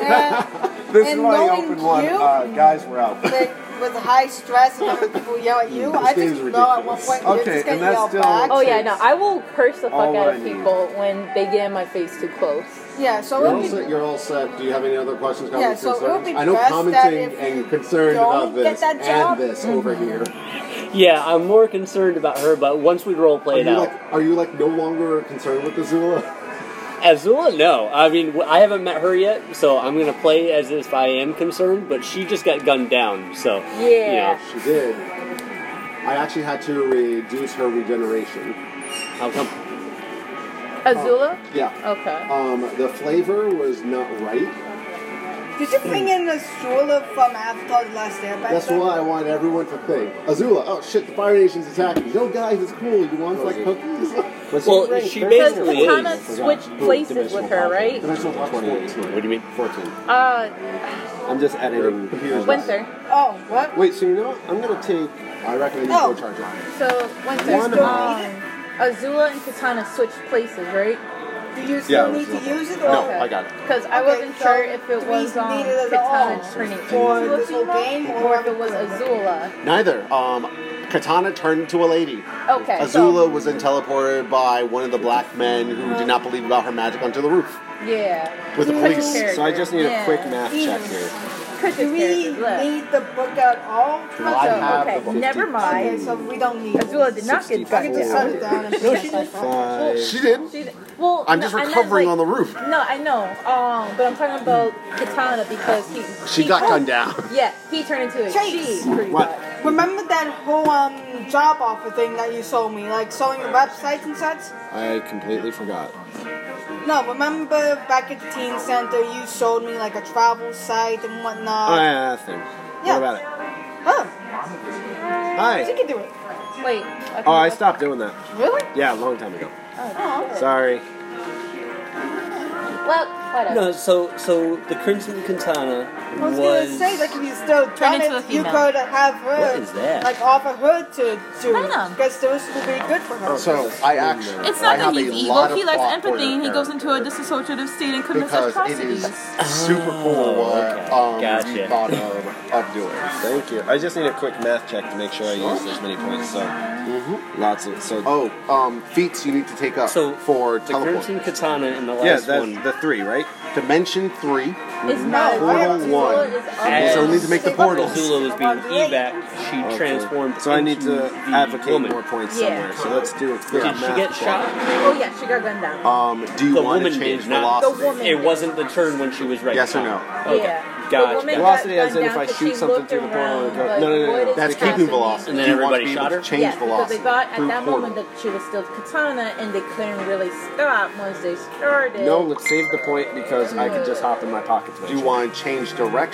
Speaker 1: This is
Speaker 5: And
Speaker 1: why you
Speaker 5: knowing
Speaker 1: open one.
Speaker 5: you-
Speaker 1: Uh, guys, we're out.
Speaker 5: Like, with high stress and other people yell at you, I
Speaker 6: game's
Speaker 5: just know at one point you're
Speaker 1: Okay,
Speaker 5: just gonna
Speaker 1: and that's
Speaker 5: yell
Speaker 1: still-
Speaker 5: back.
Speaker 3: Oh yeah, no, I will curse the
Speaker 1: All
Speaker 3: fuck out
Speaker 1: what
Speaker 3: of
Speaker 1: I need.
Speaker 3: people when they get in my face too close.
Speaker 5: Yeah, so
Speaker 6: You're
Speaker 5: it
Speaker 6: all,
Speaker 5: would be
Speaker 6: set, you're all set. Do you have any other questions,
Speaker 5: Yeah,
Speaker 6: comments,
Speaker 5: so it would
Speaker 6: concerns?
Speaker 5: be
Speaker 6: I know
Speaker 5: best that
Speaker 6: commenting
Speaker 5: if you
Speaker 6: and concern
Speaker 5: don't
Speaker 6: about
Speaker 5: get
Speaker 6: this
Speaker 5: that job-
Speaker 6: and this over here.
Speaker 10: Mm-hmm. Yeah, I'm more concerned about her, but once we role
Speaker 6: Are
Speaker 10: play it
Speaker 6: you
Speaker 10: out.
Speaker 6: like are you like no longer concerned with Azula?
Speaker 10: Azula, no. I mean, w- I haven't met her yet, so I'm gonna play as if I am concerned. But she just got gunned down, so
Speaker 3: Yeah.
Speaker 6: She did. I actually had to reduce her
Speaker 10: You
Speaker 6: regeneration.
Speaker 10: know, how come?
Speaker 3: Azula?
Speaker 6: Yeah.
Speaker 3: Okay.
Speaker 6: Um, the flavor was not right.
Speaker 5: Did you bring in Azula from Avatar The um, Last Airbender?
Speaker 6: That's what I want everyone to think. Azula, oh shit, the Fire Nation's attacking. No, guys, it's cool. You want like cookies?
Speaker 1: What's
Speaker 10: Well,
Speaker 1: your rank?
Speaker 10: she
Speaker 1: Thirty-eight.
Speaker 3: Because
Speaker 10: basically
Speaker 3: Katana
Speaker 10: is.
Speaker 3: switched places with her, right?
Speaker 6: Dimensional Box 28.
Speaker 10: What do you mean?
Speaker 1: Fourteen.
Speaker 3: Uh,
Speaker 1: I'm just editing.
Speaker 6: Computer's
Speaker 3: Winter.
Speaker 5: Oh, what?
Speaker 1: Wait, so you know what? I'm gonna take
Speaker 6: I recommend you
Speaker 5: No.
Speaker 6: go charge it.
Speaker 3: So Winter.
Speaker 5: One
Speaker 3: um,
Speaker 5: of-
Speaker 3: Azula and Katana switched places, right?
Speaker 5: Do you still
Speaker 1: Yeah,
Speaker 5: need to use it? Or
Speaker 1: No, I got it.
Speaker 3: Because I
Speaker 5: Okay,
Speaker 3: wasn't
Speaker 5: so
Speaker 3: sure if
Speaker 5: do
Speaker 3: it
Speaker 5: we
Speaker 3: was um,
Speaker 5: need it at
Speaker 3: Katana
Speaker 5: all?
Speaker 3: turning into
Speaker 5: For
Speaker 3: a
Speaker 5: this whole game,
Speaker 3: female or if it was Azula.
Speaker 6: Neither. Um, Katana turned into a lady.
Speaker 3: Okay. so-
Speaker 6: Azula was then teleported by one of the black men who did not believe about her magic onto the roof.
Speaker 3: Yeah.
Speaker 1: with the
Speaker 3: Cut your
Speaker 1: police.
Speaker 3: character.
Speaker 1: So I just need a
Speaker 3: Yeah.
Speaker 1: quick math check here.
Speaker 3: Cut your
Speaker 5: Do we
Speaker 3: character. Look.
Speaker 5: need the book out all?
Speaker 3: Well,
Speaker 6: I have
Speaker 3: okay,
Speaker 6: the book.
Speaker 3: never
Speaker 5: Okay,
Speaker 3: mind.
Speaker 5: so we don't need.
Speaker 3: Azula did not get
Speaker 5: I
Speaker 3: back
Speaker 5: can
Speaker 3: to
Speaker 5: just set it down. And no, she
Speaker 1: Five.
Speaker 7: She did.
Speaker 3: She, well,
Speaker 7: I'm
Speaker 3: no,
Speaker 7: just
Speaker 3: I meant,
Speaker 7: recovering
Speaker 3: like-
Speaker 7: on the roof.
Speaker 3: No, I know. Um, but I'm talking about Katana because he.
Speaker 7: She
Speaker 3: he-
Speaker 7: got gunned down.
Speaker 3: Yeah, he turned into a
Speaker 5: Chase.
Speaker 3: she. Pretty
Speaker 1: What?
Speaker 3: much.
Speaker 5: Remember that whole um job offer thing that you sold me, like selling websites and such?
Speaker 1: I completely forgot.
Speaker 5: No, remember back at the teen center, you showed me like a travel site and
Speaker 7: Uh,
Speaker 1: Oh,
Speaker 5: whatnot.
Speaker 1: yeah, that thing. What
Speaker 5: Yeah.
Speaker 1: about it?
Speaker 5: Oh, she
Speaker 1: Hi.
Speaker 5: can do it.
Speaker 3: Wait. Okay,
Speaker 1: Oh, I stopped doing that.
Speaker 5: Really?
Speaker 1: Yeah, a long time ago.
Speaker 5: Oh, okay.
Speaker 1: Sorry.
Speaker 3: Well, whatever.
Speaker 9: No, so so the Crimson Katana
Speaker 5: I was,
Speaker 9: was.
Speaker 5: gonna say, like, if you still done
Speaker 3: into a
Speaker 5: it, you
Speaker 3: female.
Speaker 5: could have her,
Speaker 9: What is that?
Speaker 5: like, offer her to do
Speaker 3: I
Speaker 5: it,
Speaker 3: know.
Speaker 5: because those would be good for
Speaker 9: Oh,
Speaker 5: her.
Speaker 7: So I actually,
Speaker 3: It's not
Speaker 7: I
Speaker 3: that
Speaker 7: have
Speaker 3: he's
Speaker 7: a
Speaker 3: evil.
Speaker 7: lot of
Speaker 3: He lacks
Speaker 7: plot for
Speaker 3: empathy
Speaker 7: your
Speaker 3: and he goes into a
Speaker 7: character
Speaker 3: disassociative state and commits
Speaker 7: because it is
Speaker 3: atrocities.
Speaker 7: super cool what um,
Speaker 9: gotcha.
Speaker 7: we thought of, of doing.
Speaker 1: Thank you. I just need a quick math check to make sure I use as many points. So lots of so.
Speaker 7: Oh, um, feats you need to take up
Speaker 9: So,
Speaker 7: for
Speaker 9: the Crimson
Speaker 7: teleport.
Speaker 9: Katana in the
Speaker 1: yeah,
Speaker 9: last
Speaker 1: that's
Speaker 9: one.
Speaker 1: the three, right?
Speaker 7: Dimension three.
Speaker 3: It's not.
Speaker 5: Portal
Speaker 7: one.
Speaker 9: As-
Speaker 7: So we need to make the portal.
Speaker 9: Azula was being evac, she
Speaker 1: Okay.
Speaker 9: transformed
Speaker 1: So I need
Speaker 9: into
Speaker 1: to
Speaker 9: the
Speaker 1: advocate
Speaker 9: woman.
Speaker 1: more points
Speaker 3: Yeah.
Speaker 1: somewhere. So let's do a quick
Speaker 9: Did she
Speaker 1: math
Speaker 9: get
Speaker 1: check.
Speaker 9: shot?
Speaker 3: Oh yeah, she got gunned down.
Speaker 7: Um, do you
Speaker 9: The
Speaker 7: want to
Speaker 9: woman
Speaker 7: change
Speaker 9: did not.
Speaker 7: velocity?
Speaker 3: The woman.
Speaker 9: It wasn't the turn when she was ready.
Speaker 7: Yes or no?
Speaker 9: Okay.
Speaker 3: Yeah.
Speaker 9: Gotcha.
Speaker 3: The woman
Speaker 1: Velocity
Speaker 3: got
Speaker 1: as in
Speaker 3: gunned
Speaker 1: if
Speaker 3: down
Speaker 1: I
Speaker 3: 'cause
Speaker 1: shoot
Speaker 3: she
Speaker 1: something
Speaker 3: looked
Speaker 1: through the portal and go-
Speaker 3: around,
Speaker 1: no, no, no,
Speaker 3: like,
Speaker 1: no.
Speaker 3: what
Speaker 7: That's
Speaker 3: is
Speaker 7: keeping
Speaker 3: happening?
Speaker 7: velocity.
Speaker 9: And then
Speaker 7: Do you want to
Speaker 9: everybody
Speaker 7: be able
Speaker 9: shot
Speaker 7: to
Speaker 9: her?
Speaker 7: Change
Speaker 3: yeah,
Speaker 7: velocity.
Speaker 3: because they thought at
Speaker 7: through
Speaker 3: that
Speaker 7: portal.
Speaker 3: moment that she was still katana, and they couldn't really stop once they started.
Speaker 1: No, let's save the point because I could just hop in my pocket. to
Speaker 7: Do you
Speaker 1: make
Speaker 7: want to change direction?